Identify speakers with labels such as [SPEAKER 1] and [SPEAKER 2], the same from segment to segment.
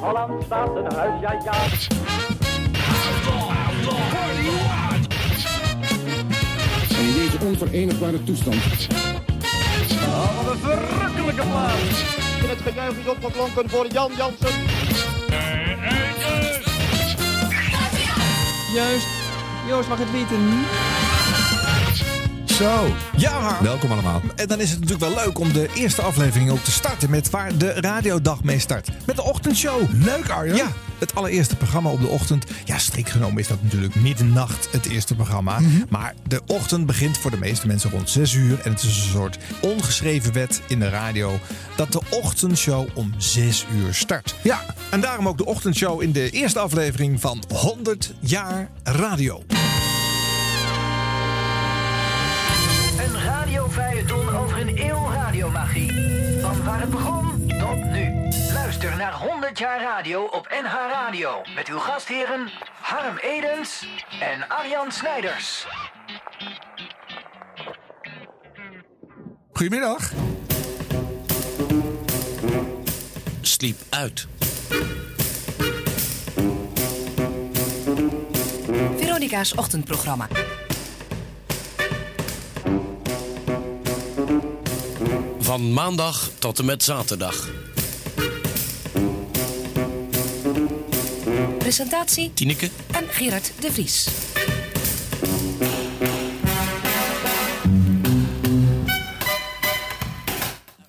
[SPEAKER 1] Holland staat een huis, ja ja.
[SPEAKER 2] En in deze onverenigbare toestand
[SPEAKER 1] Oh, wat een verrukkelijke plaats.
[SPEAKER 3] Het gejuich is opgeklonken voor Jan Jansen.
[SPEAKER 4] Juist. Joost mag het weten.
[SPEAKER 5] Zo,
[SPEAKER 6] Ja, maar.
[SPEAKER 5] welkom allemaal.
[SPEAKER 6] En dan is het natuurlijk wel leuk om de eerste aflevering ook te starten met waar de radiodag mee start. Met de ochtendshow.
[SPEAKER 5] Leuk Arjen.
[SPEAKER 6] Ja, het allereerste programma op de ochtend. Ja, strikt genomen is dat natuurlijk middernacht het eerste programma. Maar de ochtend begint voor de meeste mensen rond 6 uur. En het is een soort ongeschreven wet in de radio dat de ochtendshow om 6 uur start.
[SPEAKER 5] Ja.
[SPEAKER 6] En daarom ook de ochtendshow in de eerste aflevering van 100 jaar radio.
[SPEAKER 7] Een radiovaaierdon over een eeuw radiomagie. Van waar het begon tot nu. Luister naar 100 jaar radio op NH Radio. Met uw gastheren Harm Edens en Arjan Snijders.
[SPEAKER 6] Goedemiddag.
[SPEAKER 8] sliep uit.
[SPEAKER 9] Veronica's ochtendprogramma.
[SPEAKER 8] Van maandag tot en met zaterdag.
[SPEAKER 9] Presentatie
[SPEAKER 8] Tineke,
[SPEAKER 9] en Gerard de Vries.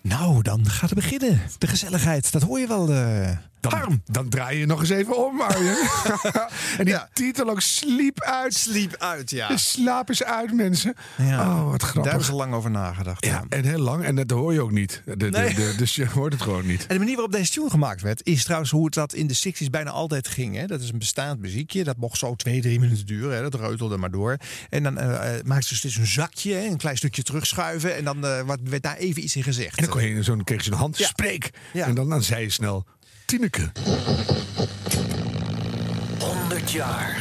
[SPEAKER 6] Nou, dan gaat het beginnen. De gezelligheid, dat hoor je wel. eh
[SPEAKER 5] Dan,
[SPEAKER 6] Harm.
[SPEAKER 5] dan draai je nog eens even om, Arjen. en die
[SPEAKER 6] Ja.
[SPEAKER 5] titel ook sliep uit.
[SPEAKER 6] Sliep uit, ja.
[SPEAKER 5] De slaap is uit, mensen. Oh, wat
[SPEAKER 6] Daar hebben
[SPEAKER 5] grappig.
[SPEAKER 6] ze lang over nagedacht.
[SPEAKER 5] Ja, en heel lang. En dat hoor je ook niet. De, de-
[SPEAKER 6] Nee.
[SPEAKER 5] de- dus je hoort het gewoon niet.
[SPEAKER 6] En de manier waarop deze tune gemaakt werd, is trouwens hoe het dat in de 60s bijna altijd ging. Hè? Dat is een bestaand muziekje. Dat mocht zo twee, drie minuten duren. Hè? Dat reutelde maar door. En dan eh eh, maakten ze dus een zakje, hè? een klein stukje terugschuiven. En dan eh, wat, werd daar even iets in gezegd.
[SPEAKER 5] En dan kon je zo'n, kreeg je een hand.
[SPEAKER 6] Ja.
[SPEAKER 5] Spreek.
[SPEAKER 6] Ja.
[SPEAKER 5] En dan, dan zei je snel. Tineke.
[SPEAKER 7] 100 jaar.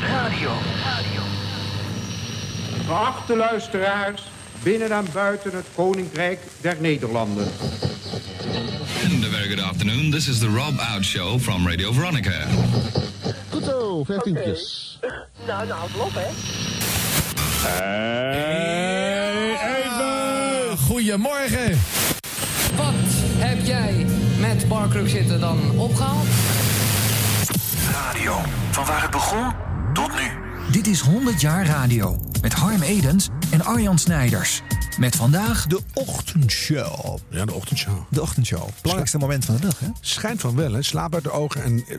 [SPEAKER 7] Radio. Radio.
[SPEAKER 10] Geachte luisteraars, binnen en buiten het Koninkrijk der Nederlanden.
[SPEAKER 11] And a very good afternoon. This is the Rob Out Show from Radio Veronica.
[SPEAKER 7] Nou, nou, klopt hè.
[SPEAKER 9] Eh.
[SPEAKER 6] Goedemorgen.
[SPEAKER 4] Wat heb jij met barcrook zitten dan opgehaald?
[SPEAKER 7] Radio. Van waar het begon tot nu.
[SPEAKER 12] Dit is 100 jaar radio met Harm Edens en Arjan Snijders. Met vandaag
[SPEAKER 6] De ochtendshow.
[SPEAKER 5] Ja, de ochtendshow.
[SPEAKER 6] De ochtendshow. Belangrijkste moment van de dag, hè?
[SPEAKER 5] Schijnt van wel, hè. Slaap uit de ogen en eh,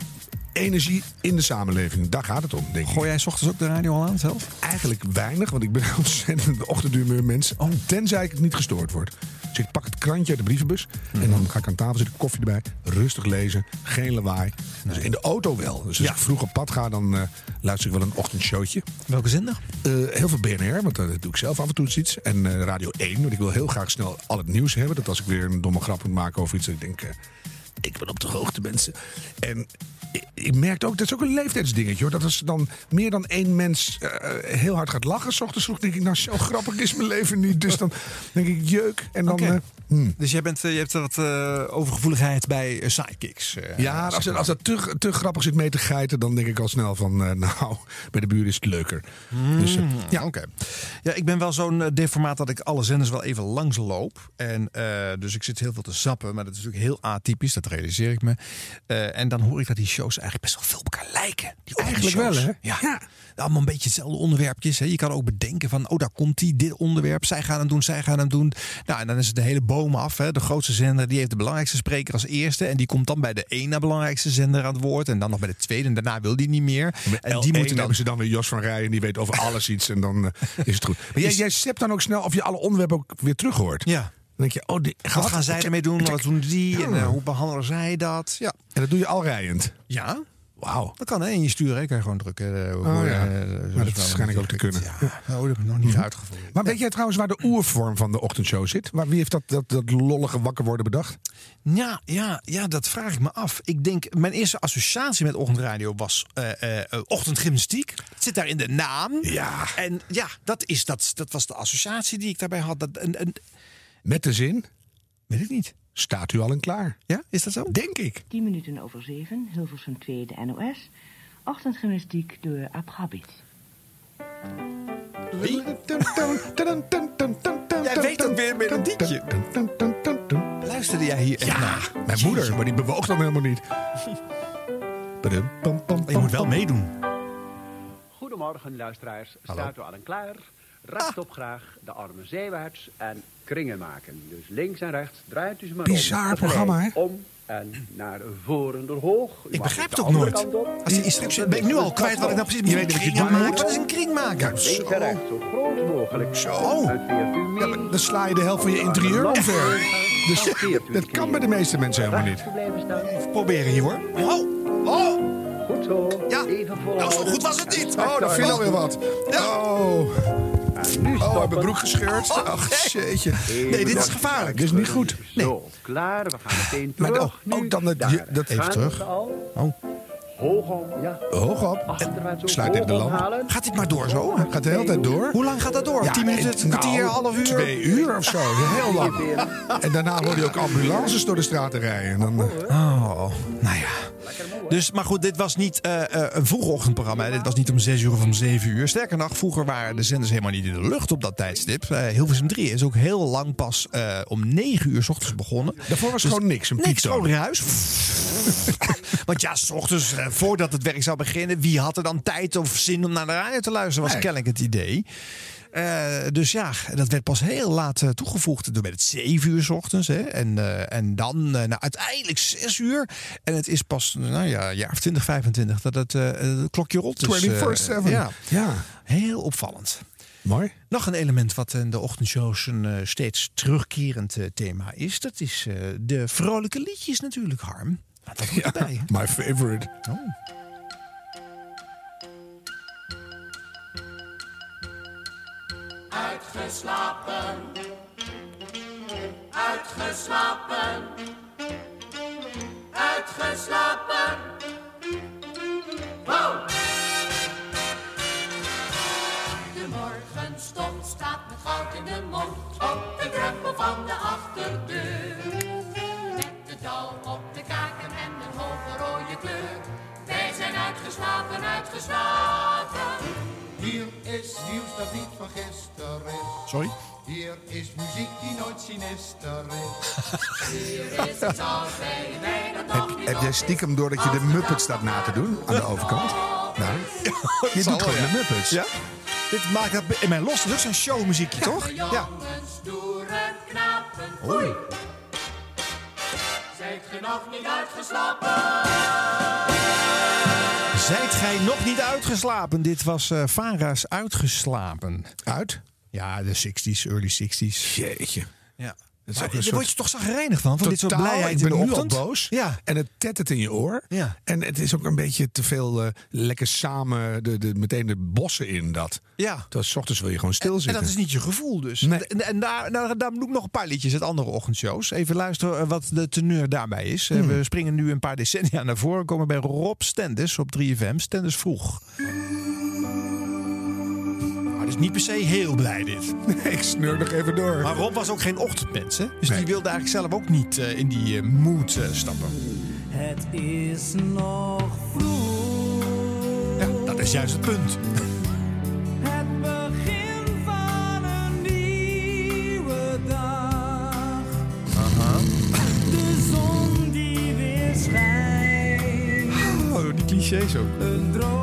[SPEAKER 5] energie in de samenleving. Daar gaat het om, denk ik.
[SPEAKER 6] Gooi jij 's ochtends ook de radio al aan zelf?
[SPEAKER 5] Eigenlijk weinig, want ik ben een ontzettend ochtenduurmeur mens. Oh. Tenzij ik niet gestoord word. Dus ik pak het krantje uit de brievenbus. En dan ga ik aan tafel zitten, koffie erbij. Rustig lezen, geen lawaai. Dus in de auto wel. Dus als
[SPEAKER 6] Ja.
[SPEAKER 5] ik vroeg op pad ga, dan eh, luister ik wel een ochtendshowtje.
[SPEAKER 6] Welke zender?
[SPEAKER 5] Eh, heel veel BNR, want eh, dat doe ik zelf af en toe iets. En eh, Radio 1, want ik wil heel graag snel al het nieuws hebben. Dat als ik weer een domme grap moet maken over iets, dat ik denk... eh, ik ben op de hoogte, mensen. En ik, ik merkte ook, dat is ook een leeftijdsdingetje. Hoor. Dat als dan meer dan één mens eh, heel hard gaat lachen... S ochtends vroeg denk ik, nou zo grappig is mijn leven niet. Dus dan denk ik, jeuk. En dan...
[SPEAKER 6] Oké.
[SPEAKER 5] eh, hmm.
[SPEAKER 6] Dus jij bent, eh, je hebt wat eh, overgevoeligheid bij eh, sidekicks. eh,
[SPEAKER 5] Ja, als, het- als dat te, te grappig zit mee te geiten, dan denk ik al snel van... eh, nou, bij de buren is het leuker. Dus, eh,
[SPEAKER 6] Hmm. Ja, oké. Ja, ik ben wel zo'n eh, deformaat dat ik alle zenders wel even langs loop. En, eh, dus ik zit heel veel te zappen, maar dat is natuurlijk heel atypisch, dat realiseer ik me. Eh, en dan hoor ik dat die shows eigenlijk best wel veel op elkaar lijken. Die
[SPEAKER 5] Eigenlijk
[SPEAKER 6] ochtendshows.
[SPEAKER 5] wel, hè?
[SPEAKER 6] Ja. Allemaal een beetje hetzelfde onderwerpjes. Hè. Je kan ook bedenken van, oh daar komt die, dit onderwerp. Zij gaan hem doen, zij gaan hem doen. Nou, en dan is het de hele boom af. Hè. De grootste zender, die heeft de belangrijkste spreker als eerste. En die komt dan bij de ene na belangrijkste zender aan het woord. En dan nog bij de tweede. En daarna wil die niet meer. En die moeten dan
[SPEAKER 5] hebben ze dan weer Jos van Rijen. Die weet over alles iets. En dan eh, is het goed. Maar jij,
[SPEAKER 6] Is-
[SPEAKER 5] jij sept dan ook snel of je alle onderwerpen ook weer terug hoort.
[SPEAKER 6] Ja.
[SPEAKER 5] Dan denk je, oh, die,
[SPEAKER 6] Wat
[SPEAKER 5] gehad?
[SPEAKER 6] gaan zij
[SPEAKER 5] Check,
[SPEAKER 6] ermee doen?
[SPEAKER 5] check.
[SPEAKER 6] Wat doen die?
[SPEAKER 5] Ja.
[SPEAKER 6] En eh, hoe behandelen zij dat? Ja.
[SPEAKER 5] En dat doe je al rijend.
[SPEAKER 6] Ja.
[SPEAKER 5] Wauw. Oh,
[SPEAKER 6] Dat kan, hè? In je sturen hè? kan je gewoon drukken. eh, hoe-
[SPEAKER 5] ja.
[SPEAKER 6] eh,
[SPEAKER 5] Maar
[SPEAKER 6] zoals
[SPEAKER 5] dat
[SPEAKER 6] wel
[SPEAKER 5] is waarschijnlijk ook te
[SPEAKER 6] natuurlijk.
[SPEAKER 5] kunnen. Mhm.
[SPEAKER 6] Ja. Oh, dat heb ik nog niet uitgevoerd.
[SPEAKER 5] Maar weet jij trouwens waar de oervorm van de ochtendshow zit? Waar, wie heeft dat, dat, dat lollige wakker worden bedacht?
[SPEAKER 6] Ja, ja, ja, dat vraag ik me af. Ik denk, mijn eerste associatie met ochtendradio was eh, eh, eh, ochtendgymnastiek. Het zit daar in de naam.
[SPEAKER 5] Ja.
[SPEAKER 6] En ja, dat, is, dat, dat was de associatie die ik daarbij had. Dat, en, en,
[SPEAKER 5] Met de zin?
[SPEAKER 6] weet ik niet.
[SPEAKER 5] staat u al en klaar.
[SPEAKER 6] Ja, is dat zo?
[SPEAKER 5] Denk ik.
[SPEAKER 13] 10 minuten over 7, Hilversum 2, de NOS. Ochtendgymnastiek door Abhabit.
[SPEAKER 6] Jij weet dat weer melodietje. Luisterde jij hier echt naar?
[SPEAKER 5] Mijn moeder, maar die bewoog dan helemaal niet. Badum, pam, pam,
[SPEAKER 6] Je moet wel
[SPEAKER 5] pam.
[SPEAKER 6] meedoen.
[SPEAKER 14] Goedemorgen, luisteraars.
[SPEAKER 5] Hallo.
[SPEAKER 14] Staat u al en klaar? Rechtop
[SPEAKER 6] Ah.
[SPEAKER 14] graag, de armen zijwaarts en kringen maken. Dus links en rechts, draait u ze maar
[SPEAKER 5] Bizar
[SPEAKER 14] om. Of
[SPEAKER 5] programma,
[SPEAKER 14] rij
[SPEAKER 5] hè?
[SPEAKER 14] Om en naar voren door hoog. U
[SPEAKER 6] Ik
[SPEAKER 14] mag
[SPEAKER 6] begrijp
[SPEAKER 14] de
[SPEAKER 6] het ook
[SPEAKER 14] andere
[SPEAKER 6] nooit.
[SPEAKER 14] kant op.
[SPEAKER 6] Als die instructie ben ik nu al kwijt wat ik nou precies
[SPEAKER 5] Je
[SPEAKER 6] moet
[SPEAKER 5] weet wat je
[SPEAKER 6] kringen
[SPEAKER 5] doet.
[SPEAKER 6] maken. Wat is een kring maken?
[SPEAKER 14] Links en rechts, zo groot mogelijk.
[SPEAKER 5] Zo.
[SPEAKER 14] Het veert u mee.
[SPEAKER 5] Oh. Dan sla je de helft van je interieur omver. Dus dat kan bij de meeste mensen helemaal niet.
[SPEAKER 14] Blijven staan.
[SPEAKER 6] Even proberen hier hoor. Oh, oh.
[SPEAKER 14] Goed zo.
[SPEAKER 6] Ja.
[SPEAKER 14] Even voor.
[SPEAKER 6] Nou, zo goed was het niet.
[SPEAKER 5] Oh, daar viel alweer wat. Oh,
[SPEAKER 14] Nu
[SPEAKER 5] oh,
[SPEAKER 14] stoppen.
[SPEAKER 5] heb mijn broek gescheurd. Ach, jeetje. Nee, dit is gevaarlijk. Dit is niet goed.
[SPEAKER 14] Zo, klaar. We gaan meteen
[SPEAKER 5] Maar
[SPEAKER 14] terug.
[SPEAKER 5] ook-
[SPEAKER 14] Nu
[SPEAKER 5] ook dan het-
[SPEAKER 14] daar.
[SPEAKER 5] je- dat- even
[SPEAKER 14] Gaan
[SPEAKER 5] terug.
[SPEAKER 14] we al.
[SPEAKER 5] Oh,
[SPEAKER 14] Hoog om, ja.
[SPEAKER 5] hoog op.
[SPEAKER 14] Achterwaarts ook.
[SPEAKER 5] Sluit even de
[SPEAKER 14] Hoog
[SPEAKER 5] lamp.
[SPEAKER 14] omhalen.
[SPEAKER 6] Gaat dit maar door zo?
[SPEAKER 5] Gaat de hele tijd door.
[SPEAKER 6] Hoe lang gaat dat door?
[SPEAKER 5] Ja,
[SPEAKER 6] 10 minuten,
[SPEAKER 5] en-
[SPEAKER 6] een kwartier,
[SPEAKER 5] nou,
[SPEAKER 6] half uur?
[SPEAKER 5] Twee uur of zo. Heel lang. En daarna hoor je ook ambulances door de straten rijden. En dan, eh,
[SPEAKER 6] Oh, nou ja. Dus, maar goed, dit was niet eh, eh, een vroeg ochtendprogramma. hè. Dit was niet om 6 uur of om 7 uur. Sterker nog, vroeger waren de zenders helemaal niet in de lucht op dat tijdstip. Eh Hilversum 3 is ook heel lang pas eh, om 9 uur 's ochtends begonnen. Dus
[SPEAKER 5] daarvoor was gewoon niks. Een
[SPEAKER 6] Niks,
[SPEAKER 5] pieptoon.
[SPEAKER 6] gewoon ruis. Want ja, 's ochtends eh, voordat het werk zou beginnen, wie had er dan tijd of zin om naar de radio te luisteren? Was
[SPEAKER 5] Nee.
[SPEAKER 6] kennelijk het idee. Eh, dus ja, dat werd pas heel laat eh, toegevoegd. Door met het 7 uur 's ochtends. Hè? En, eh, en dan eh, nou, uiteindelijk 6 uur. En het is pas, nou ja, een jaar of 20, 25 dat het, eh, het klokje rolt. Dus, eh,
[SPEAKER 5] 24-7.
[SPEAKER 6] ja,
[SPEAKER 5] Ja.
[SPEAKER 6] heel opvallend.
[SPEAKER 5] Mooi.
[SPEAKER 6] Nog een element wat in de ochtendshows een eh, steeds terugkerend eh, thema is. Dat is eh, de vrolijke liedjes natuurlijk, Harm. Want dat hoort erbij. hè? Oh.
[SPEAKER 5] My favorite.
[SPEAKER 15] De morgenstond staat met goud in de mond op de drempel van de achterdeur. Met de dauw op de kaken en een hoge rode kleur. Wij zijn uitgeslapen, uitgeslapen.
[SPEAKER 16] Hier is nieuws dat niet van gisteren is.
[SPEAKER 6] Sorry?
[SPEAKER 16] Hier is muziek die nooit sinister is.
[SPEAKER 15] Hier is het al bij je bijna nog niet
[SPEAKER 5] Heb jij stiekem door dat je de Muppets staat na te doen aan de overkant? Nou, je
[SPEAKER 6] zal
[SPEAKER 5] doet
[SPEAKER 6] wel,
[SPEAKER 5] gewoon
[SPEAKER 6] ja.
[SPEAKER 5] de Muppets.
[SPEAKER 6] Ja? Dit maakt dat in mijn losse rug zijn showmuziekje, toch?
[SPEAKER 15] jongens, stoeren knapen. Oei! Zijt ge nog niet uitgeslapen?
[SPEAKER 6] Zijt gij nog niet uitgeslapen? Dit was eh Vara's uitgeslapen.
[SPEAKER 5] Uit?
[SPEAKER 6] Ja, de 60s, early 60s.
[SPEAKER 5] Jeetje.
[SPEAKER 6] Ja.
[SPEAKER 5] Dat is
[SPEAKER 6] Maar
[SPEAKER 5] ook een
[SPEAKER 6] Daar
[SPEAKER 5] soort-
[SPEAKER 6] word je toch zagrijnig van, van dit soort
[SPEAKER 5] Totaal,
[SPEAKER 6] blijheid
[SPEAKER 5] ik ben
[SPEAKER 6] in de
[SPEAKER 5] nu al
[SPEAKER 6] ochtend.
[SPEAKER 5] boos.
[SPEAKER 6] Ja.
[SPEAKER 5] En het tet het in je oor.
[SPEAKER 6] Ja.
[SPEAKER 5] En het is ook een beetje te veel eh, lekker samen de, de, meteen de bossen in dat.
[SPEAKER 6] Ja.
[SPEAKER 5] Dat s ochtends wil je gewoon stilzitten.
[SPEAKER 6] En dat is niet je gevoel dus.
[SPEAKER 5] Nee.
[SPEAKER 6] En, en daar, nou, daar moet ik nog een paar liedjes uit andere ochtendshows. Even luisteren eh, wat de teneur daarbij is.
[SPEAKER 5] Hmm.
[SPEAKER 6] Eh, We springen nu een paar decennia naar voren. Komen bij Rob Stenders op 3FM. Stenders vroeg. Nou, dus niet per se heel blij dit.
[SPEAKER 5] ik sneur nog even door.
[SPEAKER 6] Maar Rob was ook geen ochtendmens. Hè? Dus
[SPEAKER 5] Nee.
[SPEAKER 6] die wilde eigenlijk zelf ook niet eh, in die eh, mood eh, stappen.
[SPEAKER 17] Het is nog vroeg.
[SPEAKER 6] Ja, dat is juist het punt.
[SPEAKER 17] Het begin van een nieuwe dag. De zon die weer schijnt.
[SPEAKER 6] Oh, die clichés ook.
[SPEAKER 17] Een droom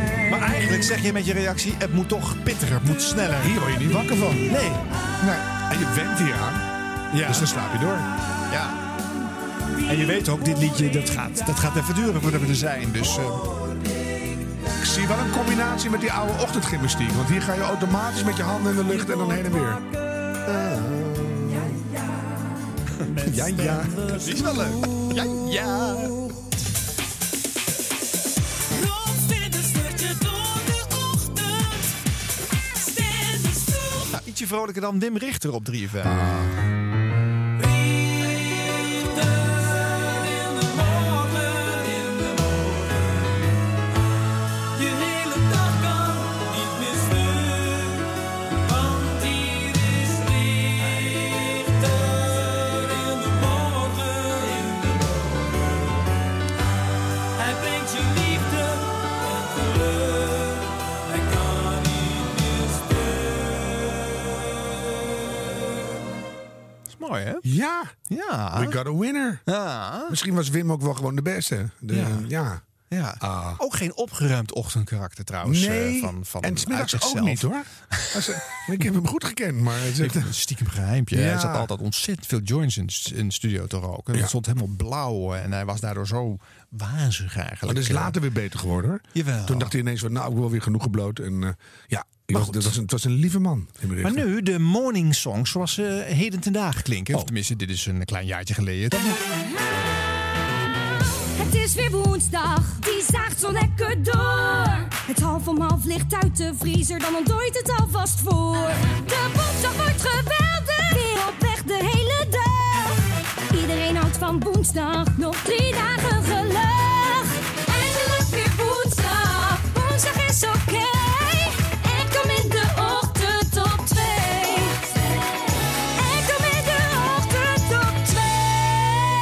[SPEAKER 17] verdwijnt.
[SPEAKER 6] Maar eigenlijk zeg je met je reactie, het moet toch pittiger, het moet sneller.
[SPEAKER 5] Hier word je niet wakker van.
[SPEAKER 6] Nee.
[SPEAKER 5] En je went hier aan.
[SPEAKER 6] Ja.
[SPEAKER 5] Dus dan slaap je door.
[SPEAKER 6] Ja. En je weet ook, dit liedje dat gaat, dat gaat even duren voordat we er zijn. Dus eh,
[SPEAKER 5] Ik zie wel een combinatie met die oude ochtendgymnastiek. Want hier ga je automatisch met je handen in de lucht en dan heen en weer.
[SPEAKER 15] eh,
[SPEAKER 5] Ja, ja.
[SPEAKER 6] dat is wel leuk. Ja, ja. Nou, ietsje vrolijker dan Wim Richter op 3FM.
[SPEAKER 5] Ah.
[SPEAKER 17] Je hele dag kan niet meer stuk, want hier
[SPEAKER 6] mooi, hè?
[SPEAKER 5] Ja.
[SPEAKER 6] Ja.
[SPEAKER 5] We got a winner. Misschien was Wim ook wel gewoon de beste. De-
[SPEAKER 6] Ja.
[SPEAKER 5] ja. Ah.
[SPEAKER 6] Ja. Ook geen opgeruimd ochtendkarakter trouwens.
[SPEAKER 5] Nee,
[SPEAKER 6] eh, van, van
[SPEAKER 5] en 's middags
[SPEAKER 6] uit
[SPEAKER 5] ook
[SPEAKER 6] zichzelf.
[SPEAKER 5] niet, hoor. Als, eh, ik heb hem goed gekend, maar het
[SPEAKER 6] Ik vond het een stiekem geheimje.
[SPEAKER 5] Ja.
[SPEAKER 6] Hij zat altijd ontzettend veel joints in, s- in de studio te roken.
[SPEAKER 5] Ja.
[SPEAKER 6] Het stond helemaal blauw eh, en hij was daardoor zo wazig
[SPEAKER 5] Maar
[SPEAKER 6] eigenlijk.
[SPEAKER 5] dus dat is
[SPEAKER 6] Eh,
[SPEAKER 5] later weer beter geworden hoor.
[SPEAKER 6] Jawel.
[SPEAKER 5] Toen dacht hij ineens van, nou, ik heb wel weer genoeg gebloot. En eh, ja, ik was, dat was een, het was een lieve man.
[SPEAKER 6] Maar nu de morning songs zoals ze heden ten dagen klinken.
[SPEAKER 5] Oh.
[SPEAKER 6] Of tenminste, dit is een klein jaartje geleden. Dat
[SPEAKER 18] Het is weer woensdag, die zaagt zo lekker door. Het half om half ligt uit de vriezer, dan ontdooit het alvast voor. De woensdag wordt geweldig, weer op weg de hele dag. Iedereen houdt van woensdag, nog drie dagen gelach. Eindelijk weer woensdag, woensdag is oké. Ik kom in de ochtend op twee. Ik kom in de ochtend op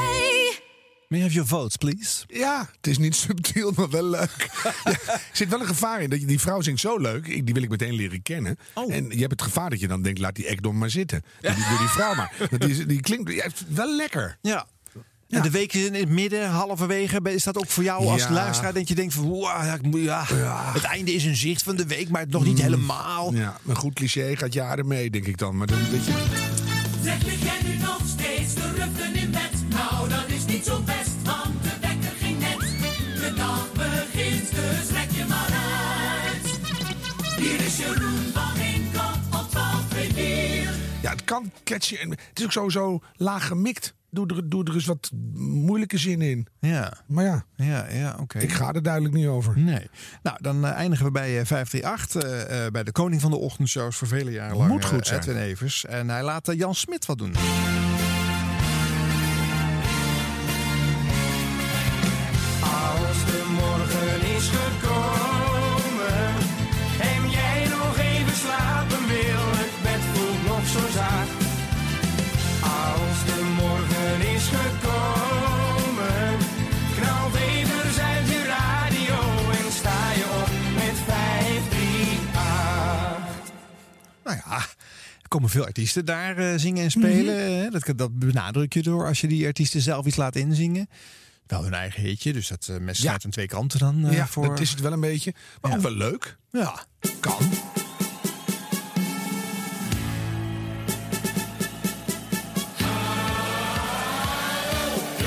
[SPEAKER 18] twee.
[SPEAKER 6] May I have your votes, please?
[SPEAKER 5] Ja, het is niet subtiel, maar wel leuk. Ja, er zit wel een gevaar in. Dat je, die vrouw zingt zo leuk, ik, die wil ik meteen leren kennen.
[SPEAKER 6] Oh.
[SPEAKER 5] En je hebt het gevaar dat je dan denkt, laat die ekdom maar zitten. Doe die, doe die vrouw maar. Want die, is- die klinkt ja, het is wel lekker. Mm.
[SPEAKER 6] Ja. En de week is in het midden, halverwege. Is dat ook voor jou als
[SPEAKER 5] Ja.
[SPEAKER 6] luisteraar? Dat je denkt van, wow, ja, ik moet- ja, het einde is in zicht van de week, maar het nog
[SPEAKER 5] Mm.
[SPEAKER 6] niet helemaal.
[SPEAKER 5] Ja, een goed cliché gaat jaren mee, denk ik dan. Maar dan, weet je,
[SPEAKER 15] Zeg, lig jij nu nog steeds te ruffen in bed? Nou, dat is niet zo best, want de wekker ging net. De dag begint, dus rek je maar uit. Hier is Jeroen van Inkamp op 12 weer.
[SPEAKER 5] Ja, het kan catchy. En het is ook sowieso laag gemikt. Doe er, doe er eens wat moeilijke zinnen in.
[SPEAKER 6] Ja.
[SPEAKER 5] Maar ja.
[SPEAKER 6] Ja, ja oké.
[SPEAKER 5] Ik ga er duidelijk niet over.
[SPEAKER 6] Nee. Nou, dan eh, eindigen we bij eh, 538. eh, eh, bij de koning van de ochtendshows voor vele jaren lang.
[SPEAKER 5] Moet
[SPEAKER 6] eh,
[SPEAKER 5] goed zijn.
[SPEAKER 6] Edwin Evers. En hij laat eh, Jan Smit wat doen.
[SPEAKER 17] Als de morgen is gekomen en jij nog even slapen wil, het bed voelt nog zo zacht. Als de morgen is gekomen, knal wevers uit je radio en sta je op met 538.
[SPEAKER 6] Nou ja, er komen veel artiesten daar eh, zingen en spelen.
[SPEAKER 5] Mhm.
[SPEAKER 6] hè. dat, dat benadruk je door als je die artiesten zelf iets laat inzingen. Wel hun eigen hitje, dus dat eh mes staat aan twee kanten dan. eh,
[SPEAKER 5] ja,
[SPEAKER 6] voor...
[SPEAKER 5] dat is het wel een beetje. Maar ook wel leuk.
[SPEAKER 6] Ja.
[SPEAKER 5] Kan.
[SPEAKER 15] We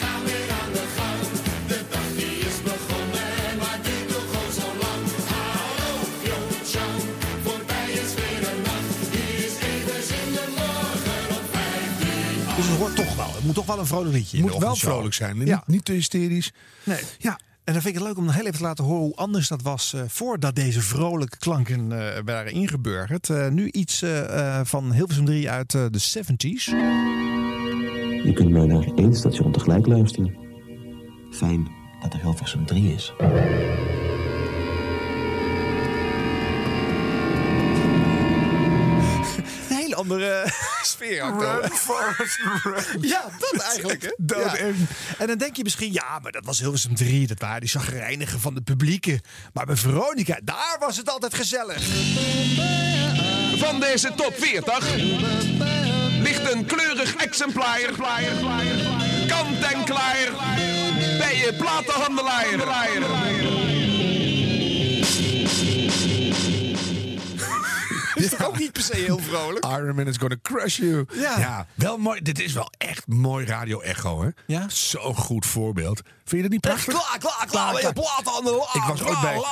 [SPEAKER 15] gaan weer aan de gang. De dag die is begonnen, maar duurt toch al zo lang. Hallo, Pyeongchang, voorbij is weer een nacht. Hier is Evers in de morgen op vijf uur.
[SPEAKER 6] Dus het hoort toch wel. Het moet toch wel een vrolijk liedje in de
[SPEAKER 5] Moet wel
[SPEAKER 6] ochtendshow.
[SPEAKER 5] vrolijk zijn.
[SPEAKER 6] Ja.
[SPEAKER 5] Niet, niet te hysterisch.
[SPEAKER 6] Nee. Ja. En dan vind ik het leuk om nog heel even te laten horen hoe anders dat was eh, voordat deze vrolijke klanken eh, waren ingeburgerd. Eh, nu iets eh, eh, van Hilversum 3 uit eh, de 70s.
[SPEAKER 19] Je kunt mij naar één station tegelijk luisteren. Fijn dat er Hilversum 3 is.
[SPEAKER 6] Een hele andere sfeer. ook wel. ja, dat eigenlijk. Hè? Ja. En dan denk je misschien, ja, maar dat was Hilversum 3. Dat waren die chagrijnigen van de publieke. Maar bij Veronica, daar was het altijd gezellig.
[SPEAKER 20] Van deze top 40 ligt een kleurig exemplaar. Kant en klaar bij je platenhandelaar.
[SPEAKER 6] is toch ook niet per se heel vrolijk?
[SPEAKER 5] Iron Man is gonna crush you.
[SPEAKER 6] Ja.
[SPEAKER 5] wel mooi. Dit is wel echt mooi radio echo, hè?
[SPEAKER 6] Ja.
[SPEAKER 5] Zo'n goed voorbeeld. Vind je dat niet
[SPEAKER 6] Echt
[SPEAKER 5] prachtig?
[SPEAKER 6] klaar, klaar, klaar. bij je platenhandelaar.
[SPEAKER 5] Ik was ook
[SPEAKER 6] Ah, Klaar,
[SPEAKER 5] bij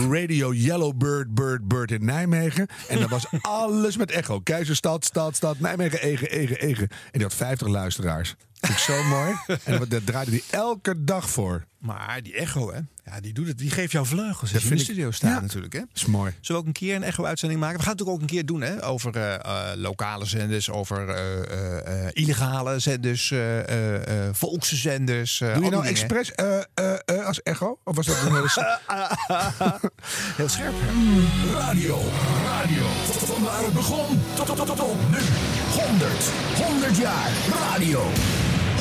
[SPEAKER 6] klaar.
[SPEAKER 5] Radio Yellowbird, Bird, Bird in Nijmegen. En daar was alles met echo. Keizerstad, stad, stad, Nijmegen, Egen, Egen, Egen. En die had 50 luisteraars. Vond ik zo mooi. En dat- daar draaide die elke dag voor.
[SPEAKER 6] Maar die echo, hè? Ja, die, doet het, die geeft jou vleugels.
[SPEAKER 5] Dat
[SPEAKER 6] Dat je in de
[SPEAKER 5] vind ik-
[SPEAKER 6] studio staat
[SPEAKER 5] Ja.
[SPEAKER 6] natuurlijk, hè?
[SPEAKER 5] Is mooi.
[SPEAKER 6] Zullen we ook een keer een echo-uitzending maken? We gaan het natuurlijk ook een keer doen, hè? Over eh, eh, lokale zenders, over eh, eh, eh, illegale zenders, eh, eh, eh, volkse zenders. eh,
[SPEAKER 5] Doe je
[SPEAKER 6] al
[SPEAKER 5] nou
[SPEAKER 6] die dingen.
[SPEAKER 5] expres eh, eh, eh, als echo? Of was dat een hele... s-
[SPEAKER 6] Heel scherp.
[SPEAKER 20] Radio, radio, van waar het begon tot, tot, tot, tot op nu. 100, 100 jaar radio.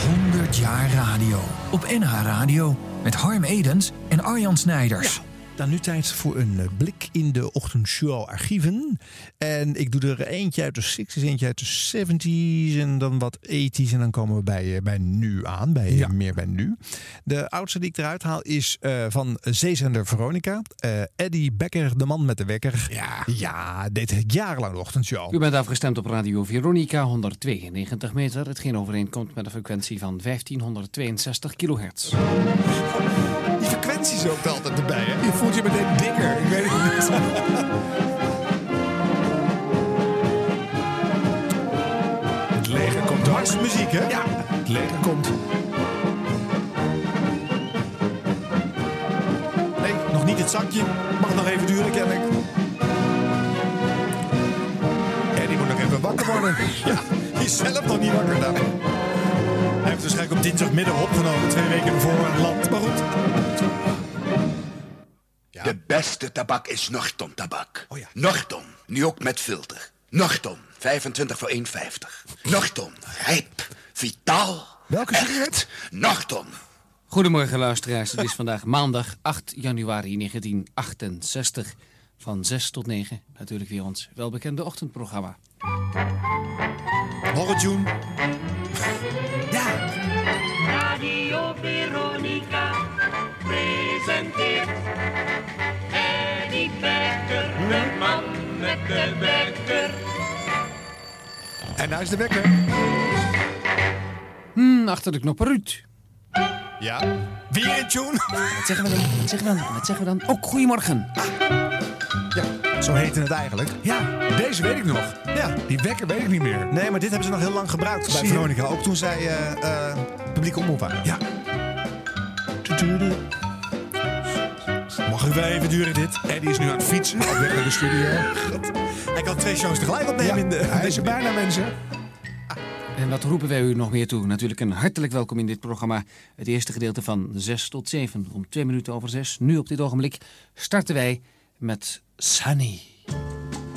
[SPEAKER 12] 100 jaar radio. Op NH Radio. Met Harm Edens en Arjan Snijders.
[SPEAKER 6] Dan nu tijd voor een eh, blik in de ochtendshow archieven. En ik doe er eentje uit de 60s, eentje uit de 70s en dan wat 80s. En dan komen we bij, eh, bij nu aan, bij, eh, meer bij nu. De oudste die ik eruit haal is eh, van zeezender Veronica. Eh Eddie Becker, de man met de wekker. Ja, ja deed jarenlang de ochtendshow.
[SPEAKER 21] U bent afgestemd op Radio Veronica 192 meter, hetgeen overeenkomt met een frequentie van 1562 kilohertz.
[SPEAKER 6] Die frequenties ook altijd erbij, hè?
[SPEAKER 22] Je voelt je meteen dikker. Ik weet het niet.
[SPEAKER 5] Het leger komt ook. muziek, hè? Ja. Het leger komt.
[SPEAKER 6] Nee, nog niet het zakje. Mag nog even duren, kennelijk.
[SPEAKER 5] En die moet nog even wakker worden.
[SPEAKER 6] ja, die is zelf nog niet wakker daarmee. Hij heeft waarschijnlijk op dinsdagmiddag opgenomen, twee weken voor een land. Maar goed.
[SPEAKER 23] De beste tabak is Norton tabak.
[SPEAKER 6] Oh,
[SPEAKER 23] Norton, nu ook met filter. Norton, 25 voor 1,50. Norton, rijp, vitaal. Welke sigaret? Norton.
[SPEAKER 21] Goedemorgen luisteraars, het is vandaag maandag 8 januari 1968. Van 6 tot 9, natuurlijk weer ons welbekende ochtendprogramma.
[SPEAKER 6] Nog tune.
[SPEAKER 15] Radio Veronica presenteert Eddie Becker, de man met de bekker.
[SPEAKER 6] En daar is de wekker.
[SPEAKER 21] Hmm, achter de knoppen Ruud.
[SPEAKER 6] Ja. Weer in tune.
[SPEAKER 21] Wat zeggen we dan? Wat zeggen we dan? Wat zeggen we dan? Ook goedemorgen.
[SPEAKER 6] Zo heette het eigenlijk. Ja,
[SPEAKER 5] deze weet ik nog.
[SPEAKER 6] Ja.
[SPEAKER 5] Die wekker weet ik niet meer.
[SPEAKER 6] Nee, maar dit hebben ze nog heel lang gebruikt bij
[SPEAKER 5] Zie je?
[SPEAKER 6] Veronica. Ook toen zij eh eh publieke omroep waren. Ja. Mag ik wel even duren dit?
[SPEAKER 5] Eddie is nu aan het fietsen. Op weg naar de studio.
[SPEAKER 6] Hij kan twee shows tegelijk
[SPEAKER 5] Ja,
[SPEAKER 6] opnemen in de...
[SPEAKER 5] hij is er bijna, mensen.
[SPEAKER 21] En wat roepen wij u nog meer toe? Natuurlijk een hartelijk welkom in dit programma. Het eerste gedeelte van 6 tot 7. Om 2 minuten over 6, nu op dit ogenblik, starten wij met Sunny.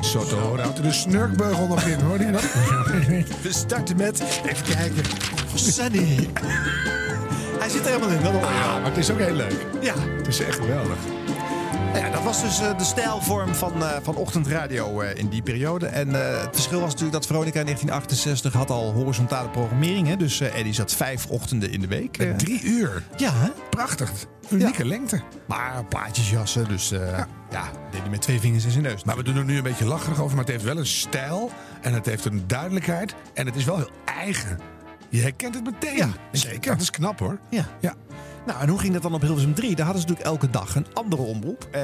[SPEAKER 5] Zo te horen houdt er de snurkbeugel nog in, hoor je dat?
[SPEAKER 6] We starten met... Even kijken. Sunny. Hij zit er helemaal in. Dat hoor je.
[SPEAKER 5] Ah, maar het is ook heel leuk.
[SPEAKER 6] Ja.
[SPEAKER 5] Het is echt geweldig.
[SPEAKER 6] Nou ja, dat was dus eh, de stijlvorm van, eh, van ochtendradio eh, in die periode. En eh, het verschil was natuurlijk dat Veronica in 1968 had al horizontale programmering. Hè? Dus eh Eddie zat vijf ochtenden in de week.
[SPEAKER 5] Met
[SPEAKER 6] Eh,
[SPEAKER 5] drie uur.
[SPEAKER 6] Ja, hè?
[SPEAKER 5] Prachtig. Unieke lengte.
[SPEAKER 6] Maar plaatjesjassen, dus eh, ja. deed hij met twee vingers in zijn neus.
[SPEAKER 5] Maar we doen er nu een beetje lacherig over, maar het heeft wel een stijl. En het heeft een duidelijkheid. En het is wel heel eigen. Je herkent het meteen.
[SPEAKER 6] Ja,
[SPEAKER 5] zeker. Dat is knap, hoor.
[SPEAKER 6] Ja.
[SPEAKER 5] ja.
[SPEAKER 6] Nou, en hoe ging dat dan op Hilversum 3? Daar hadden ze natuurlijk elke dag een andere omroep. Eh,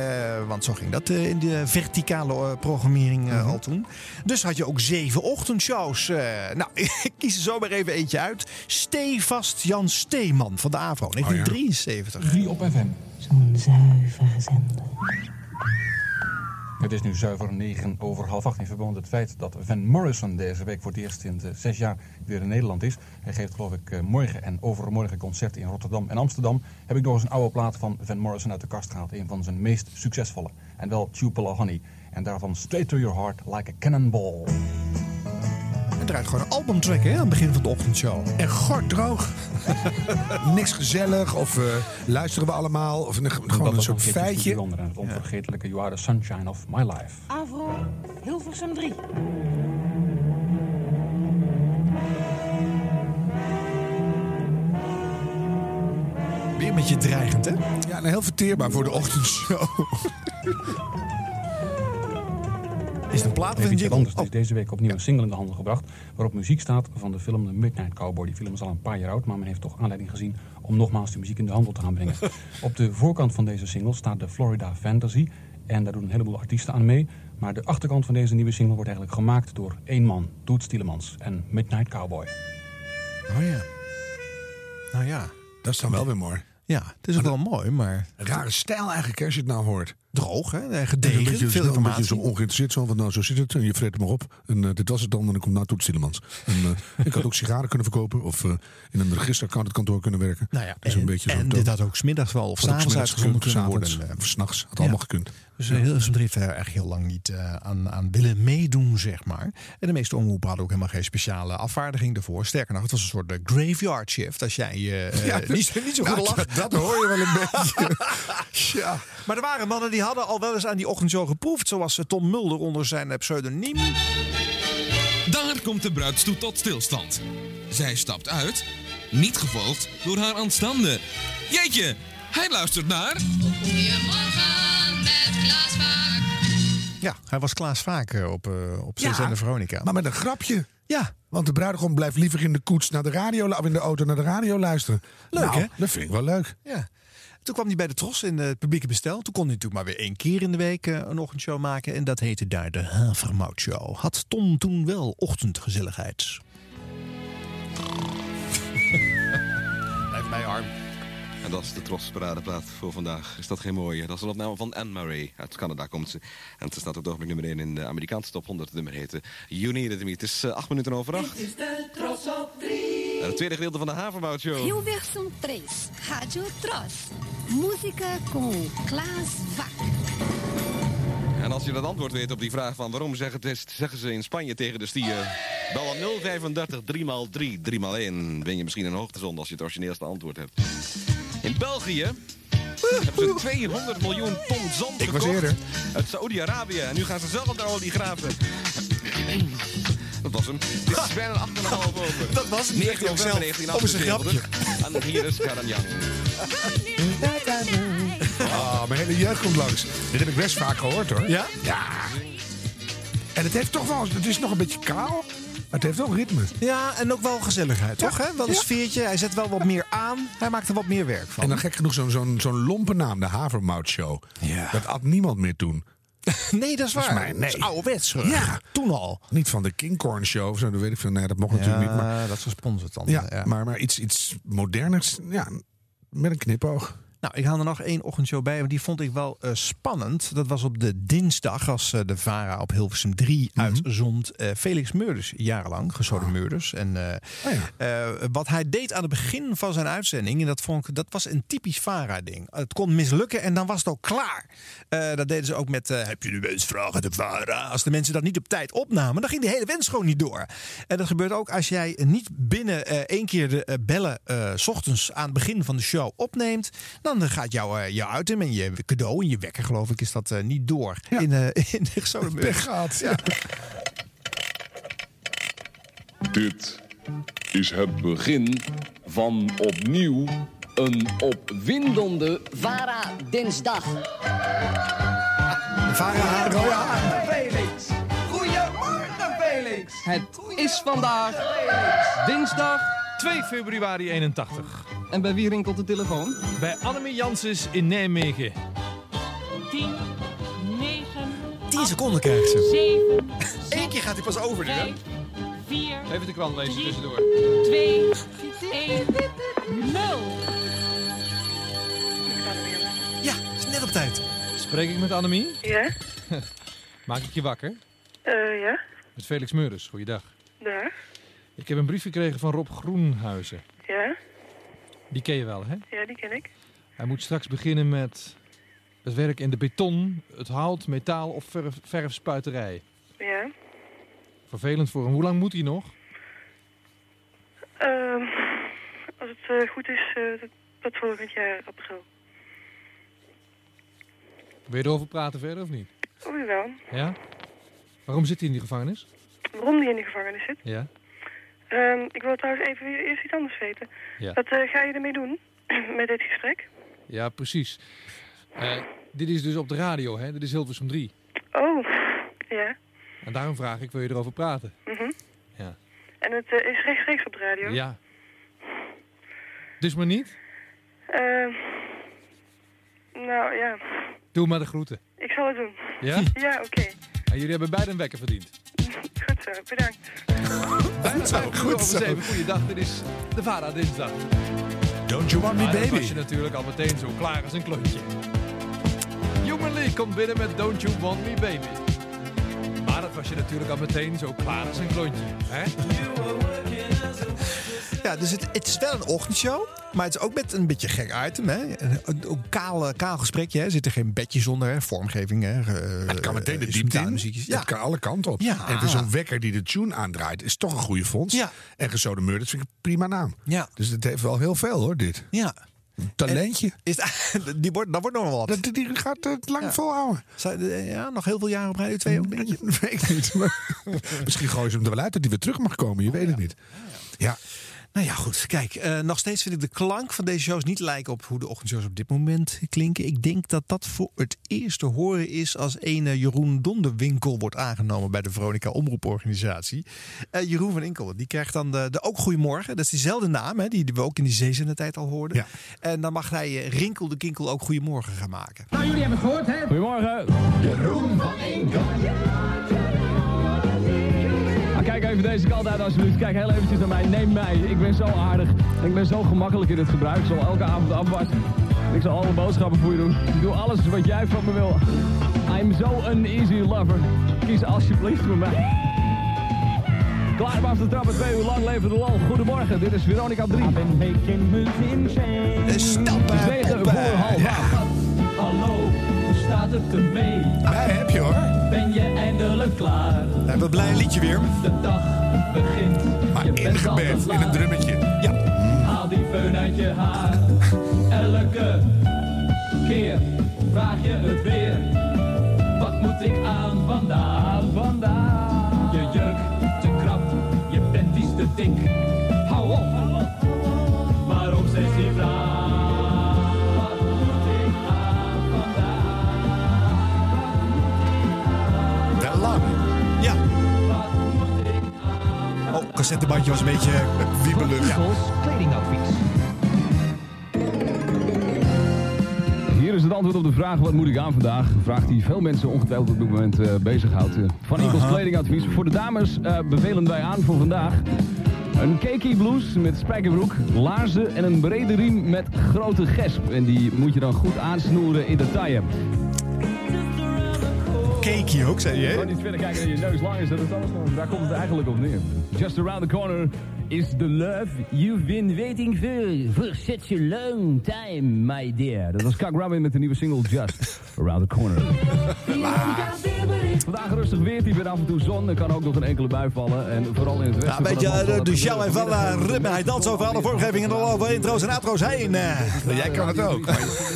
[SPEAKER 6] want zo ging dat eh, in de verticale eh, programmering
[SPEAKER 5] Mhm.
[SPEAKER 6] eh, al toen. Dus had je ook zeven ochtendshows. Eh, nou, ik kies er zo maar even eentje uit. Stevast Jan Steeman van de
[SPEAKER 5] Oh,
[SPEAKER 6] AVRO, 1973.
[SPEAKER 24] Drie op FM.
[SPEAKER 25] Zo'n zuivere zender.
[SPEAKER 24] Het is nu zuiver 9 over half 8 in verband met het feit dat Van Morrison deze week voor het eerst sinds eh, zes jaar weer in Nederland is. Hij geeft geloof ik eh, morgen en overmorgen concerten in Rotterdam en Amsterdam. Heb ik nog eens een oude plaat van Van Morrison uit de kast gehaald. Een van zijn meest succesvolle. En wel Tupelo Honey. En daarvan Straight to Your Heart Like a Cannonball.
[SPEAKER 6] En draait gewoon een albumtrack hè, aan het begin van de ochtendshow.
[SPEAKER 5] En gort droog. Niks gezellig. Of eh, luisteren we allemaal. Of een-
[SPEAKER 24] Dat
[SPEAKER 5] gewoon een
[SPEAKER 24] was nog
[SPEAKER 5] soort
[SPEAKER 24] eventjes
[SPEAKER 5] feitje.
[SPEAKER 24] bijzonder en het onvergetelijke You Are the Sunshine of My Life.
[SPEAKER 10] Avro, Hilversum 3.
[SPEAKER 6] Weer met je dreigend, hè?
[SPEAKER 5] Ja, nou, heel verteerbaar voor de ochtendshow.
[SPEAKER 6] Is de plaat Oh.
[SPEAKER 24] Even iets anders. Het is deze week opnieuw een single in de handel gebracht. Waarop muziek staat van de film The Midnight Cowboy. Die film is al een paar jaar oud, maar men heeft toch aanleiding gezien om nogmaals de muziek in de handel te gaan brengen. Op de voorkant van deze single staat de Florida Fantasy. En daar doen een heleboel artiesten aan mee. Maar de achterkant van deze nieuwe single wordt eigenlijk gemaakt door één man, Toet Stielemans. En Midnight Cowboy.
[SPEAKER 6] Oh ja. Nou ja.
[SPEAKER 5] Dat is dan wel weer mooi.
[SPEAKER 6] Ja, het is ook wel mooi, maar...
[SPEAKER 5] Rare stijl eigenlijk, hè, als je het nou hoort.
[SPEAKER 6] Droog, hè? Eh,
[SPEAKER 5] een
[SPEAKER 6] Gedegen,
[SPEAKER 5] beetje,
[SPEAKER 6] veel
[SPEAKER 5] een beetje zo
[SPEAKER 6] informatie.
[SPEAKER 5] ongeïnteresseerd zo, want nou zo zit het en je vreet hem maar op. En eh, dit was het dan en dan komt nou Toet Stillemans. En, eh, ik had ook sigaren kunnen verkopen of eh, in een registerkantoor kunnen werken.
[SPEAKER 6] Nou ja,
[SPEAKER 5] Dus een
[SPEAKER 6] en-
[SPEAKER 5] beetje
[SPEAKER 6] en
[SPEAKER 5] zo'n
[SPEAKER 6] dit
[SPEAKER 5] toon.
[SPEAKER 6] had ook 's middags wel
[SPEAKER 5] Had ook
[SPEAKER 6] of
[SPEAKER 5] 's
[SPEAKER 6] s'avonds
[SPEAKER 5] middags
[SPEAKER 6] uitgezonden
[SPEAKER 5] gekund,
[SPEAKER 6] kunnen
[SPEAKER 5] s'avonds
[SPEAKER 6] worden.
[SPEAKER 5] en, eh, s'nachts, had
[SPEAKER 6] Ja.
[SPEAKER 5] allemaal gekund.
[SPEAKER 6] Dus eh, Hilversum 3 heeft er echt heel lang niet eh, aan, aan willen meedoen, zeg maar. En de meeste omroepen hadden ook helemaal geen speciale afvaardiging daarvoor. Sterker nog, het was een soort eh, graveyard shift. Als jij eh, eh,
[SPEAKER 5] Ja, dat-
[SPEAKER 6] niet, zo- niet zo goed
[SPEAKER 5] nou,
[SPEAKER 6] lacht.
[SPEAKER 5] dat- dat hoor je wel een beetje. ja,
[SPEAKER 6] Maar er waren mannen die hadden al wel eens aan die ochtendshow geproefd. Zoals eh, Tom Mulder onder zijn eh, pseudoniem.
[SPEAKER 11] Daar komt de bruidstoet tot stilstand. Zij stapt uit, niet gevolgd door haar aanstaande. Jeetje, hij luistert naar...
[SPEAKER 18] Goedemorgen met Klaas Vaak.
[SPEAKER 6] Ja, hij was Klaas Vaak eh, op, eh, op
[SPEAKER 5] Ja,
[SPEAKER 6] CSN de Veronica.
[SPEAKER 5] Maar met een grapje.
[SPEAKER 6] Ja.
[SPEAKER 5] Want de bruidegom blijft liever in de koets naar de radio, of in de auto naar de radio luisteren.
[SPEAKER 6] Leuk,
[SPEAKER 5] Nou,
[SPEAKER 6] hè?
[SPEAKER 5] Dat vind ik wel leuk.
[SPEAKER 6] Ja. Toen kwam hij bij de Tros in eh, het publieke bestel. Toen kon hij natuurlijk maar weer één keer in de week eh, een ochtendshow maken. En dat heette daar de Havermoutshow. Had Tom toen wel ochtendgezelligheid?
[SPEAKER 26] Blijf bij arm. En dat is de Tros paradeplaat voor vandaag. Is dat geen mooie? Dat is een opname van Anne Marie. Uit Canada komt ze. En ze staat op het ogenblik nummer 1 in de Amerikaanse top 100. Het nummer heette You Need It Me. Het is eh, acht minuten over acht.
[SPEAKER 18] is de Tros op 3.
[SPEAKER 26] En het tweede gedeelte van de Havermout Show.
[SPEAKER 10] Rio Versão 3, Rádio Troz. Música com Klaas Vaak.
[SPEAKER 26] En als je dat antwoord weet op die vraag van waarom zeggen, het is, zeggen ze in Spanje tegen de stier... Bel aan 035 3x3, 3x1. Ben je misschien een hoogtezonde als je het origineelste antwoord hebt. In België hebben ze 200 miljoen ton zand
[SPEAKER 5] Ik was
[SPEAKER 26] gekocht.
[SPEAKER 5] eerder.
[SPEAKER 26] Uit Saoedi-Arabië. En nu gaan ze zelf aan de olie graven. Dat was hem. Dit is bijna een 8,5 over.
[SPEAKER 6] Dat was hem.
[SPEAKER 26] 19
[SPEAKER 6] Zegt hij ook
[SPEAKER 26] november
[SPEAKER 6] zelf. Op zijn Oh, grapje.
[SPEAKER 26] 1978. En hier is Karanjan.
[SPEAKER 5] Ah, mijn hele jeugd komt langs. Dit heb ik best vaak gehoord hoor.
[SPEAKER 6] Ja?
[SPEAKER 5] Ja. En het heeft toch wel, het is nog een beetje kaal, maar het heeft wel ritme.
[SPEAKER 6] Ja, en ook wel gezelligheid, toch? Hè? Wel een
[SPEAKER 5] Ja.
[SPEAKER 6] sfeertje. Hij zet wel wat meer aan. Hij maakt er wat meer werk van.
[SPEAKER 5] En dan gek genoeg zo'n zo'n zo'n lompe naam, de Havermoutshow. Dat at niemand meer toen.
[SPEAKER 6] nee, dat is waar.
[SPEAKER 5] Volgens mij, nee.
[SPEAKER 6] Dat is ouderwets. hoor.
[SPEAKER 5] Ja.
[SPEAKER 6] Toen al.
[SPEAKER 5] Niet van de Kingcorn Show of zo, dat weet ik veel. Nee, dat mocht natuurlijk niet. Maar,
[SPEAKER 6] dat is gesponsord dan.
[SPEAKER 5] ja, Maar, maar iets, iets moderners, ja, met een knipoog.
[SPEAKER 6] Nou, ik haal er nog één ochtendshow bij, maar die vond ik wel eh, spannend. Dat was op de dinsdag, als eh, de VARA op Hilversum 3
[SPEAKER 5] Mhm.
[SPEAKER 6] uitzond. eh, Felix Meurders, jarenlang,
[SPEAKER 5] Ah.
[SPEAKER 6] gezoden Meurders. En
[SPEAKER 5] Oh
[SPEAKER 6] eh, eh, wat hij deed aan het begin van zijn uitzending, en dat, vond ik, dat was een typisch VARA-ding. Het kon mislukken en dan was het ook klaar. Eh, dat deden ze ook met, eh, heb je nu eens vragen te VARA? Als de mensen dat niet op tijd opnamen, dan ging die hele wens gewoon niet door. En dat gebeurt ook als jij niet binnen eh, één keer de eh, bellen eh, s ochtends aan het begin van de show opneemt. Dan eh, gaat jouw eh, jouw item en je cadeau en je wekker, geloof ik, is dat eh, niet door. In, eh in de gezoden
[SPEAKER 5] Pech gehad. Ja.
[SPEAKER 14] Dit is het begin van opnieuw een opwindende
[SPEAKER 27] Vara dinsdag.
[SPEAKER 6] Vara
[SPEAKER 27] Roya.
[SPEAKER 15] Felix. Goedemorgen, Felix.
[SPEAKER 27] Het is vandaag dinsdag
[SPEAKER 28] 2 februari 81.
[SPEAKER 27] En bij wie rinkelt de telefoon?
[SPEAKER 28] Bij Annemie Janssens in Nijmegen.
[SPEAKER 29] 10, 9,
[SPEAKER 6] 10 seconden krijgt ze.
[SPEAKER 29] 7,
[SPEAKER 6] Eén keer gaat hij pas over nu, hè?
[SPEAKER 29] 4,
[SPEAKER 28] Even de krant lezen tussendoor.
[SPEAKER 29] 2, 1, 0.
[SPEAKER 6] Ja, is net op tijd.
[SPEAKER 28] Spreek ik met Annemie?
[SPEAKER 30] Ja,
[SPEAKER 28] Maak ik je wakker?
[SPEAKER 30] eh, ja,
[SPEAKER 28] Met Felix Meurders. Goeiedag.
[SPEAKER 30] daar,
[SPEAKER 28] Ik heb een brief gekregen van Rob Groenhuizen.
[SPEAKER 30] ja,
[SPEAKER 28] Die ken je wel, hè?
[SPEAKER 30] ja, die ken ik.
[SPEAKER 28] Hij moet straks beginnen met het werk in de beton, het hout, metaal of verf, verfspuiterij.
[SPEAKER 30] Ja,
[SPEAKER 28] Vervelend voor hem. Hoe lang moet hij nog?
[SPEAKER 30] Ehm, als het eh, goed is, eh, dat, dat volgend jaar april.
[SPEAKER 28] Wil je erover praten verder of niet?
[SPEAKER 30] Oh jawel,
[SPEAKER 28] Ja? Waarom zit hij in die gevangenis?
[SPEAKER 30] waarom die in de gevangenis zit.
[SPEAKER 28] Ja?
[SPEAKER 30] Ehm, ik wil trouwens even weer eerst iets anders weten.
[SPEAKER 28] Ja.
[SPEAKER 30] Wat eh, ga je ermee doen, met dit gesprek?
[SPEAKER 28] Ja, precies. Eh, dit is dus op de radio, hè? Dit is Hilversum 3.
[SPEAKER 30] Oh, ja,
[SPEAKER 28] En daarom vraag ik, wil je erover praten?
[SPEAKER 30] mhm.
[SPEAKER 28] Ja.
[SPEAKER 30] En het eh, is rechtstreeks op de radio?
[SPEAKER 28] Ja. Dus maar niet?
[SPEAKER 30] Ehm, nou ja,
[SPEAKER 28] Doe maar de groeten.
[SPEAKER 30] ik zal het doen.
[SPEAKER 28] Ja?
[SPEAKER 30] Ja, oké.
[SPEAKER 28] En jullie hebben beide een wekker verdiend.
[SPEAKER 30] Goed zo, bedankt.
[SPEAKER 28] Goed zo, goed zo. Goeiedag, dit is de Vara dinsdag.
[SPEAKER 5] Don't you want me,
[SPEAKER 6] Ah,
[SPEAKER 28] Maar dan
[SPEAKER 5] baby?
[SPEAKER 28] was je natuurlijk al meteen zo klaar als een klontje. Human League komt binnen met Don't You Want Me Baby. Maar dat was je natuurlijk al meteen zo klaar als een klontje. Hè?
[SPEAKER 6] Ja, dus het, het is wel een ochtendshow. Maar het is ook met een beetje gek item. Hè? Een, een- een kaal, eh, kaal gesprekje. Hè? Zit er geen bedje zonder. Hè? Vormgeving. Hè? eh,
[SPEAKER 5] Het kan meteen de diepte in. Het kan alle kanten op.
[SPEAKER 6] Ja.
[SPEAKER 5] En voor zo'n wekker die de tune aandraait is toch een goede fonds. En gezoden murder, dat vind ik een prima naam.
[SPEAKER 6] Ja.
[SPEAKER 5] Dus het heeft wel heel veel hoor, dit.
[SPEAKER 6] Ja.
[SPEAKER 5] Talentje.
[SPEAKER 6] Is, die wordt, dat wordt nog wel wat.
[SPEAKER 5] Dat, die gaat het lang
[SPEAKER 6] Ja.
[SPEAKER 5] volhouden.
[SPEAKER 6] Zou- eh, ja, nog heel veel jaren op Radio 2 ook, denk je?
[SPEAKER 5] Weet ik niet. Maar misschien gooien ze hem er wel uit dat hij weer terug mag komen. Je weet het niet. Ja.
[SPEAKER 6] Nou Oh, ja, goed. Kijk, eh, nog steeds vind ik de klank van deze shows niet lijken op hoe de ochtendshows op dit moment klinken. Ik denk dat dat voor het eerst te horen is als ene Jeroen Donderwinkel wordt aangenomen bij de Veronica Omroeporganisatie. Eh, Jeroen van Inkel, die krijgt dan de, de ook Goedemorgen. Dat is diezelfde naam, hè, die, die we ook in die zeezendetijd al hoorden. En dan mag hij eh, Rinkel de Kinkel ook Goedemorgen gaan maken.
[SPEAKER 14] Nou, jullie hebben het gehoord, hè? Goedemorgen. Jeroen van Inkel. Ah, Kijk even deze kant uit alsjeblieft. Kijk heel eventjes naar mij. Neem mij. Ik ben zo aardig. En ik ben zo gemakkelijk in het gebruik. Ik zal elke avond afwassen. En Ik zal alle boodschappen voor je doen. Ik doe alles wat jij van me wil. I'm so an easy lover. Kies alsjeblieft voor mij. Klaar maar af de trap, twee uur lang leven de lol. Goedemorgen, dit is Veronica 3. I've been making moves in change. Stappen, Tegen voor half acht. Hallo, hoe staat het ermee? Daar heb je hoor. Ben je eindelijk klaar?
[SPEAKER 6] We hebben een blij liedje weer.
[SPEAKER 14] De dag begint. Maar ingebed in een drummetje. Ja. Haal die feun uit je haar. Elke keer vraag je het weer. Wat moet ik aan vandaag? Vandaag. Je jurk te krap, je bent iets te dik. Hou op. Waarom steeds die vraag? Wat moet ik aan vandaag?
[SPEAKER 6] Te lang. Ja. Oh, cassettebandje was een beetje eh, wiebelig.
[SPEAKER 14] kledingadvies. Hier is het antwoord op de vraag: wat moet ik aan vandaag? Een vraag die veel mensen ongetwijfeld op dit moment eh, bezighoudt. Eh, Van Eagles
[SPEAKER 26] Aha.
[SPEAKER 14] kledingadvies. Voor de dames eh, bevelen wij aan voor vandaag. Een cakey blouse met spijkerbroek, laarzen en een brede riem met grote gesp. En die moet je dan goed aansnoeren in de taille.
[SPEAKER 6] Cakey ook, zei je, hè?
[SPEAKER 14] Ik kan niet verder kijken dan je neus lang is. Dat is alles gewoon. Daar komt het eigenlijk op neer. Just around the corner is the love you've been waiting for. For such a long time, my dear. Dat was Kak Ramin met de nieuwe single Just Around the Corner. Vandaag rustig weer, die weer af en toe zon. Er kan ook nog een enkele bui vallen. En vooral in het
[SPEAKER 6] Ja,
[SPEAKER 14] westen.
[SPEAKER 6] een beetje
[SPEAKER 14] van het
[SPEAKER 6] eh,
[SPEAKER 14] land
[SPEAKER 6] de
[SPEAKER 14] zal
[SPEAKER 6] show
[SPEAKER 14] het
[SPEAKER 6] en van
[SPEAKER 14] vanmiddag-
[SPEAKER 6] eh, ritme. Hij danst over alle vormgevingen en over intro's en outro's heen. eh.
[SPEAKER 5] Jij kan het ook.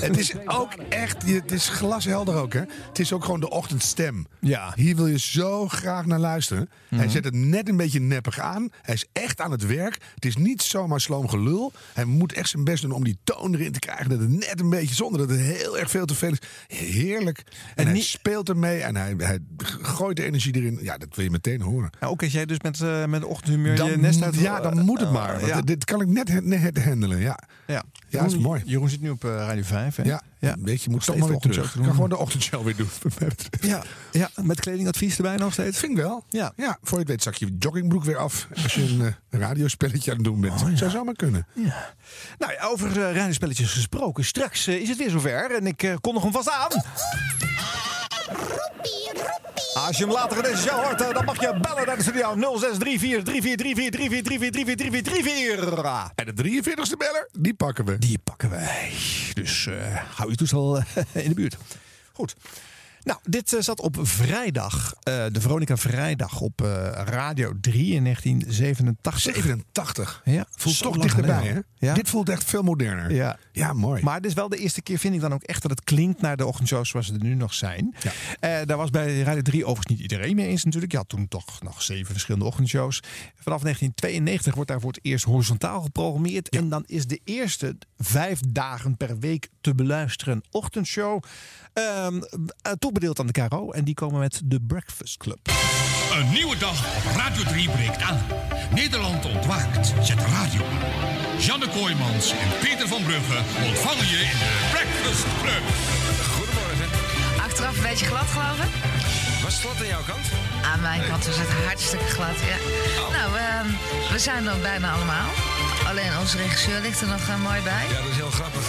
[SPEAKER 5] het is ook echt, je- het is glashelder ook, hè? Het is ook gewoon de ochtendstem.
[SPEAKER 6] Ja. Mhm.
[SPEAKER 5] Hier wil je zo graag naar luisteren. Hij zet het net een beetje neppig aan. Hij is echt aan het werk. Het is niet zomaar sloom gelul. Hij moet echt zijn best doen om die toon erin te krijgen. Dat het net een beetje, zonder dat het heel erg veel te veel is. Heerlijk. En, hij speelt ermee en hij, hij gooit de energie erin. Ja, dat wil je meteen horen.
[SPEAKER 6] Nou, ook als jij dus met, eh met ochtendhumeur je
[SPEAKER 5] Dan-
[SPEAKER 6] nest uit...
[SPEAKER 5] ja, dan moet het
[SPEAKER 6] eh,
[SPEAKER 5] maar. want
[SPEAKER 6] ja.
[SPEAKER 5] dit- Dit kan ik net, net handelen, ja.
[SPEAKER 6] Ja.
[SPEAKER 5] Ja, is mooi.
[SPEAKER 6] Jeroen zit nu op eh, Radio 5, hè?
[SPEAKER 5] Ja, weet je, moet toch
[SPEAKER 6] steeds
[SPEAKER 5] maar
[SPEAKER 6] de
[SPEAKER 5] weer
[SPEAKER 6] ochtendshow
[SPEAKER 5] terug.
[SPEAKER 6] doen.
[SPEAKER 5] Kan gewoon de ochtendshow weer doen. wat mij betreft.
[SPEAKER 6] Ja, ja, met kledingadvies erbij nog steeds.
[SPEAKER 5] Vind ik wel.
[SPEAKER 6] Ja.
[SPEAKER 5] Ja, voor je het weet zak je joggingbroek weer af als je een eh, radiospelletje aan het doen bent. Zou zomaar kunnen.
[SPEAKER 6] Nou ja, over eh radiospelletjes gesproken. Straks eh, is het weer zover en ik eh, kondig hem vast aan. Als je hem later in deze show hoort, eh, dan mag je bellen naar de studio 0634
[SPEAKER 5] En de 43ste beller, die pakken we.
[SPEAKER 6] Die pakken wij. Dus eh, hou je toestel eh, in de buurt. Goed. Nou, dit eh, zat op vrijdag, eh, de Veronica Vrijdag op eh, Radio 3 in 1987.
[SPEAKER 5] 87.
[SPEAKER 6] Ja,
[SPEAKER 5] Voelt
[SPEAKER 6] zo
[SPEAKER 5] toch
[SPEAKER 6] lang
[SPEAKER 5] dichterbij,
[SPEAKER 6] geleden.
[SPEAKER 5] hè?
[SPEAKER 6] Ja.
[SPEAKER 5] Dit voelt echt veel moderner.
[SPEAKER 6] Ja.
[SPEAKER 5] Ja, mooi.
[SPEAKER 6] Maar het is wel de eerste keer, vind ik dan ook echt, dat het klinkt naar de ochtendshows zoals ze er nu nog zijn. Eh, daar was bij Radio 3 overigens niet iedereen mee eens natuurlijk. Je had toen toch nog zeven verschillende ochtendshows. Vanaf 1992 wordt daar voor het eerst horizontaal geprogrammeerd. En dan is de eerste vijf dagen per week te beluisteren ochtendshow. ehm, eh, toebedeeld aan de KRO. En die komen met de Breakfast Club.
[SPEAKER 15] Een nieuwe dag op Radio 3 breekt aan. Nederland ontwaakt. Zet de radio aan. Janne Kooijmans en Peter van Brugge ontvangen je in de Breakfast Club. Goedemorgen.
[SPEAKER 10] Achteraf een beetje glad, geloof ik.
[SPEAKER 15] Was het glad aan jouw kant?
[SPEAKER 10] Aan mijn kant was het hartstikke glad, ja. Nou, we, we zijn er bijna allemaal. Alleen onze regisseur ligt er nog eh, mooi bij.
[SPEAKER 31] Ja, dat is heel grappig.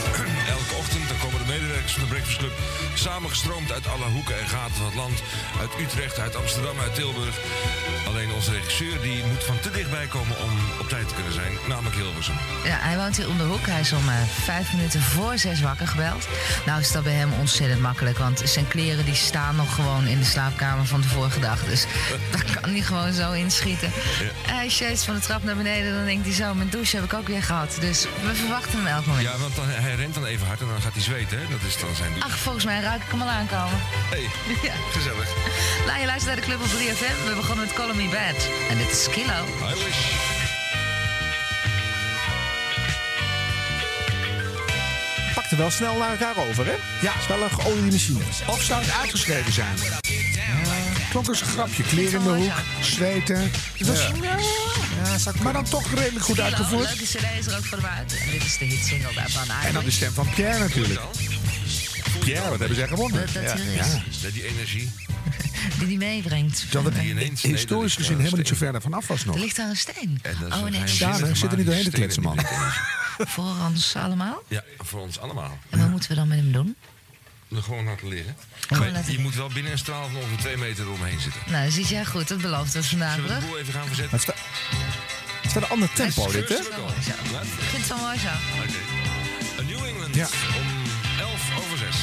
[SPEAKER 31] Elke ochtend dan komen de medewerkers van de Breakfast Club samengestroomd uit alle hoeken en gaten van het land. Uit Utrecht, uit Amsterdam, uit Tilburg. Alleen onze regisseur die moet van te dichtbij komen om op tijd te kunnen zijn, namelijk Hilversum.
[SPEAKER 10] Ja, hij woont hier om de hoek. Hij is om eh, vijf minuten voor zes wakker gebeld. Nou is dat bij hem ontzettend makkelijk. Want zijn kleren die staan nog gewoon in de slaapkamer van de vorige dag. Dus daar kan hij gewoon zo inschieten.
[SPEAKER 32] Ja.
[SPEAKER 10] Hij sjeuzt van de trap naar beneden. Dan denkt hij zo, mijn douche
[SPEAKER 28] heb ik ook weer gehad. Dus we verwachten hem elk moment.
[SPEAKER 33] Ja, want dan, hij rent dan even hard en dan gaat hij zweten. Hè? Dat is dan zijn doel.
[SPEAKER 28] Ach, volgens mij ruik ik hem al aankomen.
[SPEAKER 33] Hey,
[SPEAKER 28] Ja.
[SPEAKER 33] gezellig.
[SPEAKER 28] Nou, je luistert naar de Club op 3FM. We begonnen met Colony Bad. En dit is Kilo.
[SPEAKER 33] Eilish.
[SPEAKER 6] Pakt er wel snel naar elkaar over, hè? Ja. Het is wel een geoliede machine.
[SPEAKER 5] Of zou het uitgeschreven zijn? Klonk als een grapje. Kleren in de hoek, zweten. Het was- maar dan toch redelijk goed
[SPEAKER 28] Kilo,
[SPEAKER 5] uitgevoerd.
[SPEAKER 28] Leuke CD is er ook voor de buiten. En dit is de hitsingle daarvan.
[SPEAKER 5] En dan de stem van Pierre natuurlijk. Pierre, wat hebben zij gewonnen?
[SPEAKER 28] Dat- dat
[SPEAKER 5] Ja,
[SPEAKER 28] is-
[SPEAKER 5] ja.
[SPEAKER 33] Met die energie.
[SPEAKER 28] Die die meebrengt.
[SPEAKER 5] Dat het
[SPEAKER 33] Die ineens- nee, dat
[SPEAKER 5] historisch
[SPEAKER 33] is
[SPEAKER 5] gezien
[SPEAKER 33] wel
[SPEAKER 5] helemaal niet zo ver daarvan af was nog.
[SPEAKER 28] Er ligt daar een steen.
[SPEAKER 33] En dat is
[SPEAKER 28] Oh
[SPEAKER 33] een
[SPEAKER 28] nee,
[SPEAKER 5] Daan, hè, zit er niet doorheen te kletsen, man.
[SPEAKER 28] voor ons allemaal.
[SPEAKER 33] Ja, voor ons allemaal.
[SPEAKER 28] En wat moeten we dan met hem doen?
[SPEAKER 33] Er gewoon laten liggen.
[SPEAKER 28] Gewoon
[SPEAKER 33] Maar
[SPEAKER 28] laten
[SPEAKER 33] je moet wel binnen een straal van ongeveer twee meter eromheen zitten.
[SPEAKER 28] Nou, dat ziet jij goed. Dat belooft ons vandaag.
[SPEAKER 33] Zullen we de
[SPEAKER 28] hoor.
[SPEAKER 33] boel even gaan verzetten?
[SPEAKER 6] Het is wel een ander tempo, dit,
[SPEAKER 33] Wat?
[SPEAKER 6] hè?
[SPEAKER 28] Ik vind het wel mooi zo.
[SPEAKER 33] Oké. Een New England
[SPEAKER 6] Ja.
[SPEAKER 33] om 11 over 6.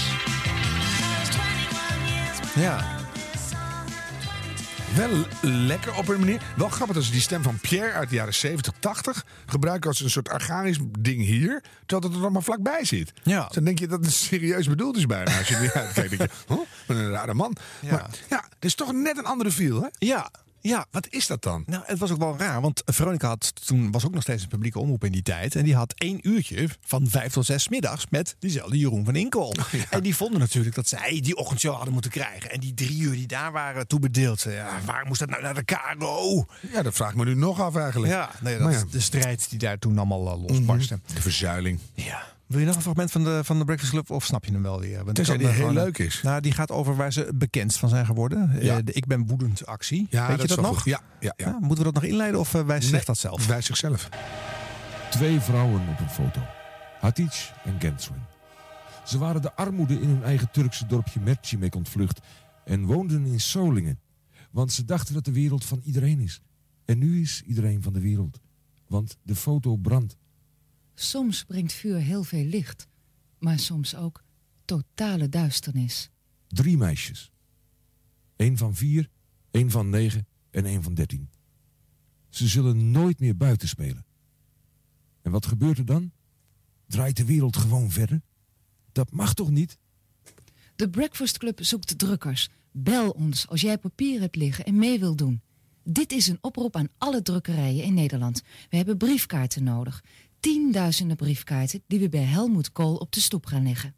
[SPEAKER 5] Ja. Wel lekker op een manier. Wel grappig dat ze die stem van Pierre uit de jaren 70, 80 gebruiken als een soort archaisch ding hier. Terwijl het er nog maar vlakbij zit. Ja. dan denk je dat het serieus bedoeld is bijna. Als je er niet uitkijkt, denk je, huh? wat een rare man. Maar ja, het is toch net een andere feel, hè?
[SPEAKER 6] Ja. Ja,
[SPEAKER 5] wat is dat dan?
[SPEAKER 6] Nou, het was ook wel raar, want Veronica had toen was ook nog steeds een publieke omroep in die tijd. En die had één uurtje van vijf tot zes middags met diezelfde Jeroen van Inkel.
[SPEAKER 5] Oh,
[SPEAKER 6] En die vonden natuurlijk dat zij die ochtendshow hadden moeten krijgen. En die drie uur die daar waren toebedeeld, ja, waar moest dat nou naar de KRO?
[SPEAKER 5] Ja, dat vraag ik me nu nog af eigenlijk.
[SPEAKER 6] Ja, nee, dat
[SPEAKER 5] Maar
[SPEAKER 6] is
[SPEAKER 5] ja. Mhm.
[SPEAKER 6] de strijd die daar toen allemaal eh, losbarstte.
[SPEAKER 5] De verzuiling.
[SPEAKER 6] Ja. Wil je nog een fragment van de, van de Breakfast Club of snap je hem wel weer? Want
[SPEAKER 5] Tenzij
[SPEAKER 6] ik
[SPEAKER 5] die
[SPEAKER 6] kan, eh,
[SPEAKER 5] heel
[SPEAKER 6] gewoon,
[SPEAKER 5] leuk is.
[SPEAKER 6] Nou, die gaat over waar ze bekend van zijn geworden. Eh,
[SPEAKER 5] Ja.
[SPEAKER 6] de Ik ben woedend actie.
[SPEAKER 5] Ja,
[SPEAKER 6] Weet
[SPEAKER 5] dat
[SPEAKER 6] je
[SPEAKER 5] is
[SPEAKER 6] dat
[SPEAKER 5] wel
[SPEAKER 6] nog?
[SPEAKER 5] goed. Ja, ja, ja.
[SPEAKER 6] Nou, moeten we dat nog inleiden of eh, wij zegt dat zelf?
[SPEAKER 5] Wij zichzelf.
[SPEAKER 31] Twee vrouwen op een foto. Hatice en Genswin. Ze waren de armoede in hun eigen Turkse dorpje Mercimek ontvlucht en woonden in Solingen. Want ze dachten dat de wereld van iedereen is. En nu is iedereen van de wereld. Want de foto brandt.
[SPEAKER 10] Soms brengt vuur heel veel licht, maar soms ook totale duisternis.
[SPEAKER 31] Drie meisjes. Eén van vier, één van negen en één van dertien. Ze zullen nooit meer buiten spelen. En wat gebeurt er dan? Draait de wereld gewoon verder? Dat mag toch niet?
[SPEAKER 10] De Breakfast Club zoekt drukkers. Bel ons als jij papier hebt liggen en mee wil doen. Dit is een oproep aan alle drukkerijen in Nederland. We hebben briefkaarten nodig. Tienduizenden briefkaarten die we bij Helmoet Kool op de stoep gaan leggen.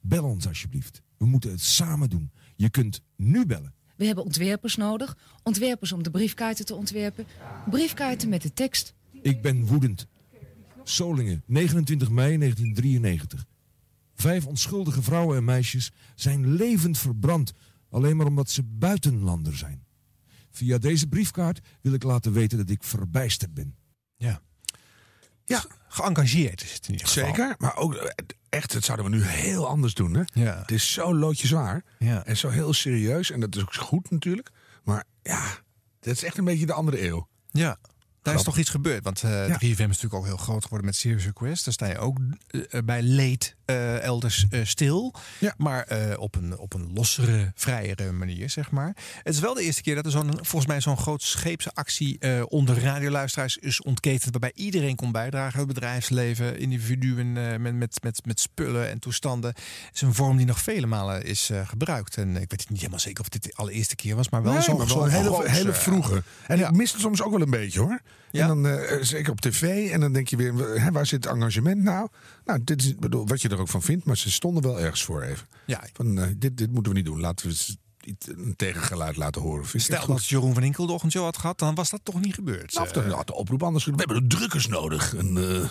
[SPEAKER 31] Bel ons alsjeblieft. We moeten het samen doen. Je kunt nu bellen.
[SPEAKER 10] We hebben ontwerpers nodig. Ontwerpers om de briefkaarten te ontwerpen. Briefkaarten met de tekst.
[SPEAKER 31] Ik ben woedend. Solingen, 29 mei 1993. Vijf onschuldige vrouwen en meisjes zijn levend verbrand. Alleen maar omdat ze buitenlander zijn. Via deze briefkaart wil ik laten weten dat ik verbijsterd ben.
[SPEAKER 6] Ja. Ja, geëngageerd is het in ieder geval.
[SPEAKER 5] Zeker, maar ook eh, echt, dat zouden we nu heel anders doen. Hè?
[SPEAKER 6] Ja.
[SPEAKER 5] Het is zo loodjezwaar
[SPEAKER 6] Ja.
[SPEAKER 5] en zo heel serieus. En dat is ook goed natuurlijk. Maar ja, dat is echt een beetje de andere eeuw.
[SPEAKER 6] Ja. Daar is
[SPEAKER 5] Grappig.
[SPEAKER 6] toch iets gebeurd, want eh
[SPEAKER 5] Ja.
[SPEAKER 6] 3FM is natuurlijk ook heel groot geworden met Serious Request. Daar sta je ook eh, bij leed eh, elders eh, stil, maar eh, op, een, op een lossere, vrijere manier, zeg maar. Het is wel de eerste keer dat er zo'n, volgens mij zo'n groot scheepse actie eh, onder radioluisteraars is ontketend, waarbij iedereen kon bijdragen, het bedrijfsleven, individuen eh, met, met, met, met spullen en toestanden. Het is een vorm die nog vele malen is eh, gebruikt. En ik weet niet helemaal zeker of dit de allereerste keer was, maar wel
[SPEAKER 5] Nee,
[SPEAKER 6] zo'n
[SPEAKER 5] maar
[SPEAKER 6] zo'n
[SPEAKER 5] wel een hele,
[SPEAKER 6] grootse,
[SPEAKER 5] hele
[SPEAKER 6] eh,
[SPEAKER 5] vroege. En ik mis het soms ook wel een beetje hoor. En dan, eh, zeker op tv. En dan denk je weer, hè, waar zit het engagement nou? Nou, dit is, ik bedoel, wat je er ook van vindt. Maar ze stonden wel ergens voor even.
[SPEAKER 6] Ja.
[SPEAKER 5] Van, eh, dit, dit moeten we niet doen. Laten we eens iets- een tegengeluid laten horen. Vind ik
[SPEAKER 6] Stel
[SPEAKER 5] echt
[SPEAKER 6] dat
[SPEAKER 5] goed.
[SPEAKER 6] Jeroen van Inkel de ochtendshow had gehad, dan was dat toch niet gebeurd.
[SPEAKER 5] Nou, Of dan had de oproep anders gedaan. We hebben de drukkers nodig. En, eh,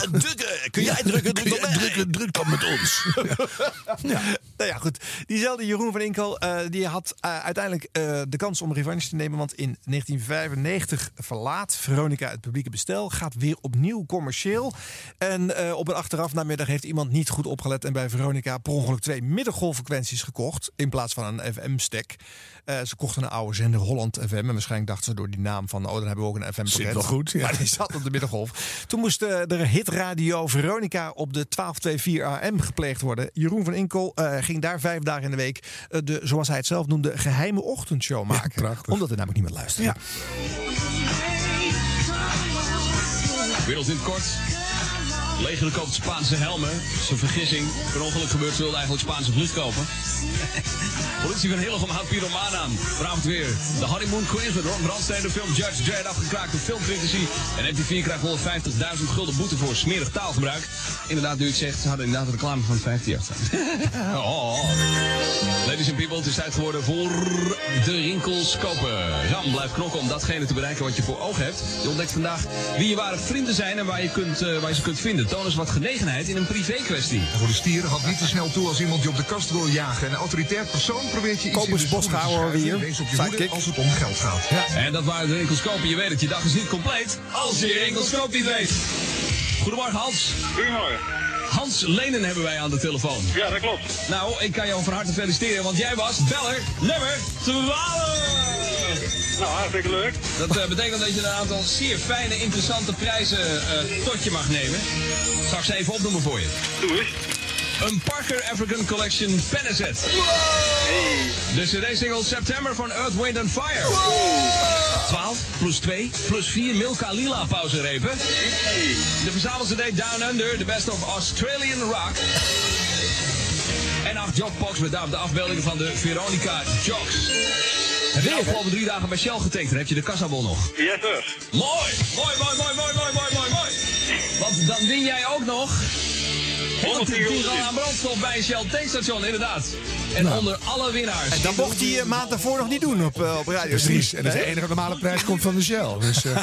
[SPEAKER 6] drukken! Kun jij drukken? Druk,
[SPEAKER 5] dan met ons.
[SPEAKER 6] ja. Nou ja, goed. Diezelfde Jeroen van Inkel eh, die had eh, uiteindelijk eh, de kans om revanche te nemen. Want in 1995 verlaat Veronica het publieke bestel. Gaat weer opnieuw commercieel. En eh, op een achteraf namiddag heeft iemand niet goed opgelet. En bij Veronica per ongeluk twee middengolffrequenties gekocht. In plaats van een FM-stack. ze kochten een oude zender Holland FM. En waarschijnlijk dachten ze door die naam van... oh, dan hebben we ook een FM-pakket.
[SPEAKER 5] Zit wel goed, ja.
[SPEAKER 6] Maar die zat op de middengolf. Toen moest eh, de hitradio Veronica op de 1224 AM gepleegd worden. Jeroen van Inkel eh, ging daar vijf dagen in de week eh, de, zoals hij het zelf noemde, geheime ochtendshow maken. Omdat er namelijk niemand luisterde.
[SPEAKER 5] Ja.
[SPEAKER 14] Wereld in het kort. Leger koopt Spaanse helmen. Dat is een vergissing. Per ongeluk gebeurd. Ze wilden eigenlijk Spaanse vlucht kopen. Politie van Hillegom houdt pyromaan aan. Vanavond weer. De Honeymoon Queen van Ron Brandstein. De film Judge Dredd afgekraakt door filmcritici. En MTV krijgt 150.000 gulden boete voor smerig taalgebruik. Inderdaad, nu u het zegt, ze hadden inderdaad een reclame van 15 jaar staan. oh. Ladies and people, het is tijd geworden voor de rinkels kopen. Ram, blijf knokken om datgene te bereiken wat je voor ogen hebt. Je ontdekt vandaag wie je ware vrienden zijn en waar je, kunt, eh, waar je ze kunt vinden. Toon eens wat genegenheid in een privé kwestie.
[SPEAKER 16] Voor de stieren gaat niet te snel toe als iemand je op de kast wil jagen. Een autoritair persoon probeert je iets
[SPEAKER 6] Kopers
[SPEAKER 16] in de schoenen te
[SPEAKER 6] Boschauer
[SPEAKER 16] schuiven.
[SPEAKER 6] hier.
[SPEAKER 16] Wees dus op je hoede
[SPEAKER 6] Sidekick.
[SPEAKER 16] als het om geld gaat.
[SPEAKER 14] En dat waren de rinkels kopen. Je weet het, je dag is niet compleet als je je rinkels koopt niet weet. Goedemorgen Hans. Goedemorgen. Hans Lenen hebben wij aan de telefoon. Ja, dat klopt. Nou, ik kan jou van harte feliciteren, want jij was beller nummer 12. Nou, hartstikke leuk. Dat eh, betekent dat je een aantal zeer fijne, interessante prijzen eh, tot je mag nemen. Zal ik ze even opnoemen voor je? Doe eens. Een Parker African Collection pennenset. De CD-single September van Earth, Wind and Fire. 12 plus 2 plus 4 Milka Lila pauzerepen. De verzamel-CD Down Under, The Best of Australian Rock. En 8 jogbox met daarop de afbeeldingen van de Veronica Jogs. Heb je de afgelopen drie dagen bij Shell getankt? Dan heb je de kassabon nog.
[SPEAKER 17] Yes, sir.
[SPEAKER 14] Mooi, mooi, mooi, mooi, mooi, mooi, mooi, mooi, mooi. Want dan win jij ook nog... 110 kilo aan brandstof bij een Shell tankstation, inderdaad. En onder alle winnaars...
[SPEAKER 6] En dat mocht hij een maand daarvoor nog niet doen op, eh, op Radio
[SPEAKER 5] Precies, en dat is de enige
[SPEAKER 6] normale prijs komt van de Shell. Dus,
[SPEAKER 5] eh,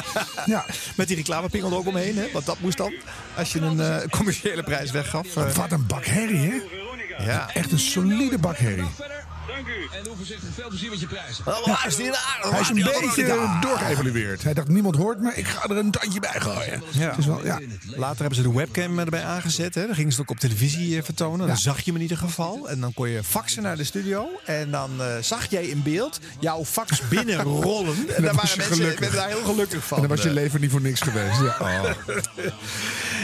[SPEAKER 6] ja. Met die reclamepingel er ook omheen, hè? want dat moest dan. Als je een eh, commerciële prijs weggaf. eh.
[SPEAKER 5] Wat een bak herrie, hè?
[SPEAKER 6] Ja.
[SPEAKER 5] Echt een solide bak herrie.
[SPEAKER 14] Dank u. En doe voorzichtig. Veel plezier met je prijzen.
[SPEAKER 6] Oh,
[SPEAKER 5] Hij is een beetje doorgeëvalueerd. Hij dacht, niemand hoort me, ik ga er een tandje bij gooien. Het is wel, ja.
[SPEAKER 6] Later hebben ze de webcam erbij aangezet. Hè. Dan gingen ze het ook op televisie eh, vertonen. Dan zag je hem in ieder geval. En dan kon je faxen naar de studio. En dan eh, zag jij in beeld jouw fax binnenrollen. En,
[SPEAKER 5] dan
[SPEAKER 6] daar
[SPEAKER 5] was
[SPEAKER 6] waren
[SPEAKER 5] je
[SPEAKER 6] mensen ik ben daar heel gelukkig van.
[SPEAKER 5] En dan was je
[SPEAKER 6] Eh,
[SPEAKER 5] leven niet voor niks geweest. Ja.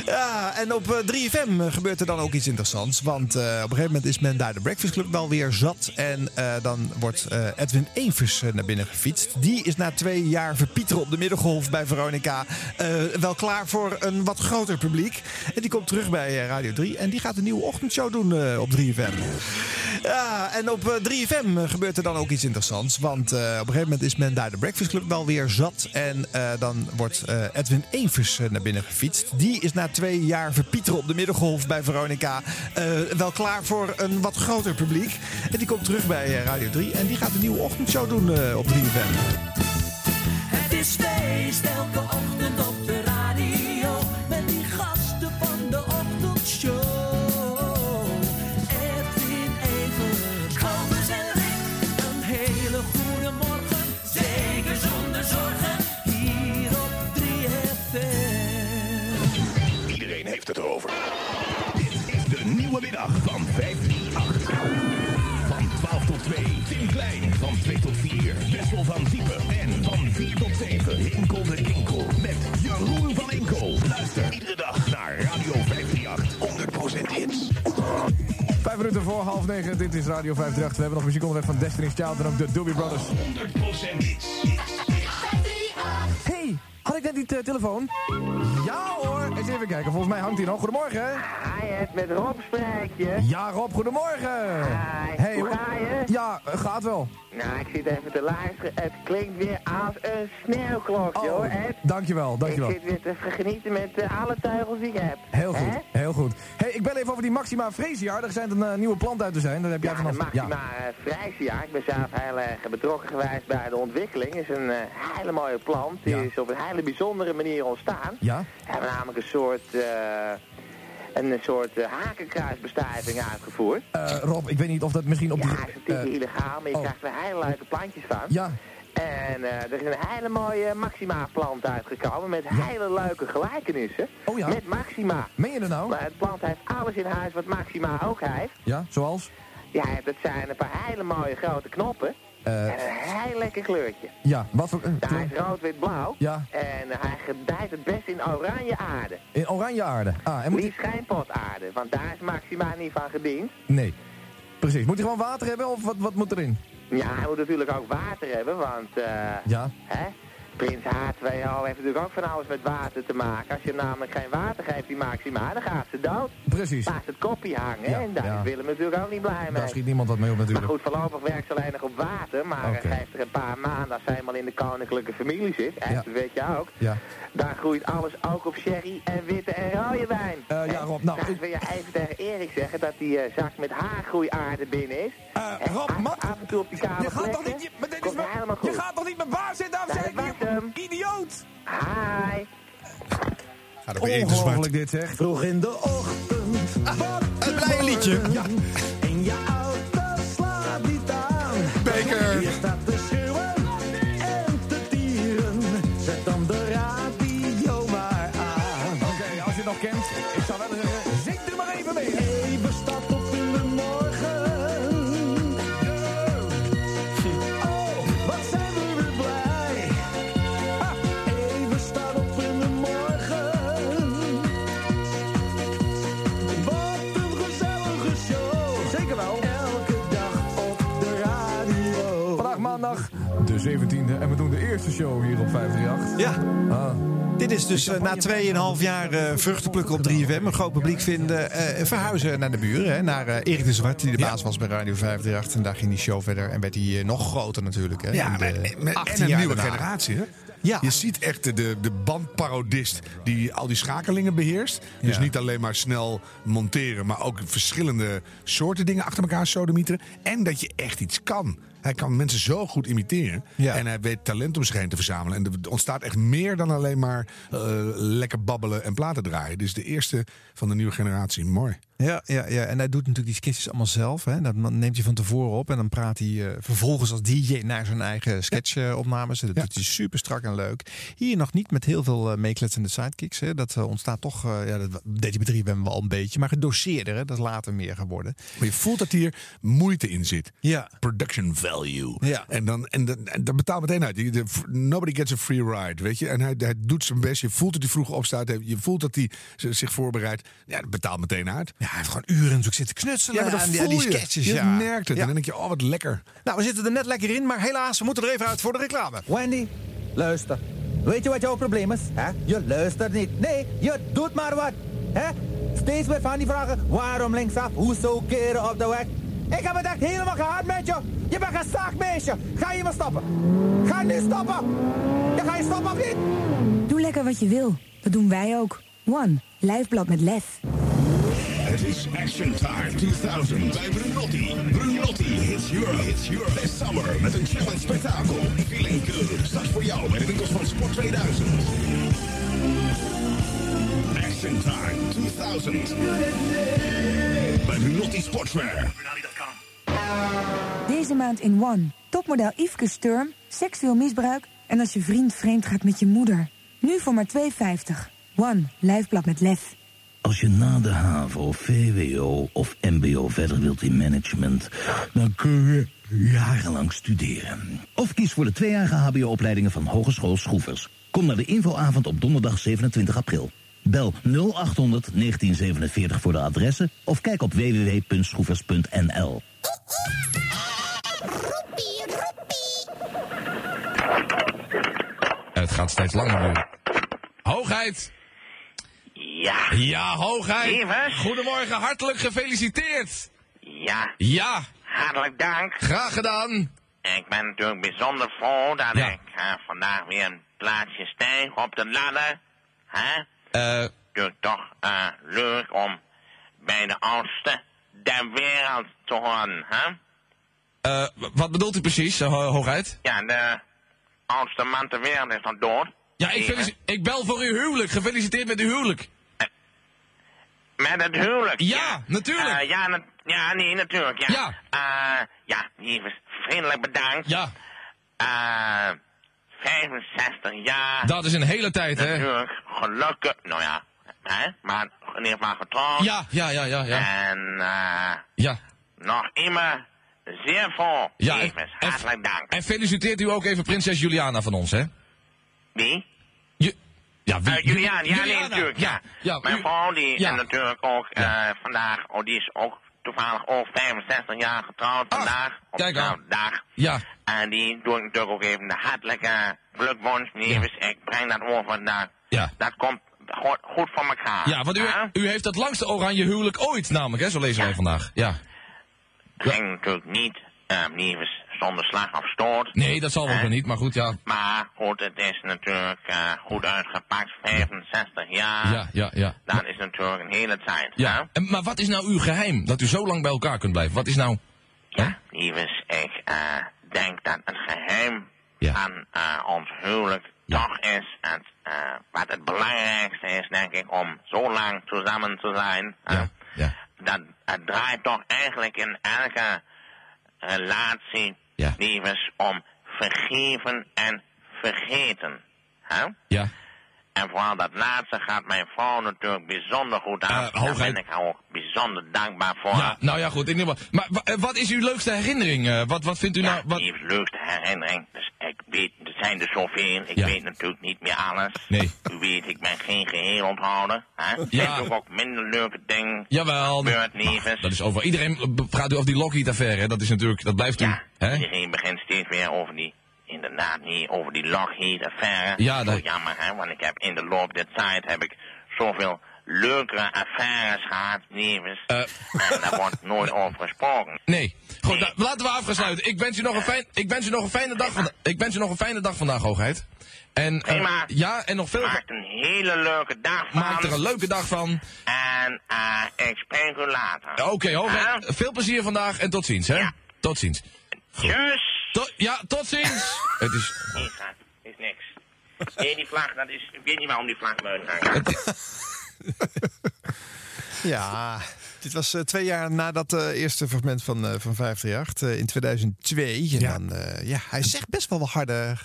[SPEAKER 6] ja, en op eh, 3FM gebeurt er dan ook iets interessants. Want eh, op een gegeven moment is men daar de Breakfast Club wel weer zat. En eh, dan wordt eh, Edwin Evers eh, naar binnen gefietst. Die is na twee jaar verpieteren op de Middengolf bij Veronica... eh, wel klaar voor een wat groter publiek. En die komt terug bij eh, Radio 3. En die gaat een nieuwe ochtendshow doen eh, op 3FM. Ja, en op eh, 3FM gebeurt er dan ook iets interessants. Want eh, op een gegeven moment is men daar de Breakfast Club wel weer zat. En eh, dan wordt eh, Edwin Evers eh, naar binnen gefietst. Die is na twee jaar verpieteren op de Middengolf bij Veronica... eh, wel klaar voor een wat groter publiek. En die komt terug bij eh, Radio 3. En die gaat een nieuwe ochtendshow doen eh, op 3FM.
[SPEAKER 18] Het is feest elke ochtend op de radio. Met die gasten van de ochtendshow. Edwin Evers, Kobus en Rick. Een hele goede morgen, zeker zonder zorgen. Hier op 3FM.
[SPEAKER 19] Iedereen heeft het erover. Dit is de nieuwe middag van 538. Van 12 tot 2, Tim Klein. Van 2 tot 4, Wessel van Diepen. En van 4 tot 7, Hinkel de Kinkel. Met Jeroen van Enkel. Luister iedere dag naar Radio 538. 100% hits.
[SPEAKER 28] Vijf minuten voor half negen, dit is Radio 538. We hebben nog muziek onderweg van Destiny's Child en ook de Doobie Brothers.
[SPEAKER 19] 100% hits.
[SPEAKER 28] Hey, had ik net die eh, telefoon? Ja hoor, eens even kijken. Volgens mij hangt hij nog. Goedemorgen. Hi, het met Rob spreek je. Ja Rob, goedemorgen. Hi, hey, hoe ga je? Ja, eh, gaat wel.
[SPEAKER 20] Nou, ik zit even te luisteren. Het klinkt weer als een sneeuwklokje hoor. Ed.
[SPEAKER 28] Dankjewel, Oh. dankjewel.
[SPEAKER 20] Ik zit weer te genieten met eh, alle teugels die ik heb.
[SPEAKER 28] Heel goed, heel goed. Hey, ik bel even over die Maxima Freesiaar. Er zijn een eh, nieuwe plant uit te zijn. Dat heb jij
[SPEAKER 20] Ja,
[SPEAKER 28] vanaf...
[SPEAKER 20] de Maxima ja. eh, ja. Ik ben zelf heel erg betrokken geweest bij de ontwikkeling. Het is een eh, hele mooie plant. Die is op een hele bijzondere manier ontstaan.
[SPEAKER 28] Ja?
[SPEAKER 20] We hebben namelijk een soort, eh, een soort eh, hakenkruisbestuiving uitgevoerd.
[SPEAKER 28] Eh, Rob, ik weet niet of dat misschien op die... eh, oh.
[SPEAKER 20] Beetje illegaal, maar je krijgt er hele leuke plantjes van.
[SPEAKER 28] Ja.
[SPEAKER 20] En eh, er is een hele mooie Maxima-plant uitgekomen met hele leuke gelijkenissen.
[SPEAKER 28] Oh ja?
[SPEAKER 20] Met Maxima.
[SPEAKER 28] Meen je dat nou?
[SPEAKER 20] Maar het plant heeft alles in huis wat Maxima ook heeft.
[SPEAKER 28] Ja, zoals?
[SPEAKER 20] Ja, dat zijn een paar hele mooie grote knoppen.
[SPEAKER 28] Eh.
[SPEAKER 20] En een heel lekker kleurtje.
[SPEAKER 28] Ja, wat voor... eh,
[SPEAKER 20] Nou, hij is rood-wit-blauw.
[SPEAKER 28] Ja.
[SPEAKER 20] En hij gedijt het best in oranje aarde.
[SPEAKER 28] in oranje aarde. Ah, en moet
[SPEAKER 20] Liefst geen potaarde, want daar is Maxima niet van gediend.
[SPEAKER 28] Nee. Precies. Moet hij gewoon water hebben of wat, wat moet erin?
[SPEAKER 20] Ja, hij moet natuurlijk ook water hebben, want eh,
[SPEAKER 28] Ja.
[SPEAKER 20] hè, Prins H2O heeft natuurlijk ook van alles met water te maken. Als je hem namelijk geen water geeft, die Maxima, dan gaat ze dood.
[SPEAKER 15] Precies.
[SPEAKER 20] Laat het kopje hangen.
[SPEAKER 15] Ja,
[SPEAKER 20] en daar
[SPEAKER 15] ja.
[SPEAKER 20] is Willem natuurlijk ook niet blij mee.
[SPEAKER 15] Daar schiet niemand wat mee op
[SPEAKER 20] Maar
[SPEAKER 15] natuurlijk.
[SPEAKER 20] eh, goed, voorlopig werkt ze alleen nog op water. Maar eh,
[SPEAKER 15] Oké.
[SPEAKER 20] geeft er een paar maanden als ze helemaal in de koninklijke familie zit. En dat weet je ook.
[SPEAKER 15] Ja.
[SPEAKER 20] Daar groeit alles ook op sherry en witte en rode wijn.
[SPEAKER 15] Eh, ja, Rob, nou,
[SPEAKER 20] En ik wil je even tegen Erik zeggen dat die eh, zak met haargroeiaarde binnen is. En af- Af en toe op die kale
[SPEAKER 15] Eh, Je gaat toch
[SPEAKER 20] plekken.
[SPEAKER 15] niet, je, maar dit is
[SPEAKER 20] Komt
[SPEAKER 15] mijn-
[SPEAKER 20] helemaal
[SPEAKER 15] je
[SPEAKER 20] goed.
[SPEAKER 15] gaat toch niet mijn baas zitten afzeggen? Idioot!
[SPEAKER 20] ehm, Hi!
[SPEAKER 15] Ongelooflijk dit zeg. Vroeg in de ochtend. Een blij liedje. Ja. In je auto slaat niet aan. Beker. Je staat te schreeuwen en te tieren. Zet dan de radio maar aan. Oké, als je het nog kent, ik zou wel zeggen, zing er maar even mee. Even stap op in de morgen. Oh, wat zijn we weer blij. Ha, Even staan op in de morgen. Wat een gezellige show. Zeker wel. Elke dag op de radio. Vandaag maandag, de 17e. En we doen de eerste show hier op 538.
[SPEAKER 6] Ja.
[SPEAKER 5] Ah.
[SPEAKER 6] Dit is dus eh, na 2,5 jaar eh vruchten plukken op 3FM. Een groot publiek vinden. eh, verhuizen naar de buren. Hè, naar eh, Erik de Zwart, die de baas was bij Radio 538. En daar ging die show verder. En werd die eh, nog groter natuurlijk. Hè,
[SPEAKER 5] Ja,
[SPEAKER 6] in de
[SPEAKER 5] maar- eh, maar- maar-
[SPEAKER 6] 18
[SPEAKER 5] en een
[SPEAKER 6] jaar
[SPEAKER 5] nieuwe
[SPEAKER 6] daarna.
[SPEAKER 5] generatie, hè? Je ziet echt de- de, de bandparodist die al die schakelingen beheerst. Dus
[SPEAKER 6] Ja.
[SPEAKER 5] niet alleen maar snel monteren, maar ook verschillende soorten dingen achter elkaar sodemieteren. En dat je echt iets kan. Hij kan mensen zo goed imiteren. En hij weet talent om zich heen te verzamelen. En er ontstaat echt meer dan alleen maar eh, lekker babbelen en platen draaien. Dus de eerste van de nieuwe generatie. Mooi.
[SPEAKER 6] Ja, ja, ja, en hij doet natuurlijk die sketches allemaal zelf. Hè. Dat neemt hij van tevoren op. En dan praat hij eh, vervolgens als DJ naar zijn eigen sketchopnames. Dat doet hij super strak en leuk. Hier nog niet met heel veel eh, meekletsende sidekicks. Hè. Dat eh, ontstaat toch, eh, ja, dat deed hij bij 3 wel al een beetje. Maar gedoseerder, hè. dat is later meer geworden.
[SPEAKER 5] Maar je voelt dat hier moeite in zit.
[SPEAKER 6] Ja.
[SPEAKER 5] Production value.
[SPEAKER 6] Ja.
[SPEAKER 5] En, dan, en, dat- en dat betaalt meteen uit. Je- de- Nobody gets a free ride, weet je. En hij, hij doet zijn best. Je voelt dat hij vroeg opstaat. Je voelt dat hij z- zich voorbereidt. Ja, dat betaalt meteen uit. Ja, hij heeft gewoon uren zo zitten
[SPEAKER 6] knutselen
[SPEAKER 5] Ja, maar dat
[SPEAKER 6] aan die-
[SPEAKER 5] voel
[SPEAKER 6] aan die
[SPEAKER 5] je.
[SPEAKER 6] sketches,
[SPEAKER 5] Je
[SPEAKER 6] ja.
[SPEAKER 5] merkt het. En dan denk je, oh, wat lekker.
[SPEAKER 6] Nou, we zitten er net lekker in. Maar helaas, we moeten er even uit voor de reclame.
[SPEAKER 34] Wendy, luister. Weet je wat jouw probleem is? hè? Je luistert niet. Nee, je doet maar wat. hè? Steeds weer van die vragen. Waarom linksaf? Hoezo keren op de weg? Ik heb het echt helemaal gehad met je. Je bent een zaakmeisje. Ga je maar stoppen. Ga nu stoppen. Ja, ga je stoppen of niet?
[SPEAKER 35] Doe lekker wat je wil. Dat doen wij ook. One, lijfblad met lef.
[SPEAKER 1] Het is Action Time 2000 bij Brunotti. Brunotti hits Europe. Hits Europe this summer met een challenge spektakel. Feeling good. Start voor jou bij de winkels van Sport 2000. Action Time 2000 bij Brunotti Sportswear.
[SPEAKER 35] Deze maand in One. Topmodel Yveske Sturm, seksueel misbruik en als je vriend vreemd gaat met je moeder. Nu voor maar 2,50. One, lijfblad met lef.
[SPEAKER 36] Als je na de HAVO, VWO of MBO verder wilt in management, dan kun je jarenlang studeren. Of kies voor de tweejarige HBO-opleidingen van Hogeschool Schroevers. Kom naar de infoavond op donderdag 27 april. Bel 0800 1947 voor de adressen of kijk op www.schroevers.nl.
[SPEAKER 7] Het gaat steeds langer duren. Hoogheid!
[SPEAKER 17] Ja.
[SPEAKER 7] Ja, hoogheid!
[SPEAKER 17] Lievers.
[SPEAKER 7] Goedemorgen, hartelijk gefeliciteerd!
[SPEAKER 17] Ja.
[SPEAKER 7] Ja!
[SPEAKER 17] Hartelijk dank.
[SPEAKER 7] Graag gedaan.
[SPEAKER 17] Ik ben natuurlijk bijzonder vol dat
[SPEAKER 7] Ja.
[SPEAKER 17] ik eh, vandaag weer een plaatsje stijg op de ladder. Hè?
[SPEAKER 7] Eh,
[SPEAKER 17] Natuurlijk toch eh, leuk om bij de oudste der wereld te horen. Hè?
[SPEAKER 7] eh, w- wat bedoelt u precies, eh, ho- hoogheid?
[SPEAKER 17] Ja, de oudste man ter wereld is nog dood. eh,
[SPEAKER 7] Ja, ik, felici- ik bel voor uw huwelijk. Gefeliciteerd met uw huwelijk.
[SPEAKER 17] Met het huwelijk?
[SPEAKER 7] Ja, natuurlijk.
[SPEAKER 17] Eh, ja, na- ja, nee, natuurlijk. Ja. Ja, ja lievers, vriendelijk bedankt.
[SPEAKER 7] Ja.
[SPEAKER 17] 65 jaar.
[SPEAKER 7] Dat is een hele tijd, hè?
[SPEAKER 17] Natuurlijk, gelukkig. Nou ja, hè, maar in ieder geval getrouwd.
[SPEAKER 7] Ja, ja, ja, ja, ja.
[SPEAKER 17] En eh
[SPEAKER 7] Ja.
[SPEAKER 17] nog immer zeer vol.
[SPEAKER 7] Ja,
[SPEAKER 17] lievers. Hartelijk dank.
[SPEAKER 7] En feliciteert u ook even prinses Juliana van ons, hè?
[SPEAKER 17] Wie?
[SPEAKER 7] Je, ja, wie?
[SPEAKER 17] Eh, Julian, ja,
[SPEAKER 7] Juliana.
[SPEAKER 17] nee, natuurlijk. Ja.
[SPEAKER 7] ja,
[SPEAKER 17] Mijn
[SPEAKER 7] u-
[SPEAKER 17] vrouw die
[SPEAKER 7] ja.
[SPEAKER 17] en natuurlijk ook eh, vandaag, oh, die is ook toevallig ook 65 jaar getrouwd
[SPEAKER 15] Ah,
[SPEAKER 17] vandaag. Op
[SPEAKER 11] kijk aan.
[SPEAKER 17] dag.
[SPEAKER 11] Ja.
[SPEAKER 17] En die doe ik natuurlijk ook even de hartelijke gelukwens, nevens. Ik breng dat over vandaag.
[SPEAKER 15] Ja.
[SPEAKER 17] Dat komt goed, goed voor elkaar. Eh,
[SPEAKER 15] Ja, want u,
[SPEAKER 17] Hè?
[SPEAKER 15] u heeft het langste oranje huwelijk ooit namelijk, hè? Zo lezen wij vandaag. Ja.
[SPEAKER 17] Ging natuurlijk niet, eh nevens, zonder slag of stoot.
[SPEAKER 15] Nee, dat zal wel
[SPEAKER 17] Hè?
[SPEAKER 15] weer niet, maar goed, ja.
[SPEAKER 17] Maar goed, het is natuurlijk eh, goed uitgepakt, 65 jaar.
[SPEAKER 15] Ja, ja, ja.
[SPEAKER 17] Dat is natuurlijk een hele tijd.
[SPEAKER 15] ja. En, maar wat is nou uw geheim? Dat u zo lang bij elkaar kunt blijven? Wat is nou...
[SPEAKER 17] Lievens, ik eh, denk dat het geheim
[SPEAKER 15] Ja.
[SPEAKER 17] van eh, ons huwelijk toch is het, eh, wat het belangrijkste is, denk ik, om zo lang samen te zijn. eh, Dat het draait toch eigenlijk in elke relatie, lievens, om vergeven en vergeten. Hè?
[SPEAKER 15] Ja.
[SPEAKER 17] En vooral dat laatste gaat mijn vrouw natuurlijk bijzonder goed aan. Daar
[SPEAKER 15] hoogheid.
[SPEAKER 17] ben ik haar ook bijzonder dankbaar voor.
[SPEAKER 15] Eh, Ja, nou ja, goed. In ieder geval. Maar wa- eh, wat is uw leukste herinnering? eh? Wat, wat vindt u nou... Wat...
[SPEAKER 17] Die heeft leukste herinnering. Dus ik weet, er zijn er zoveel. Ik weet natuurlijk niet meer alles.
[SPEAKER 15] Nee.
[SPEAKER 17] U weet, ik ben geen geheel onthouden. Hè? Er
[SPEAKER 15] Ja.
[SPEAKER 17] zijn ook, ook minder leuke dingen.
[SPEAKER 15] Jawel.
[SPEAKER 17] Gebeurt
[SPEAKER 15] maar
[SPEAKER 17] nevens.
[SPEAKER 15] Dat is over. Iedereen eh, be- praat u over die Lockheed-affaire, hè? Dat is natuurlijk... Dat blijft u... Hè?
[SPEAKER 17] Iedereen begint steeds weer over die, inderdaad niet, over die Lockheed affaire.
[SPEAKER 15] Ja,
[SPEAKER 17] Zo
[SPEAKER 15] dat-
[SPEAKER 17] jammer hè, want ik heb in de loop der tijd heb ik zoveel leukere affaires gehad, nevens.
[SPEAKER 15] Eh.
[SPEAKER 17] En daar wordt nooit over gesproken.
[SPEAKER 15] Nee. Goed, nou, laten we afgesluiten. Ik wens u nog een, fijn, ik wens u nog een fijne dag vandaag. Ik wens u nog een fijne dag vandaag, hoogheid. En, eh,
[SPEAKER 17] Prima.
[SPEAKER 15] ja, en nog veel...
[SPEAKER 17] Maakt een hele leuke dag van.
[SPEAKER 15] Maak er een leuke dag van.
[SPEAKER 17] En eh, ik spreek u later.
[SPEAKER 15] Oké, Eh, hoogheid.
[SPEAKER 17] Hè?
[SPEAKER 15] Veel plezier vandaag en tot ziens, hè? Tot ziens. Goed. To- ja, tot ziens. Het is...
[SPEAKER 17] Nee, gaat. Is niks. Nee, die vlag, dat is. Ik weet niet waarom die vlag buiten hangt.
[SPEAKER 6] Ja, dit was eh, twee jaar nadat het eerste fragment van, eh, van 538 eh, in 2002. En Dan, eh, ja, hij zegt best wel wat harde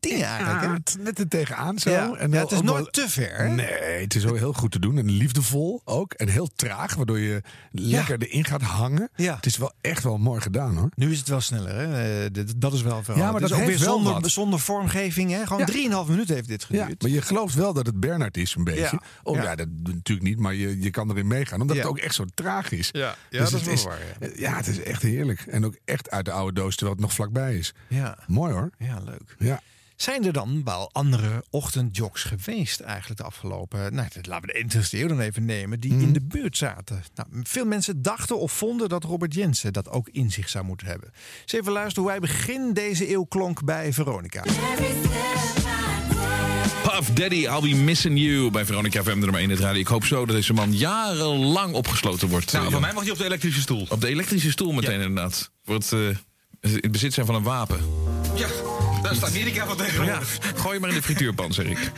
[SPEAKER 6] dingen eigenlijk. hè?
[SPEAKER 5] Ja, het- net er tegenaan zo.
[SPEAKER 6] Ja.
[SPEAKER 5] En
[SPEAKER 6] Ja,
[SPEAKER 5] wel-
[SPEAKER 6] het is
[SPEAKER 5] ook wel-
[SPEAKER 6] nooit te ver, hè?
[SPEAKER 5] Nee, het is ook heel goed te doen. En liefdevol ook. En heel traag, waardoor je lekker erin gaat hangen. Het is wel echt wel mooi gedaan, hoor.
[SPEAKER 6] Nu is het wel sneller, hè? Eh, dit- dat is wel veranderd.
[SPEAKER 5] Ja, maar
[SPEAKER 6] Het
[SPEAKER 5] dat
[SPEAKER 6] is ook
[SPEAKER 5] heeft
[SPEAKER 6] weer
[SPEAKER 5] wel
[SPEAKER 6] zonder,
[SPEAKER 5] wat.
[SPEAKER 6] zonder vormgeving, hè? Gewoon
[SPEAKER 5] Ja.
[SPEAKER 6] drieënhalf minuten heeft dit
[SPEAKER 5] Ja,
[SPEAKER 6] geduurd.
[SPEAKER 5] maar je gelooft wel dat het Bernard is, een beetje.
[SPEAKER 6] Ja.
[SPEAKER 5] Oh
[SPEAKER 6] Ja.
[SPEAKER 5] ja, dat natuurlijk niet, maar je, je kan erin meegaan. Omdat het ook echt zo traag is. Dus
[SPEAKER 6] Ja. Ja, dat is
[SPEAKER 5] het
[SPEAKER 6] wel waar,
[SPEAKER 5] Ja. het is echt heerlijk. En ook echt uit de oude doos, terwijl het nog vlakbij is.
[SPEAKER 6] Ja.
[SPEAKER 5] Mooi hoor.
[SPEAKER 6] Ja, leuk.
[SPEAKER 5] Ja.
[SPEAKER 6] Zijn er dan wel andere ochtendjogs geweest eigenlijk de afgelopen... Nou, dat laten we de 20e eeuw dan even nemen, die
[SPEAKER 5] Mhm.
[SPEAKER 6] in de buurt zaten. Nou, veel mensen dachten of vonden dat Robert Jensen dat ook in zich zou moeten hebben. Eens even luisteren hoe hij begin deze eeuw klonk bij Veronica.
[SPEAKER 11] Puff Daddy, I'll be missing you bij Veronica FM nummer 1 in het radio. Ik hoop zo dat deze man jarenlang opgesloten wordt. Nou, van mij mag je op de elektrische stoel. Op de elektrische stoel meteen inderdaad. Voor het eh, in bezit zijn van een wapen. Ja, daar staat Amerika van tegenwoordig. Gooi maar in de frituurpan, zeg ik.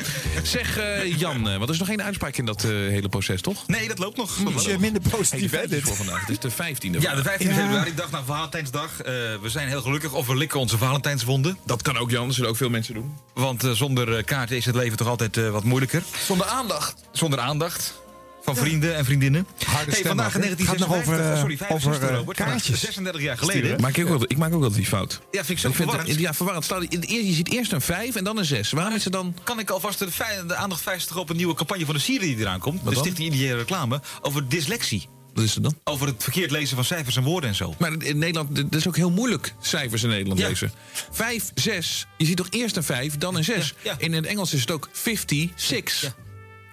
[SPEAKER 11] Zeg eh, Jan, eh, want er is nog geen uitspraak in dat eh, hele proces, toch?
[SPEAKER 2] Nee, dat loopt nog.
[SPEAKER 6] Ietsje minder positief,
[SPEAKER 11] hey,
[SPEAKER 6] hè,
[SPEAKER 11] de vijfde
[SPEAKER 6] dit?
[SPEAKER 11] is voor vandaag. Het is de vijftiende.
[SPEAKER 2] Ja, de 15 februari, dag na Valentijnsdag. Eh, we zijn heel gelukkig of we likken onze Valentijnswonden.
[SPEAKER 11] Dat kan ook, Jan. Dat zullen ook veel mensen doen.
[SPEAKER 2] Want eh, zonder eh, kaarten is het leven toch altijd eh, wat moeilijker.
[SPEAKER 11] Zonder aandacht.
[SPEAKER 2] Zonder aandacht. Van
[SPEAKER 11] Ja.
[SPEAKER 2] vrienden en vriendinnen. hey,
[SPEAKER 11] stem
[SPEAKER 2] vandaag
[SPEAKER 11] ook,
[SPEAKER 2] in
[SPEAKER 11] hè? Gaat
[SPEAKER 2] 1956,
[SPEAKER 11] nog over, eh,
[SPEAKER 2] sorry, 65
[SPEAKER 11] over, eh,
[SPEAKER 2] Robert, maar
[SPEAKER 11] kaartjes.
[SPEAKER 2] 36 jaar geleden.
[SPEAKER 11] Sturen. Maak ik, ook wel, ik maak ook wel die fout.
[SPEAKER 2] Ja, vind ik zo
[SPEAKER 11] het-
[SPEAKER 2] verwarrend.
[SPEAKER 11] ja, verwarrend. Staat- in het eerst- Je ziet eerst een 5 en dan een 6. Waarom is het dan...
[SPEAKER 2] Kan ik alvast de, vij- de aandacht vestigen op een nieuwe campagne van de Sieren die eraan komt?
[SPEAKER 11] Wat
[SPEAKER 2] de
[SPEAKER 11] dan?
[SPEAKER 2] Stichting Indiële Reclame. Over dyslexie.
[SPEAKER 11] Wat is het dan?
[SPEAKER 2] Over het verkeerd lezen van cijfers en woorden en zo.
[SPEAKER 11] Maar in Nederland, dat is ook heel moeilijk, cijfers in Nederland
[SPEAKER 2] Ja.
[SPEAKER 11] lezen. 5, 6. Je ziet toch eerst een 5, dan een 6. In het Engels is het ook 50, 6.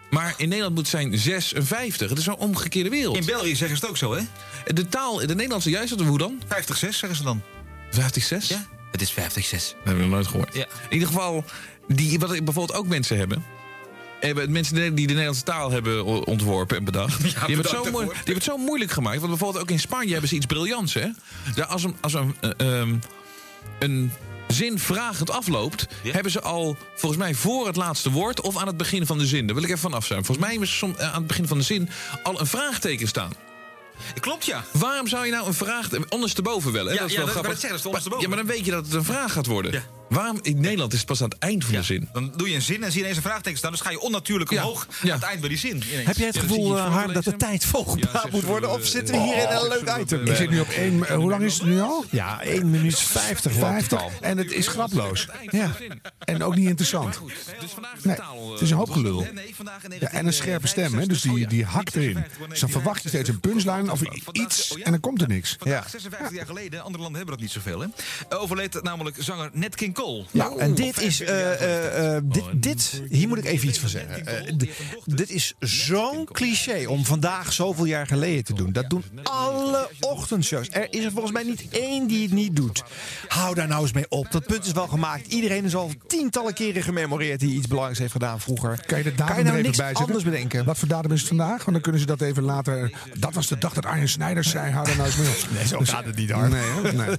[SPEAKER 11] Maar in Nederland moet het zijn 56. Het is zo'n omgekeerde wereld.
[SPEAKER 2] In België zeggen ze het ook zo, hè?
[SPEAKER 11] De taal, de Nederlandse juist, dat- hoe dan?
[SPEAKER 2] 50-6 zeggen ze dan.
[SPEAKER 11] 56? Ja.
[SPEAKER 2] Het is 50-6.
[SPEAKER 11] Dat hebben we nog nooit gehoord. In ieder geval, die, wat bijvoorbeeld ook mensen hebben... hebben mensen die de Nederlandse taal hebben o- ontworpen en bedacht... die, hebben het
[SPEAKER 2] bedankt
[SPEAKER 11] zo moe-
[SPEAKER 2] daarvoor.
[SPEAKER 11] die hebben het zo moeilijk gemaakt. Want bijvoorbeeld ook in Spanje hebben ze iets briljants, hè? Daar als een, als een, eh, ehm, een zin vragend afloopt... hebben ze al, volgens mij, voor het laatste woord... of aan het begin van de zin. Daar wil ik even vanaf zijn. Volgens mij hebben ze som- eh, aan het begin van de zin al een vraagteken staan.
[SPEAKER 2] Klopt, ja.
[SPEAKER 11] Waarom zou je nou een vraag... Ondersteboven wel, hè?
[SPEAKER 2] Ja,
[SPEAKER 11] dat is
[SPEAKER 2] ja,
[SPEAKER 11] wel
[SPEAKER 2] dat- ik wou net
[SPEAKER 11] grappig.
[SPEAKER 2] zeggen, dat is
[SPEAKER 11] Maar-
[SPEAKER 2] ondersteboven.
[SPEAKER 11] Ja, maar dan weet je dat het een vraag gaat worden. Waarom in Nederland is het pas aan het eind van de zin?
[SPEAKER 2] Dan doe je een zin en zie je ineens een vraagteken staan. Dus ga je onnatuurlijk omhoog aan het eind bij die zin. ineens.
[SPEAKER 6] Heb jij het
[SPEAKER 2] Ja, dan zie
[SPEAKER 6] gevoel,
[SPEAKER 2] je iets
[SPEAKER 6] eh,
[SPEAKER 2] voor-
[SPEAKER 6] Harm, dat de tijd volgepraat moet worden? Of zitten we hier in een leuk item?
[SPEAKER 5] Ik zit nu op 1... Hoe lang is het nu al?
[SPEAKER 6] Ja, 1 minuut 50 loopt het
[SPEAKER 5] 50.
[SPEAKER 6] al.
[SPEAKER 5] En het is graploos.
[SPEAKER 6] Ja.
[SPEAKER 5] En ook niet interessant. Nee, het dus is eh, een eh, Oh hoop gelul. Ja, en een scherpe stem, hè? dus die, die hakt erin. Dus dan verwacht je steeds een punchline. of iets en dan komt er niks.
[SPEAKER 2] Vandaag, 56 jaar geleden, andere landen hebben dat niet zoveel, hè? Eh, Overleed namelijk zanger Ned King Cole.
[SPEAKER 6] Ja,
[SPEAKER 2] Nou,
[SPEAKER 6] en dit is.
[SPEAKER 2] 45
[SPEAKER 6] eh,
[SPEAKER 2] jaar geleden.
[SPEAKER 6] eh, eh, dit, dit, hier moet ik even iets van zeggen. Eh, d- dit is zo'n cliché om vandaag zoveel jaar geleden te doen. Dat doen alle ochtendshows. Er is er volgens mij niet één die het niet doet. Hou daar nou eens mee op. Dat punt is wel gemaakt. Iedereen is al tientallen keren gememoreerd die iets belangrijks heeft gedaan vroeger.
[SPEAKER 5] Kan je de datum
[SPEAKER 6] nou
[SPEAKER 5] er even
[SPEAKER 6] niks
[SPEAKER 5] bij zetten?
[SPEAKER 6] anders bedenken?
[SPEAKER 5] Wat voor datum is het vandaag? Want dan kunnen ze dat even later... Dat was de dag dat Arjen Snijders zei, hou daar nou eens mee op.
[SPEAKER 6] Nee, zo
[SPEAKER 5] Dus-
[SPEAKER 6] gaat het niet, hoor.
[SPEAKER 5] Nee, hè? nee. nee,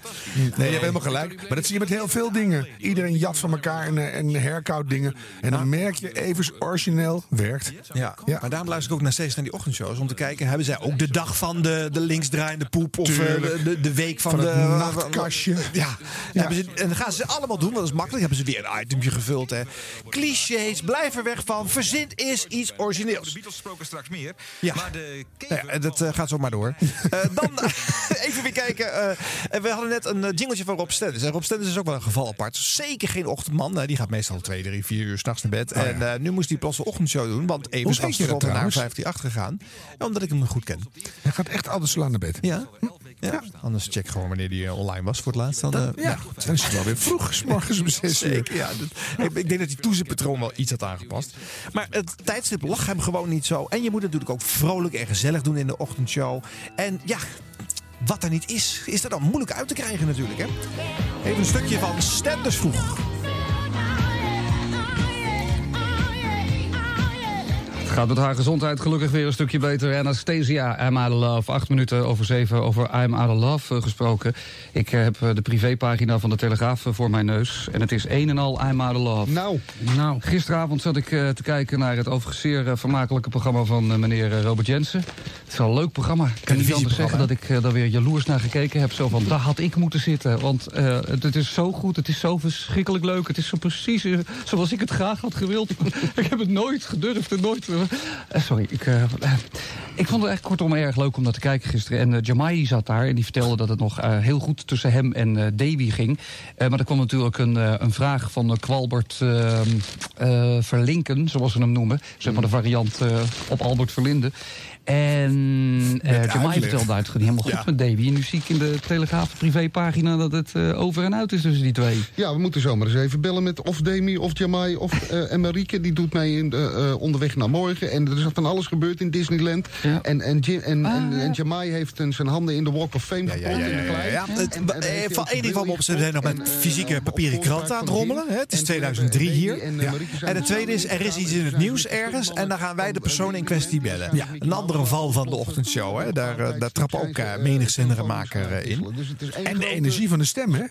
[SPEAKER 5] je hebt helemaal gelijk. Maar dat zie je met heel veel dingen. Iedereen jat van elkaar en, eh, en herkoudt dingen. En dan merk je even origineel werkt.
[SPEAKER 6] Ja. maar daarom luister ik ook naar steeds naar die ochtendshows. Om te kijken, hebben zij ook de dag van de, de linksdraaiende poep? Of eh, de,
[SPEAKER 5] Tuurlijk.
[SPEAKER 6] de, de week van,
[SPEAKER 5] Van
[SPEAKER 6] de...
[SPEAKER 5] het nachtkastje.
[SPEAKER 6] Ja. Hebben ze, en dan gaan ze allemaal doen, want dat is makkelijk. Hebben ze weer een itemje gevuld. Hè. Clichés, blijf er weg van. Verzint is iets
[SPEAKER 2] De
[SPEAKER 6] origineels.
[SPEAKER 2] Beatles sproken straks meer.
[SPEAKER 6] Ja.
[SPEAKER 2] Maar de
[SPEAKER 6] Nou ja, en dat eh, gaat zo maar door. Eh, dan even weer kijken. eh, we hadden net een eh, jingletje van Rob Stennis. En Rob Stennis is ook wel een geval apart. Zeker geen ochtendman. Nou, die gaat meestal twee, drie, vier uur s'nachts naar bed. En eh, nu moest hij plots een ochtendshow doen. Want even
[SPEAKER 5] Oh, Hoe
[SPEAKER 6] is
[SPEAKER 5] weet je dat
[SPEAKER 6] Rob naar
[SPEAKER 5] trouwens?
[SPEAKER 6] 158 gegaan. Ja, omdat ik hem goed ken.
[SPEAKER 5] Hij gaat echt altijd slaan naar bed.
[SPEAKER 6] Ja. Ja. Anders check gewoon wanneer die eh, online was voor het laatst. Dan,
[SPEAKER 5] Dat-
[SPEAKER 6] eh,
[SPEAKER 5] ja.
[SPEAKER 6] nou,
[SPEAKER 5] Dan is het wel weer vroeg, 's morgens om zes uur.
[SPEAKER 6] Zeker, ja. Dat- ik, ik denk dat die toezichtpatroon wel iets had aangepast. Maar het tijdstip lag hem gewoon niet zo. En je moet het natuurlijk ook vrolijk en gezellig doen in de ochtendshow. En ja, wat er niet is, is er dan moeilijk uit te krijgen natuurlijk. Hè? Even een stukje van Stenders vroeg.
[SPEAKER 8] Het gaat met haar gezondheid gelukkig weer een stukje beter. Anastasia, I'm out of love. Acht minuten over zeven over I'm out of love eh, gesproken. Ik eh, heb eh, de privépagina van de Telegraaf eh, voor mijn neus. En het is een en al I'm out of love. Nou. nou. Gisteravond zat ik eh, te kijken naar het overigens zeer eh, vermakelijke programma van eh, meneer eh, Robert Jensen. Het is wel een leuk programma. Ik kan niet anders zeggen dat ik eh, daar weer jaloers naar gekeken heb. Zo van, daar had ik moeten zitten. Want eh, het, het is zo goed, het is zo verschrikkelijk leuk. Het is zo precies eh, zoals ik het graag had gewild. ik heb het nooit gedurfd en nooit... eh, eh, sorry, ik, eh, eh, ik vond het echt kortom erg leuk om naar te kijken gisteren. En eh, Jamai zat daar en die vertelde dat het nog eh, heel goed tussen hem en eh Davy ging. Eh, maar er kwam natuurlijk een, eh, een vraag van eh, Kwalbert eh, eh, Verlinken, zoals ze hem noemen. Zeg maar de variant eh, op Albert Verlinde. En eh Met Jamai uitleg. vertelde uit, ging helemaal goed Ja. met Davy. En nu zie ik in de Telegraaf privépagina dat het eh, over en uit is tussen die twee.
[SPEAKER 21] Ja, we moeten zomaar eens even bellen met of Demi of Jamai of eh Emmerike. Die doet mij in, eh, eh, onderweg naar morgen. En er is van alles gebeurd in Disneyland. En, en, Ji- en,
[SPEAKER 8] Ah.
[SPEAKER 21] en, en Jamai heeft een- zijn handen in de Walk of Fame gepompt
[SPEAKER 6] ja,
[SPEAKER 21] in de
[SPEAKER 6] ja,
[SPEAKER 21] klei.
[SPEAKER 6] ja. Het-
[SPEAKER 21] En- en
[SPEAKER 6] eh,
[SPEAKER 21] heeft
[SPEAKER 6] van
[SPEAKER 21] hij
[SPEAKER 6] één
[SPEAKER 21] ook
[SPEAKER 6] ding kwam op, ze zijn nog met fysieke papieren kranten aan het rommelen. hè. Het is 2003 hier. Ja. En het tweede is, er is iets in het nieuws ergens en dan gaan wij de persoon in kwestie bellen. Een andere val van de ochtendshow. Hè. Daar, eh, daar trappen ook eh, menig zender en maker eh, in.
[SPEAKER 5] En de energie van de stem, hè?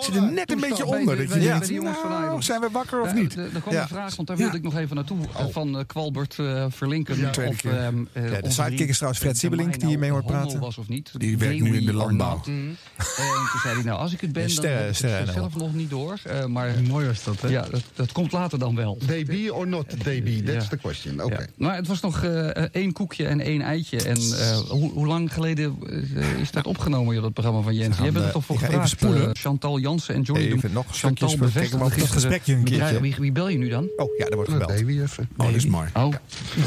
[SPEAKER 5] Zit er net een beetje onder. Dat je
[SPEAKER 8] Ja.
[SPEAKER 5] denkt,
[SPEAKER 8] Bij de jongens van
[SPEAKER 5] nou,
[SPEAKER 8] Nederland.
[SPEAKER 5] zijn we wakker of
[SPEAKER 8] Ja,
[SPEAKER 5] niet?
[SPEAKER 8] Er er kwam
[SPEAKER 5] Ja.
[SPEAKER 8] een vraag, want daar wilde
[SPEAKER 5] Ja.
[SPEAKER 8] ik nog even naartoe. eh, Van eh, Kwalbert eh, Verlinken.
[SPEAKER 6] Oh. Ja, tweede
[SPEAKER 8] of,
[SPEAKER 6] keer.
[SPEAKER 8] ehm, eh,
[SPEAKER 6] Ja, de
[SPEAKER 8] of
[SPEAKER 6] sidekick
[SPEAKER 8] Rien
[SPEAKER 6] is trouwens Fred Sibbelink, die
[SPEAKER 8] Termijn
[SPEAKER 6] hiermee hoort
[SPEAKER 8] homo
[SPEAKER 6] praten.
[SPEAKER 8] nou was of niet.
[SPEAKER 6] Die werkt nu in de
[SPEAKER 8] Dewey or
[SPEAKER 6] landbouw.
[SPEAKER 8] not. Mm. En toen zei hij, nou als ik het ben,
[SPEAKER 6] Nee,
[SPEAKER 8] dan
[SPEAKER 6] sterren-
[SPEAKER 8] heb ik
[SPEAKER 6] sterren
[SPEAKER 8] het
[SPEAKER 6] en al.
[SPEAKER 8] zelf nog niet door. eh, maar mooi was dat, hè? Ja, dat, dat komt later dan wel.
[SPEAKER 21] DB or not DB, that's the question. Oké.
[SPEAKER 8] Maar het was nog eh, eh, één koekje en één eitje. En eh, hoe, hoe lang geleden eh, is dat opgenomen, joh, dat programma van Jens?
[SPEAKER 6] gaan,
[SPEAKER 8] Jij bent er
[SPEAKER 6] eh,
[SPEAKER 8] toch voor
[SPEAKER 6] ik ga even
[SPEAKER 8] gevraagd.
[SPEAKER 6] spoelen.
[SPEAKER 8] eh, Chantal Jansen en Johnny
[SPEAKER 6] Even
[SPEAKER 8] de-
[SPEAKER 6] nog een stukje
[SPEAKER 8] Chantal
[SPEAKER 6] spoelen. Kijk hem
[SPEAKER 8] bevestigde
[SPEAKER 6] op dat
[SPEAKER 8] gisteren-
[SPEAKER 6] gesprekje een keertje.
[SPEAKER 8] Wie, wie bel je nu dan?
[SPEAKER 6] Oh, ja, er wordt gebeld.
[SPEAKER 21] Davy even.
[SPEAKER 6] Oh, dat is mooi.
[SPEAKER 8] Oh, de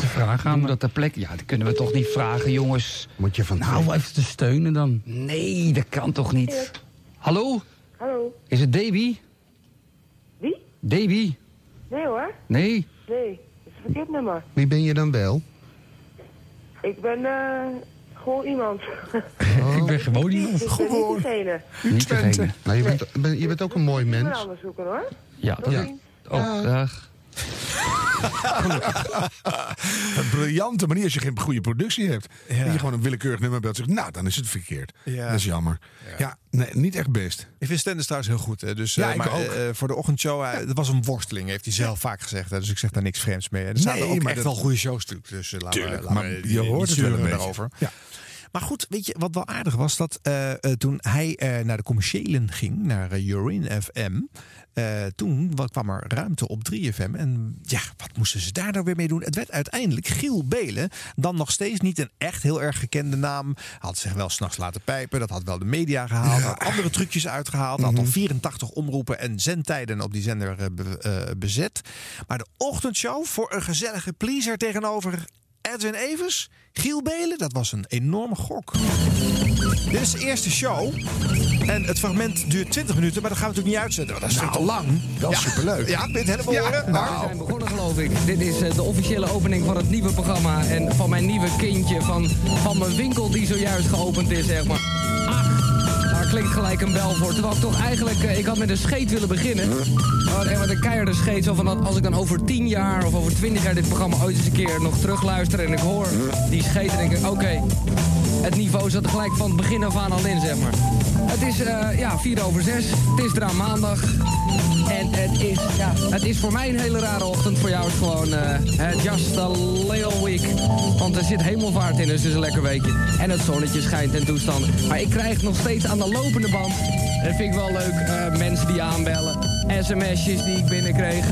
[SPEAKER 8] vraag aan we dat ter plekke. Ja, dat kunnen we toch niet vragen, jongens.
[SPEAKER 21] Moet je van
[SPEAKER 8] nou, even te steunen dan. Nee, dat kan toch niet. Hallo?
[SPEAKER 37] Hallo.
[SPEAKER 8] Is het Davy?
[SPEAKER 37] Wie?
[SPEAKER 8] Davy?
[SPEAKER 37] Nee hoor.
[SPEAKER 8] Nee.
[SPEAKER 37] Nee. Het is een verkeerd nummer.
[SPEAKER 21] Wie ben je dan wel?
[SPEAKER 37] Ik ben eh, gewoon iemand.
[SPEAKER 21] ik ben gewoon
[SPEAKER 37] Ik ben niet diegene.
[SPEAKER 21] Niet
[SPEAKER 8] degene.
[SPEAKER 21] je, bent, ben- je bent ook een mooi
[SPEAKER 37] Ik ben
[SPEAKER 21] mens.
[SPEAKER 37] anders zoeken hoor.
[SPEAKER 8] Ja,
[SPEAKER 21] dat- Ja. Dag.
[SPEAKER 8] Oh, dag.
[SPEAKER 5] Een briljante manier als je geen goede productie hebt. Dat je gewoon een willekeurig nummer belt. Zegt, nou, dan is het verkeerd.
[SPEAKER 6] Ja.
[SPEAKER 5] Dat is jammer. Ja, nee, niet echt best.
[SPEAKER 6] Ik vind Stenders trouwens heel goed. hè. Dus,
[SPEAKER 5] Ja,
[SPEAKER 6] eh,
[SPEAKER 5] ik
[SPEAKER 6] maar
[SPEAKER 5] ook.
[SPEAKER 6] eh, eh, voor de ochtendshow, eh, dat was een worsteling, heeft hij zelf vaak gezegd. hè. Dus ik zeg daar niks vreemds mee. hè. Er staan
[SPEAKER 5] Nee,
[SPEAKER 6] er ook
[SPEAKER 5] maar
[SPEAKER 6] echt
[SPEAKER 5] dat-
[SPEAKER 6] wel goede shows natuurlijk. Dus eh, laten we-
[SPEAKER 5] Tuurlijk,
[SPEAKER 6] laten we
[SPEAKER 5] maar
[SPEAKER 6] die-
[SPEAKER 5] je
[SPEAKER 6] die
[SPEAKER 5] hoort het wel
[SPEAKER 6] zeuren
[SPEAKER 5] een beetje.
[SPEAKER 6] daarover. Maar goed, weet je, wat wel aardig was, dat eh, eh, toen hij eh, naar de commerciëlen ging, naar eh, Urine FM, eh, toen wa- kwam er ruimte op 3FM. En ja, wat moesten ze daar nou weer mee doen? Het werd uiteindelijk Giel Belen, dan nog steeds niet een echt heel erg gekende naam. Had zich wel s'nachts laten pijpen, dat had wel de media gehaald, had andere trucjes uitgehaald, had al
[SPEAKER 5] Mhm.
[SPEAKER 6] 84 omroepen en zendtijden op die zender eh, be- eh, bezet. Maar de ochtendshow voor een gezellige pleaser tegenover Edwin Evers Giel Belen, dat was een enorme gok. Dit is de eerste show. En het fragment duurt 20 minuten, maar dat gaan we natuurlijk niet uitzenden. Want dat is veel te lang.
[SPEAKER 5] Nou, Wel superleuk.
[SPEAKER 6] Ja, dit helemaal eh,
[SPEAKER 5] Ja,
[SPEAKER 6] horen.
[SPEAKER 5] nou.
[SPEAKER 4] We zijn begonnen geloof ik. Dit is eh, de officiële opening van het nieuwe programma. En van mijn nieuwe kindje. Van, van mijn winkel die zojuist geopend is, zeg maar. Ach, daar klinkt gelijk een bel voor. Terwijl ik toch eigenlijk, eh, ik had met een scheet willen beginnen. Maar eh, wat een keiharde scheet. Zo van dat als ik dan over 10 jaar of over 20 jaar dit programma ooit eens een keer nog terugluister. En ik hoor die scheet en denk ik, oké. het niveau zat er gelijk van het begin af aan al in, zeg maar. Het is, eh, ja, 4 over 6. Het is eraan maandag. En het is, ja, het is voor mij een hele rare ochtend. Voor jou is het gewoon eh, eh, just a little week. Want er zit hemelvaart in, dus het is een lekker weekje. En het zonnetje schijnt en toestanden. Maar ik krijg nog steeds aan de lopende band. Dat vind ik wel leuk. eh, mensen die aanbellen. SMS'jes die ik binnenkreeg.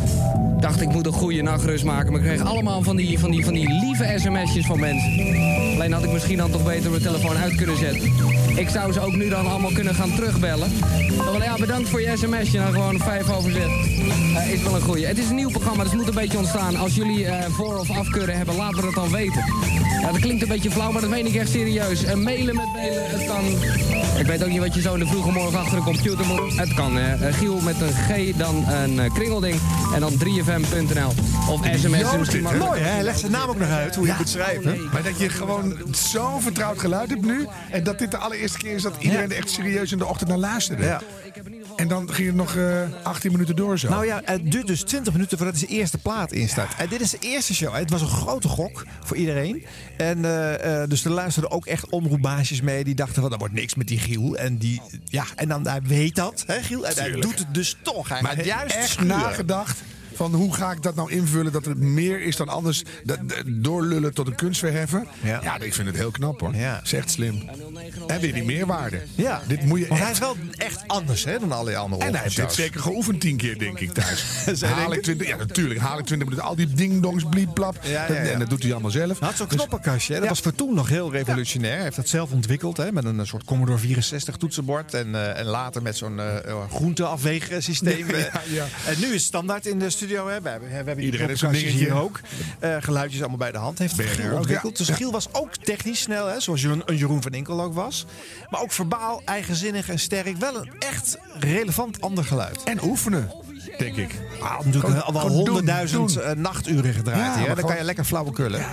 [SPEAKER 4] Ik dacht, ik moet een goede nachtrust maken. Maar ik kreeg allemaal van die, van die, van die lieve sms'jes van mensen. Alleen had ik misschien dan toch beter mijn telefoon uit kunnen zetten. Ik zou ze ook nu dan allemaal kunnen gaan terugbellen. Maar wel, ja, bedankt voor je sms'je. Nou, gewoon vijf over zet. Eh, is wel een goeie. Het is een nieuw programma, dus het moet een beetje ontstaan. Als jullie eh, voor- of afkeuren hebben, laten we dat dan weten. Ja, dat klinkt een beetje flauw, maar dat meen ik echt serieus. Eh, mailen met mailen, het kan. Ik weet ook niet wat je zo in de vroege morgen achter de computer moet. Het kan, hè. Eh, Giel met een G, dan een eh, kringelding en dan 3fm.nl. Of sms'en misschien maar.
[SPEAKER 6] Mooi hè, leg zijn naam ook nog uit, hoe je het moet schrijven.
[SPEAKER 5] Maar dat je gewoon zo'n vertrouwd geluid hebt nu. En dat dit de allereerste keer is dat iedereen er echt serieus in de ochtend naar luisterde. En dan ging het nog eh, 18 minuten door zo.
[SPEAKER 6] Nou ja, het duurt dus 20 minuten voordat zijn eerste plaat instart. En dit is de eerste show. hè. Het was een grote gok voor iedereen. En eh, eh, dus er luisterden ook echt omroepbaasjes mee. Die dachten van, dat wordt niks met die Giel. En, die, ja, en dan hij weet dat, hè Giel? En hij
[SPEAKER 5] Tuurlijk.
[SPEAKER 6] doet het dus toch. Hij
[SPEAKER 5] Maar
[SPEAKER 6] gaat
[SPEAKER 5] juist
[SPEAKER 6] juist
[SPEAKER 5] echt
[SPEAKER 6] schuren.
[SPEAKER 5] nagedacht van hoe ga ik dat nou invullen dat het meer is dan anders dat, dat- doorlullen tot een kunstverheffen.
[SPEAKER 6] Oh,
[SPEAKER 5] Ja. ik vind het heel knap hoor. Is echt slim. En weer die meerwaarde. Ja. Dit moet je
[SPEAKER 6] Want hij
[SPEAKER 5] echt-
[SPEAKER 6] is wel echt anders hè, dan alle andere
[SPEAKER 5] En hij heeft dit
[SPEAKER 6] ochtendshows.
[SPEAKER 5] zeker geoefend tien keer, denk ik, thuis.
[SPEAKER 6] Zij
[SPEAKER 5] haal
[SPEAKER 6] denken?
[SPEAKER 5] ik 20, ja, natuurlijk. Haal ik 20 minuten. Al die dingdongs, bliepplap.
[SPEAKER 6] Ja, ja, ja.
[SPEAKER 5] En dat doet hij allemaal zelf. Dus-
[SPEAKER 6] Hij had zo'n knoppenkastje. hè. Dat was voor toen nog heel revolutionair. Hij heeft dat zelf ontwikkeld. Hè, met een eh, soort Commodore 64 toetsenbord. En, eh, en later met zo'n eh, eh, groenteafweegsysteem.
[SPEAKER 5] Ja, ja, ja.
[SPEAKER 6] En nu is het standaard in de studio. Hè. We hebben, we hebben die
[SPEAKER 5] Iedereen heeft zo'n
[SPEAKER 6] knoppenkastjes hier
[SPEAKER 5] dingetje.
[SPEAKER 6] ook. Eh, geluidjes allemaal bij de hand. Heeft
[SPEAKER 5] BNR ook,
[SPEAKER 6] Giel
[SPEAKER 5] ja.
[SPEAKER 6] ontwikkeld. Dus
[SPEAKER 5] Ja.
[SPEAKER 6] Giel was ook technisch snel. Hè, zoals Jeroen, een Jeroen van Inkel ook was. Maar ook verbaal, eigenzinnig en sterk. Wel een echt relevant ander geluid.
[SPEAKER 5] En oefenen, denk ik.
[SPEAKER 6] Ah, natuurlijk
[SPEAKER 5] Gewoon-
[SPEAKER 6] wel- wel
[SPEAKER 5] gewoon doen,
[SPEAKER 6] honderdduizend
[SPEAKER 5] doen.
[SPEAKER 6] eh, nachturen gedraaid.
[SPEAKER 5] Ja,
[SPEAKER 6] hier, hè.
[SPEAKER 5] maar
[SPEAKER 6] Dan kan
[SPEAKER 5] gewoon-
[SPEAKER 6] je lekker flauwe kullen.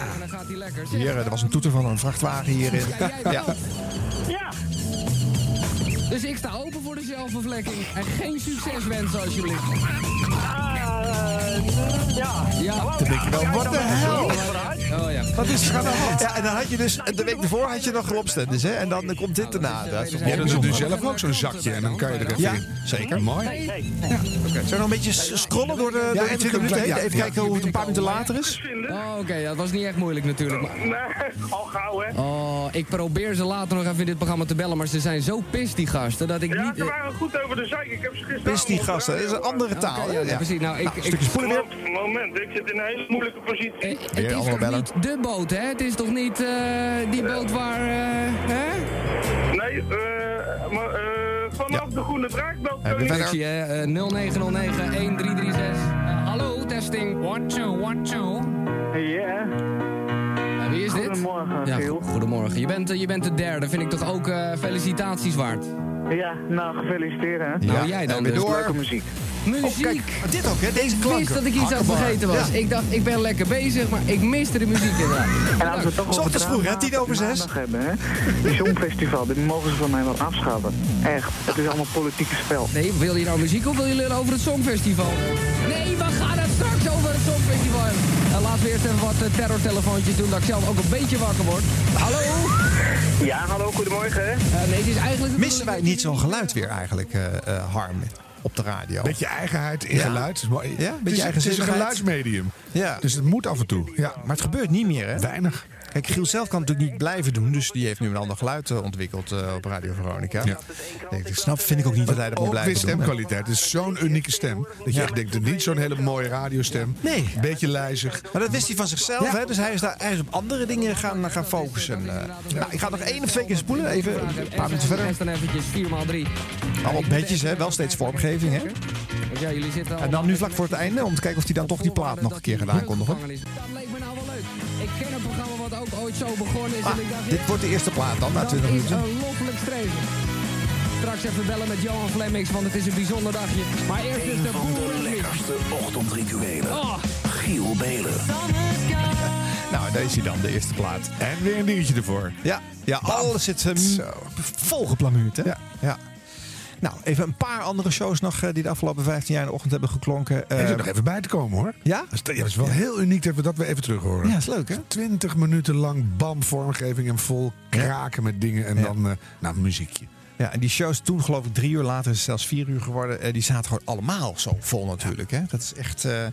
[SPEAKER 6] Hier, eh, er was een toeter van een vrachtwagen hierin. Ja.
[SPEAKER 4] Ja. Dus ik sta open voor de zelfvervlekking. En geen succes wensen alsjeblieft. ja. Ja.
[SPEAKER 6] Toen denk ik wel, wat de hel?
[SPEAKER 4] Oh ja.
[SPEAKER 6] Wat is er aan de hand? Ja, en dan had je dus, de week ervoor had je nog Robstenders, hè? En dan eh, komt dit erna. Dat is
[SPEAKER 5] Ja, dan doet u zelf ook zo'n zakje en dan kan je er even
[SPEAKER 6] Ja,
[SPEAKER 5] in.
[SPEAKER 6] zeker.
[SPEAKER 5] Mooi.
[SPEAKER 6] Ja. Zullen we nog een beetje s- scrollen door de, door de 20 minuten heen? Even kijken hoe het een paar minuten later is.
[SPEAKER 4] Oh, oké, ja, dat was niet echt moeilijk natuurlijk. al gauw, hè? Oh, ik probeer ze later nog even in dit programma te bellen, maar ze zijn zo pist, die gasten, dat ik niet...
[SPEAKER 9] waren goed over de zijk. Ik heb ze gisteren.
[SPEAKER 6] Pist die gasten, dat is een andere taal.
[SPEAKER 4] Oké,
[SPEAKER 6] hè?
[SPEAKER 4] ja, ja, precies. Nou, ik-
[SPEAKER 6] een
[SPEAKER 4] ik-
[SPEAKER 6] stukje spoelen weer.
[SPEAKER 9] Moment, ik zit in een hele moeilijke positie.
[SPEAKER 4] Het is toch niet de boot, hè? Het is toch niet eh, die boot waar... eh, hè?
[SPEAKER 9] Nee, eh, maar, eh, vanaf de groene eh, draakbel.
[SPEAKER 4] Perfectie, hè? 0909-1336. Eh, hallo, testing. 1, 2, 1, 2. Ja. Eh, wie is dit? Goedemorgen, ja, go- Goedemorgen. Je bent, eh, je bent de derde. Vind ik toch ook eh, felicitaties waard?
[SPEAKER 9] Ja, nou gefeliciteerd hè.
[SPEAKER 4] Nou, jij dan dus.
[SPEAKER 9] Leuke muziek.
[SPEAKER 4] Muziek.
[SPEAKER 6] Oh, dit ook, hè? Deze
[SPEAKER 4] Ik
[SPEAKER 6] klanken.
[SPEAKER 4] wist dat ik iets had
[SPEAKER 6] Hakkenbar.
[SPEAKER 4] vergeten was.
[SPEAKER 6] Ja.
[SPEAKER 4] Ik dacht, ik ben lekker bezig, maar ik miste de muziek inderdaad.
[SPEAKER 9] En als we toch
[SPEAKER 4] S
[SPEAKER 9] over
[SPEAKER 4] ochtends vroeg, hè? 10 over
[SPEAKER 9] 6. hebben, hè? Het Songfestival, dit mogen ze van mij wel afschaffen. Echt, het is allemaal politieke spel.
[SPEAKER 4] Nee, wil je nou muziek of wil je lullen over het Songfestival? Nee, we gaan het straks over het Songfestival hebben. Eh, laten we eerst even wat eh, terrortelefoontjes doen, dat ik zelf ook een beetje wakker word. Hallo? Eh,
[SPEAKER 9] Ja, hallo, goedemorgen.
[SPEAKER 4] nee, het is eigenlijk...
[SPEAKER 6] Missen wij niet zo'n geluid weer eigenlijk, eh, eh, Harm, op de radio?
[SPEAKER 5] Beetje eigenheid in
[SPEAKER 6] Ja.
[SPEAKER 5] geluid. Ja,
[SPEAKER 6] Ja,
[SPEAKER 5] beetje het,
[SPEAKER 6] beetje
[SPEAKER 5] is, het is een
[SPEAKER 6] eigenzinnigheid.
[SPEAKER 5] geluidsmedium.
[SPEAKER 6] Ja.
[SPEAKER 5] Dus het moet af en toe. Ja.
[SPEAKER 6] Maar het gebeurt niet meer, hè? Weinig. Kijk, Giel zelf kan het natuurlijk niet blijven doen. Dus die heeft nu een ander geluid eh, ontwikkeld eh, op Radio Veronica. Ik Denk, ik snap, vind ik ook niet dat hij dat moet
[SPEAKER 5] Ook weer
[SPEAKER 6] blijven doen.
[SPEAKER 5] stemkwaliteit. Het is zo'n unieke stem. Dat je echt denkt, het is niet zo'n hele mooie radiostem.
[SPEAKER 6] Nee.
[SPEAKER 5] Beetje lijzig.
[SPEAKER 6] Maar dat wist hij van zichzelf, hè? Dus hij is, daar, hij is op andere dingen gaan, gaan focussen. eh. Nou, ik ga nog één of twee keer spoelen. Even een paar minuten verder.
[SPEAKER 4] dan eventjes 4x3.
[SPEAKER 6] Allemaal bedjes, hè? Wel steeds vormgeving, hè?
[SPEAKER 4] Want ja, jullie zitten al...
[SPEAKER 6] En dan nu vlak voor het einde, om te kijken of hij dan toch die plaat nog een keer gaat aankondigen.
[SPEAKER 4] Dat leek me nou wel leuk. Ik ken een programma wat ook ooit zo begonnen is. en ik dacht,
[SPEAKER 6] Ah, Dit wordt de eerste plaat dan, na 20
[SPEAKER 4] dat
[SPEAKER 6] minuten.
[SPEAKER 4] is een loffelijk streven. Straks even bellen met Johan Flemmings, want het is een bijzonder dagje. Maar eerst is de boerenmuziek.
[SPEAKER 36] Lekkerste ochtendrituelen.
[SPEAKER 4] Oh.
[SPEAKER 36] Giel Belen.
[SPEAKER 6] Nou, deze dan, de eerste plaat.
[SPEAKER 5] En weer een dingetje ervoor.
[SPEAKER 6] Ja, ja alles zit um, volgeplamuurd, hè? Ja, ja. Nou, even een paar andere shows nog eh, die de afgelopen 15 jaar in de ochtend hebben geklonken.
[SPEAKER 5] er
[SPEAKER 6] Eh,
[SPEAKER 5] zit nog even bij te komen hoor.
[SPEAKER 6] Ja?
[SPEAKER 5] Dat is, dat is wel heel uniek dat we dat weer even terug horen.
[SPEAKER 6] Ja, is leuk hè?
[SPEAKER 5] 20 minuten lang bam vormgeving en vol kraken met dingen en dan eh, nou, muziekje.
[SPEAKER 6] Ja, en die shows toen geloof ik drie uur later is het zelfs vier uur geworden. Eh, die zaten gewoon allemaal zo vol natuurlijk. Hè? Dat is echt... eh,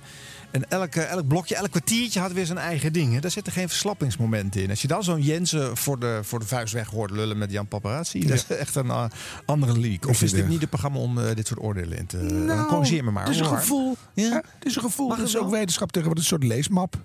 [SPEAKER 6] en elke, elk blokje, elk kwartiertje had weer zijn eigen ding. Hè? Daar zitten geen verslappingsmomenten in. Als je dan zo'n Jensen voor de, voor de vuist weg hoort lullen met Jan Paparazzi... dat is echt een eh, andere league. Of is dit niet het programma om eh, dit soort oordelen in te...
[SPEAKER 5] Nou,
[SPEAKER 6] corrigeer me maar.
[SPEAKER 5] Het is een
[SPEAKER 6] hoor.
[SPEAKER 5] gevoel. Ja? Het is een gevoel.
[SPEAKER 6] Mag
[SPEAKER 5] dat is
[SPEAKER 6] het
[SPEAKER 5] ook
[SPEAKER 6] dus wel?
[SPEAKER 5] wetenschap tegenwoordig. Een soort leesmap.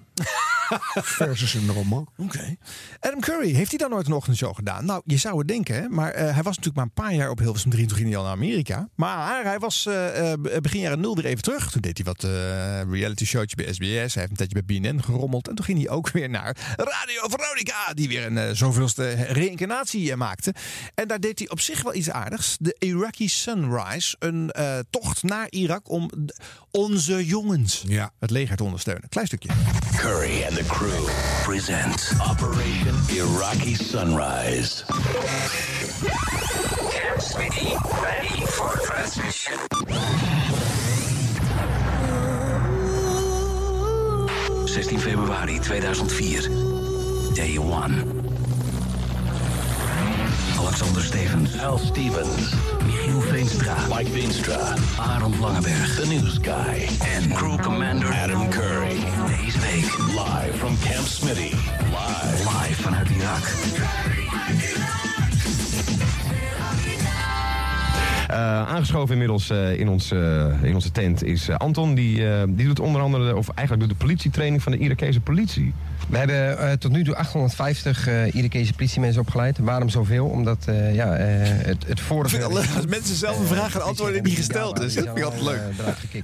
[SPEAKER 5] Versus een roman.
[SPEAKER 6] Oké. Adam Curry, heeft hij dan nooit een ochtendshow gedaan? Nou, je zou het denken, hè? maar eh, hij was natuurlijk maar een paar jaar op Hilversum 3. Toen ging hij al naar Amerika. Maar hij was eh, eh, begin jaren nul weer even terug. Toen deed hij wat eh reality showtje bij SBS. Hij heeft een tijdje bij BNN gerommeld. En toen ging hij ook weer naar Radio Veronica. Die weer een eh, zoveelste reïncarnatie eh, maakte. En daar deed hij op zich wel iets aardigs. De Iraqi Sunrise. Een eh, tocht naar Irak om d- onze jongens het leger te ondersteunen. Klein stukje.
[SPEAKER 36] Curry and the crew present Operation Iraqi Sunrise.
[SPEAKER 15] Smitty, ready for transition.
[SPEAKER 36] Op 16 februari 2004. Day 1. Alexander Stevens. Al Stevens. Michiel Veenstra. Mike Veenstra. Arend Langeberg. The News Guy. En crew commander Adam Curry. Deze week live from Camp Smitty. Live. Live vanuit Irak.
[SPEAKER 38] Eh, aangeschoven inmiddels eh, in, ons, eh, in onze tent is eh, Anton. Die, eh, die doet onder andere, of eigenlijk doet de politietraining van de Irakese politie.
[SPEAKER 39] We hebben eh, tot nu toe 850 eh Irakese politiemensen opgeleid. Waarom zoveel? Omdat eh, ja, eh, het, het vorige...
[SPEAKER 6] Als mensen zelf een vraag en antwoorden die eh, niet gesteld is, dat vind ik altijd leuk.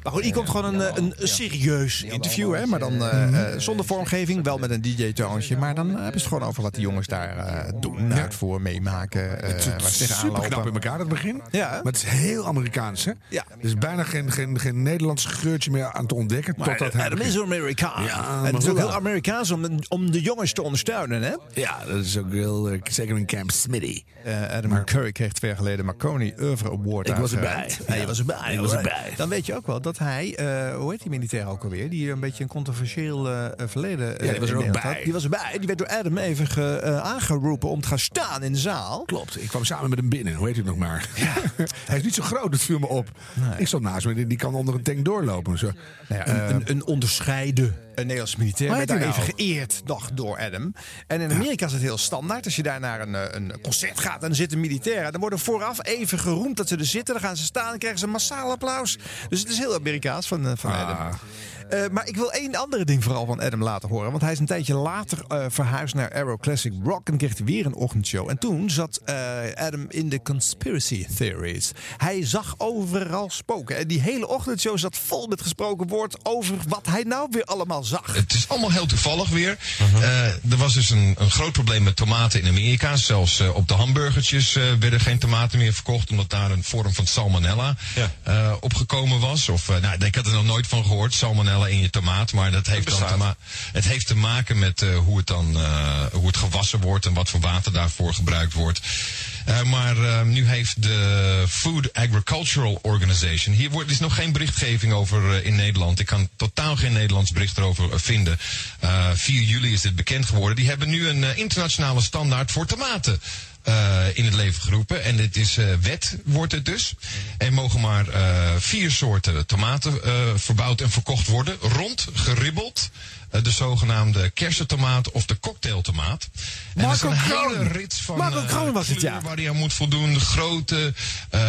[SPEAKER 6] Maar goed, hier komt gewoon een, eh, een serieus interview, hè? maar dan eh, eh, zonder vormgeving, wel met een DJ-toontje. Maar dan hebben ze het gewoon over wat die jongens daar eh, doen, uitvoeren, meemaken. eh,
[SPEAKER 5] Het
[SPEAKER 6] waar
[SPEAKER 5] zit
[SPEAKER 6] ze tegenaan
[SPEAKER 5] super knap
[SPEAKER 6] lopen.
[SPEAKER 5] in elkaar, het begin.
[SPEAKER 6] Ja.
[SPEAKER 5] Maar het is heel Amerikaans, hè?
[SPEAKER 6] Ja.
[SPEAKER 5] Er is bijna geen, geen, geen Nederlands geurtje meer aan te ontdekken.
[SPEAKER 6] Maar eh,
[SPEAKER 5] totdat hij
[SPEAKER 6] Adam
[SPEAKER 5] begint.
[SPEAKER 6] is Amerikaan.
[SPEAKER 5] Ja,
[SPEAKER 6] en
[SPEAKER 5] maar
[SPEAKER 6] het is ook
[SPEAKER 5] wel.
[SPEAKER 6] heel Amerikaans om, om de jongens te ondersteunen, hè?
[SPEAKER 5] Ja, dat is ook heel... eh, zeker in Camp Smitty.
[SPEAKER 6] Eh, Adam Curry kreeg twee jaar geleden Marconi Oeuvre Award
[SPEAKER 5] Ik was
[SPEAKER 6] uitgereikt.
[SPEAKER 5] erbij.
[SPEAKER 6] Ja, je
[SPEAKER 5] Ja.
[SPEAKER 6] was erbij.
[SPEAKER 5] Ik was
[SPEAKER 6] hoor.
[SPEAKER 5] erbij.
[SPEAKER 6] Dan weet je ook wel dat hij, eh, hoe heet die militair ook alweer, die een beetje een controversieel eh, eh, verleden eh,
[SPEAKER 5] Ja, die was er
[SPEAKER 6] in
[SPEAKER 5] ook
[SPEAKER 6] Nederland had.
[SPEAKER 5] bij.
[SPEAKER 6] Die was erbij. Die werd door Adam even ge- eh, aangeroepen om te gaan staan in de zaal.
[SPEAKER 5] Klopt, ik kwam samen met hem binnen. Hoe heet hij nog maar? hij is niet zo groot, dat viel me op. Ik stond naast me, die- die kan onder een tank doorlopen. Zo.
[SPEAKER 6] een, een, een onderscheiden een Nederlands militair
[SPEAKER 5] Hoe
[SPEAKER 6] werd
[SPEAKER 5] heet
[SPEAKER 6] daar
[SPEAKER 5] hij
[SPEAKER 6] even
[SPEAKER 5] nou?
[SPEAKER 6] geëerd dag door Adam. En in Amerika is het heel standaard. Als je daar naar een, eh, een concert gaat en er zitten militairen... dan worden vooraf even geroemd dat ze er zitten. Dan gaan ze staan en krijgen ze een massaal applaus. Dus het is heel Amerikaans van, eh,
[SPEAKER 5] Ah.
[SPEAKER 6] van Adam. Eh, maar ik wil één andere ding vooral van Adam laten horen. Want hij is een tijdje later eh, verhuisd naar Aero Classic Rock... en kreeg hij weer een ochtendshow. En toen zat eh, Adam in de conspiracy theories. Hij zag overal spoken. En die hele ochtendshow zat vol met gesproken woord... over wat hij nou weer allemaal zag.
[SPEAKER 12] Het is allemaal heel toevallig weer.
[SPEAKER 38] Mhm.
[SPEAKER 12] Eh, er was dus een, een groot probleem met tomaten in Amerika. Zelfs eh, op de hamburgertjes eh, werden geen tomaten meer verkocht. Omdat daar een vorm van salmonella eh, opgekomen was. Of, eh, nou, ik had er nog nooit van gehoord, salmonella in je tomaat. Maar dat heeft, dan te, ma- het heeft te maken met eh, hoe, het dan, eh, hoe het gewassen wordt. En wat voor water daarvoor gebruikt wordt. Eh, maar eh, nu heeft de Food Agricultural Organization. Hier wordt, er is nog geen berichtgeving over eh, in Nederland. Ik kan totaal geen Nederlands bericht erover eh, vinden. Eh, 4 juli is dit bekend geworden. Die hebben nu een eh, internationale standaard voor tomaten. eh, in het leven geroepen. En dit is eh, wet, wordt het dus. Er mogen maar eh, vier soorten tomaten eh, verbouwd en verkocht worden. Rond, geribbeld, eh, de zogenaamde kersentomaat of de cocktailtomaat. En dat is
[SPEAKER 6] Marco
[SPEAKER 12] een
[SPEAKER 6] Kroon.
[SPEAKER 12] hele rits van
[SPEAKER 6] Marco
[SPEAKER 12] eh,
[SPEAKER 6] Kroon was het, ja.
[SPEAKER 12] kleuren waar hij aan moet voldoen. De grootte, eh,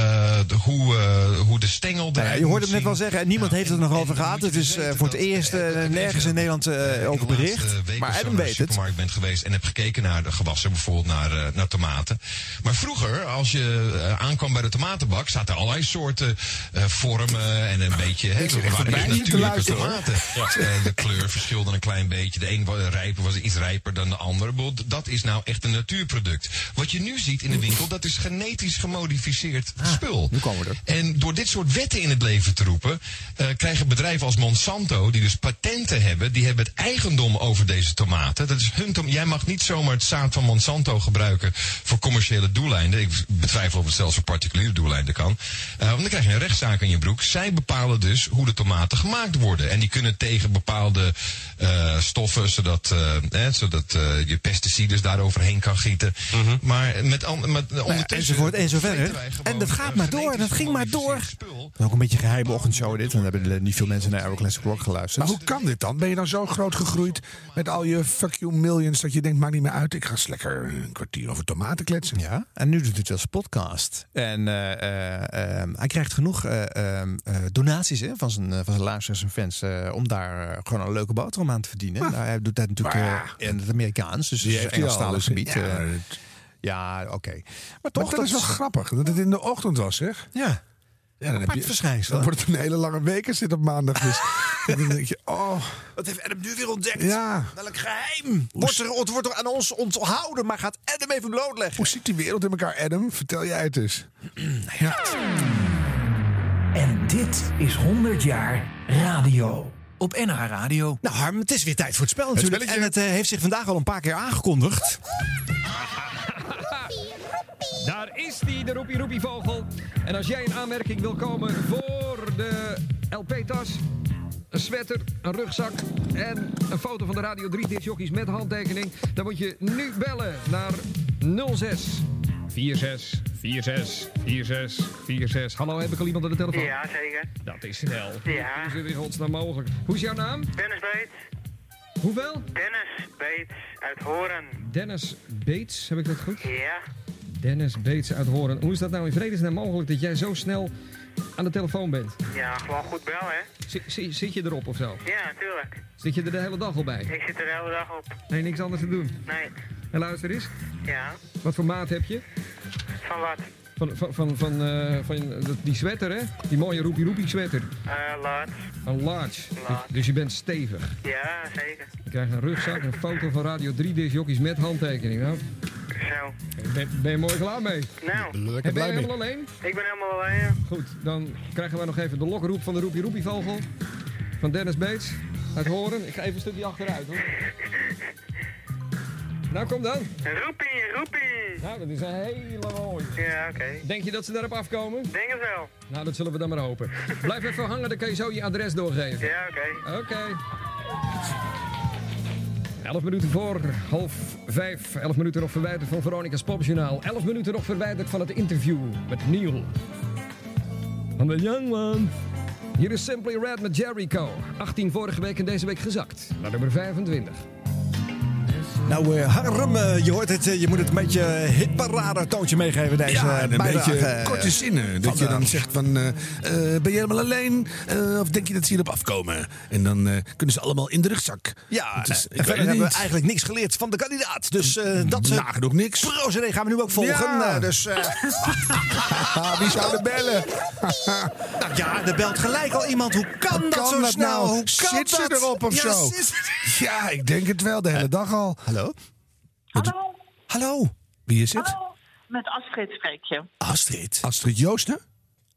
[SPEAKER 12] de, hoe, eh, hoe de stengel eruit
[SPEAKER 6] Nou Ja, je hoorde hem net wel zeggen, en Eh, niemand heeft het er nog over gehad. Het is eh, voor het eerst eh, nergens in Nederland eh, over bericht.
[SPEAKER 12] week
[SPEAKER 6] Maar
[SPEAKER 12] of zo
[SPEAKER 6] Adam
[SPEAKER 12] naar de
[SPEAKER 6] weet het.
[SPEAKER 12] supermarkt bent geweest en heb gekeken naar de gewassen, bijvoorbeeld naar, eh, naar tomaten. tomaten. Maar vroeger, als je eh, aankwam bij de tomatenbak, zaten allerlei soorten eh, vormen en een beetje. hè,
[SPEAKER 5] Nou, Ik zit
[SPEAKER 12] we waren
[SPEAKER 5] echt voorbij
[SPEAKER 12] echt
[SPEAKER 5] hier te
[SPEAKER 12] natuurlijke
[SPEAKER 5] luisteren, hoor.
[SPEAKER 12] tomaten. Eh, de kleur verschilde een klein beetje. De een was rijper, was iets rijper dan de andere. Bedoel, Dat is nou echt een natuurproduct. Wat je nu ziet in de winkel, dat is genetisch gemodificeerd
[SPEAKER 5] Ah.
[SPEAKER 12] spul. Nou, Nu komen we er. En door dit soort wetten in het leven te roepen, eh, krijgen bedrijven als Monsanto, die dus patenten hebben, die hebben het eigendom over deze tomaten. Dat is hun tom Jij mag niet zomaar het zaad van Monsanto gebruiken voor commerciële doeleinden. Ik betwijfel of het zelfs voor particuliere doeleinden kan. Eh, want dan krijg je een rechtszaak in je broek. Zij bepalen dus hoe de tomaten gemaakt worden. En die kunnen tegen bepaalde eh, stoffen, zodat, eh, hè, zodat eh, je pesticiden daaroverheen kan gieten. Maar met, an- met
[SPEAKER 6] Nou
[SPEAKER 12] ondertussen...
[SPEAKER 6] enzovoort enzovoort. En dat gaat maar door, dat ging maar door. Ook een beetje een geheime ochtendshow dit, want dan hebben er niet veel mensen naar Euroclassic Rock geluisterd.
[SPEAKER 5] Maar hoe kan dit dan? Ben je dan zo groot gegroeid met al je fuck you millions dat je denkt, maakt niet meer uit. Ik ga eens lekker een kwartier over tomaten kletsen.
[SPEAKER 6] Ja, en nu doet het als podcast. En eh, eh, eh, hij krijgt genoeg eh, eh, eh, donaties hè, van, zijn, eh, van zijn luisteraars en fans eh, om daar eh, gewoon een leuke boterham aan te verdienen. Nou, hij doet dat natuurlijk
[SPEAKER 5] Maar
[SPEAKER 6] eh, in het Amerikaans, dus
[SPEAKER 5] Die
[SPEAKER 6] het is
[SPEAKER 5] heeft hij al,
[SPEAKER 6] Engelstalig
[SPEAKER 5] dus-
[SPEAKER 6] gebied.
[SPEAKER 5] ja,
[SPEAKER 6] eh.
[SPEAKER 5] dat-
[SPEAKER 6] ja, oké.
[SPEAKER 5] Maar toch, dat is wel grappig dat het in de ochtend was, zeg.
[SPEAKER 6] Ja.
[SPEAKER 5] Ja, dan, heb
[SPEAKER 6] Apart
[SPEAKER 5] je,
[SPEAKER 6] verschijnsel,
[SPEAKER 5] dan
[SPEAKER 6] hè?
[SPEAKER 5] wordt het een hele lange week als dit op maandag is. en dan denk je, oh,
[SPEAKER 6] Wat heeft Adam nu weer ontdekt?
[SPEAKER 5] Ja.
[SPEAKER 6] Welk geheim? Wordt er, het wordt er aan ons onthouden, maar gaat Adam even blootleggen?
[SPEAKER 5] hoe zit die wereld in elkaar, Adam? Vertel jij het eens.
[SPEAKER 15] En dit is 100 jaar radio. Op NH Radio.
[SPEAKER 6] Nou Harm, het is weer tijd voor het spel
[SPEAKER 15] Het
[SPEAKER 6] natuurlijk. en
[SPEAKER 15] spelletje.
[SPEAKER 6] het eh, heeft zich vandaag al een paar keer aangekondigd.
[SPEAKER 39] Daar is die, de roepie roepie vogel. En als jij in aanmerking wil komen voor de LP-tas, een sweater, een rugzak en een foto van de Radio 3 discjockeys met handtekening, dan moet je nu bellen naar 06 46 46 46 46. Hallo, heb ik al iemand aan de telefoon?
[SPEAKER 16] Ja, zeker.
[SPEAKER 39] Dat is snel.
[SPEAKER 16] Ja.
[SPEAKER 39] Hoe is dit in godsnaam mogelijk? Hoe is jouw naam?
[SPEAKER 16] Dennis Beets.
[SPEAKER 39] Hoeveel?
[SPEAKER 16] Dennis Beets uit Horen.
[SPEAKER 39] Dennis Bates, heb ik dat goed?
[SPEAKER 16] Ja.
[SPEAKER 39] Dennis Beets uit Horen. Hoe is dat nou in vredesnaam mogelijk dat jij zo snel aan de telefoon bent?
[SPEAKER 16] Ja, gewoon goed bellen, hè?
[SPEAKER 39] Zi- zi- zit je erop of zo?
[SPEAKER 16] Ja, natuurlijk.
[SPEAKER 39] Zit je er de hele dag al bij?
[SPEAKER 16] Ik zit er de hele dag op.
[SPEAKER 39] Nee, niks anders te doen.
[SPEAKER 16] Nee.
[SPEAKER 39] En luister eens,
[SPEAKER 16] Ja.
[SPEAKER 39] wat voor maat heb je?
[SPEAKER 16] Van wat?
[SPEAKER 39] Van, van, van, van, eh, van dat- die sweater, hè? Die mooie roepie roepie sweater.
[SPEAKER 16] Eh, laat.
[SPEAKER 39] Een large.
[SPEAKER 16] Large.
[SPEAKER 39] Dus, dus je bent stevig.
[SPEAKER 16] Ja, zeker.
[SPEAKER 39] Je krijgt een rugzak, een foto van Radio 3 discjockeys met handtekening. Nou,
[SPEAKER 16] Zo.
[SPEAKER 39] ben, ben je mooi klaar mee?
[SPEAKER 16] Nou.
[SPEAKER 39] En ben je helemaal alleen?
[SPEAKER 16] Ik ben helemaal alleen. ja.
[SPEAKER 39] Goed, dan krijgen wij nog even de lokroep van de roepie roepie vogel. Van Dennis Beets uit Horen. Ik ga even een stukje achteruit hoor. Nou, kom dan.
[SPEAKER 16] Roepie, roepie.
[SPEAKER 39] Nou, dat is een hele mooie.
[SPEAKER 16] Ja, oké.
[SPEAKER 39] Denk je dat ze daarop afkomen?
[SPEAKER 16] Denk het wel.
[SPEAKER 39] Nou, dat zullen we dan maar hopen. Blijf even hangen, dan kan je zo je adres doorgeven.
[SPEAKER 16] Ja, oké.
[SPEAKER 39] Oké. 11 minuten voor half vijf. 11 minuten nog verwijderd van Veronica's Popjournaal. 11 minuten nog verwijderd van het interview met Neil. Van de Young One. Hier is Simply Red met Jericho. 18 vorige week en deze week gezakt. Naar nummer 25.
[SPEAKER 6] Nou, eh, Harm, eh, je hoort het. eh, je moet het een beetje hitparade toontje meegeven deze
[SPEAKER 5] Ja, en een
[SPEAKER 6] bijdrage,
[SPEAKER 5] beetje
[SPEAKER 6] eh,
[SPEAKER 5] korte zinnen.
[SPEAKER 6] van
[SPEAKER 5] Dat je
[SPEAKER 6] de-
[SPEAKER 5] dan zegt van, eh, eh, ben je helemaal alleen? Eh, of denk je dat ze hierop afkomen? En dan eh, kunnen ze allemaal in de rugzak.
[SPEAKER 6] Ja,
[SPEAKER 5] Het is- ik
[SPEAKER 6] en
[SPEAKER 5] weet het
[SPEAKER 6] verder hebben we
[SPEAKER 5] niet.
[SPEAKER 6] eigenlijk niks geleerd van de kandidaat. Dus eh dat... Uh,
[SPEAKER 5] Nagenoeg niks.
[SPEAKER 6] Procedé gaan we nu ook volgen.
[SPEAKER 5] Ja.
[SPEAKER 6] eh, dus... eh, wie zou er bellen? nou ja, er belt gelijk al iemand. Hoe kan dat
[SPEAKER 5] Kan
[SPEAKER 6] zo
[SPEAKER 5] dat
[SPEAKER 6] snel?
[SPEAKER 5] nou?
[SPEAKER 6] Hoe kan
[SPEAKER 5] Zit ze
[SPEAKER 6] dat?
[SPEAKER 5] erop of
[SPEAKER 6] ja,
[SPEAKER 5] zo?
[SPEAKER 6] zit ze- Eh,
[SPEAKER 5] Ja, ik denk het wel, de hele dag al.
[SPEAKER 6] Hallo?
[SPEAKER 29] Hallo,
[SPEAKER 5] Hallo? Wie is het?
[SPEAKER 29] hallo. Met Astrid spreek je.
[SPEAKER 5] Astrid. Astrid Joosten?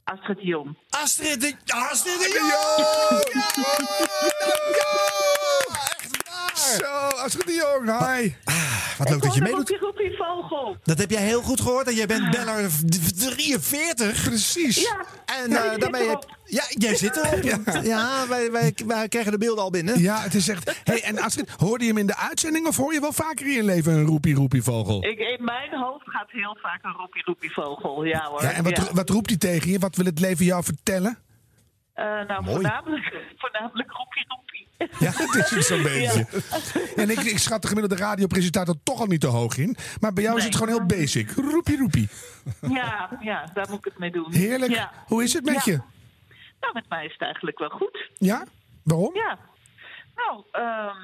[SPEAKER 29] Astrid Jong.
[SPEAKER 6] Astrid de, Astrid de Jong! Ja!
[SPEAKER 5] Zo, Astrid de Jong, hi.
[SPEAKER 6] Ah, Wat leuk dat je meedoet.
[SPEAKER 29] Roepie, roepie, vogel.
[SPEAKER 6] Dat heb jij heel goed gehoord. En jij bent beller v- v- 43.
[SPEAKER 5] Precies.
[SPEAKER 29] Ja,
[SPEAKER 6] En
[SPEAKER 29] ja,
[SPEAKER 6] eh,
[SPEAKER 29] ik zit
[SPEAKER 6] daarmee
[SPEAKER 29] erop.
[SPEAKER 6] heb- Ja, jij zit erop. Ja, wij, wij, wij krijgen de beelden al binnen.
[SPEAKER 5] Ja, het is echt... Hey, en Astrid, hoorde je hem in de uitzending of hoor je wel vaker in je leven een roepie-roepie-vogel?
[SPEAKER 29] Ik, in mijn hoofd gaat heel vaak een roepie roepie vogel. Ja hoor.
[SPEAKER 5] Ja, en wat, wat roept hij tegen je? Wat wil het leven jou vertellen?
[SPEAKER 29] Eh, nou,
[SPEAKER 5] Mooi.
[SPEAKER 29] voornamelijk, voornamelijk roepie roepie.
[SPEAKER 5] Ja, dat is het zo'n beetje. En ik, ik schat de gemiddelde radiopresentator toch al niet te hoog in. Maar bij jou is het
[SPEAKER 29] Nee.
[SPEAKER 5] gewoon heel basic. Roepie roepie.
[SPEAKER 29] Ja, ja, daar moet ik het mee doen.
[SPEAKER 5] Heerlijk.
[SPEAKER 29] Ja.
[SPEAKER 5] Hoe is het met
[SPEAKER 29] Ja.
[SPEAKER 5] je?
[SPEAKER 29] Nou, met mij is het eigenlijk wel goed.
[SPEAKER 5] Ja? Waarom?
[SPEAKER 29] Ja. Nou, ehm,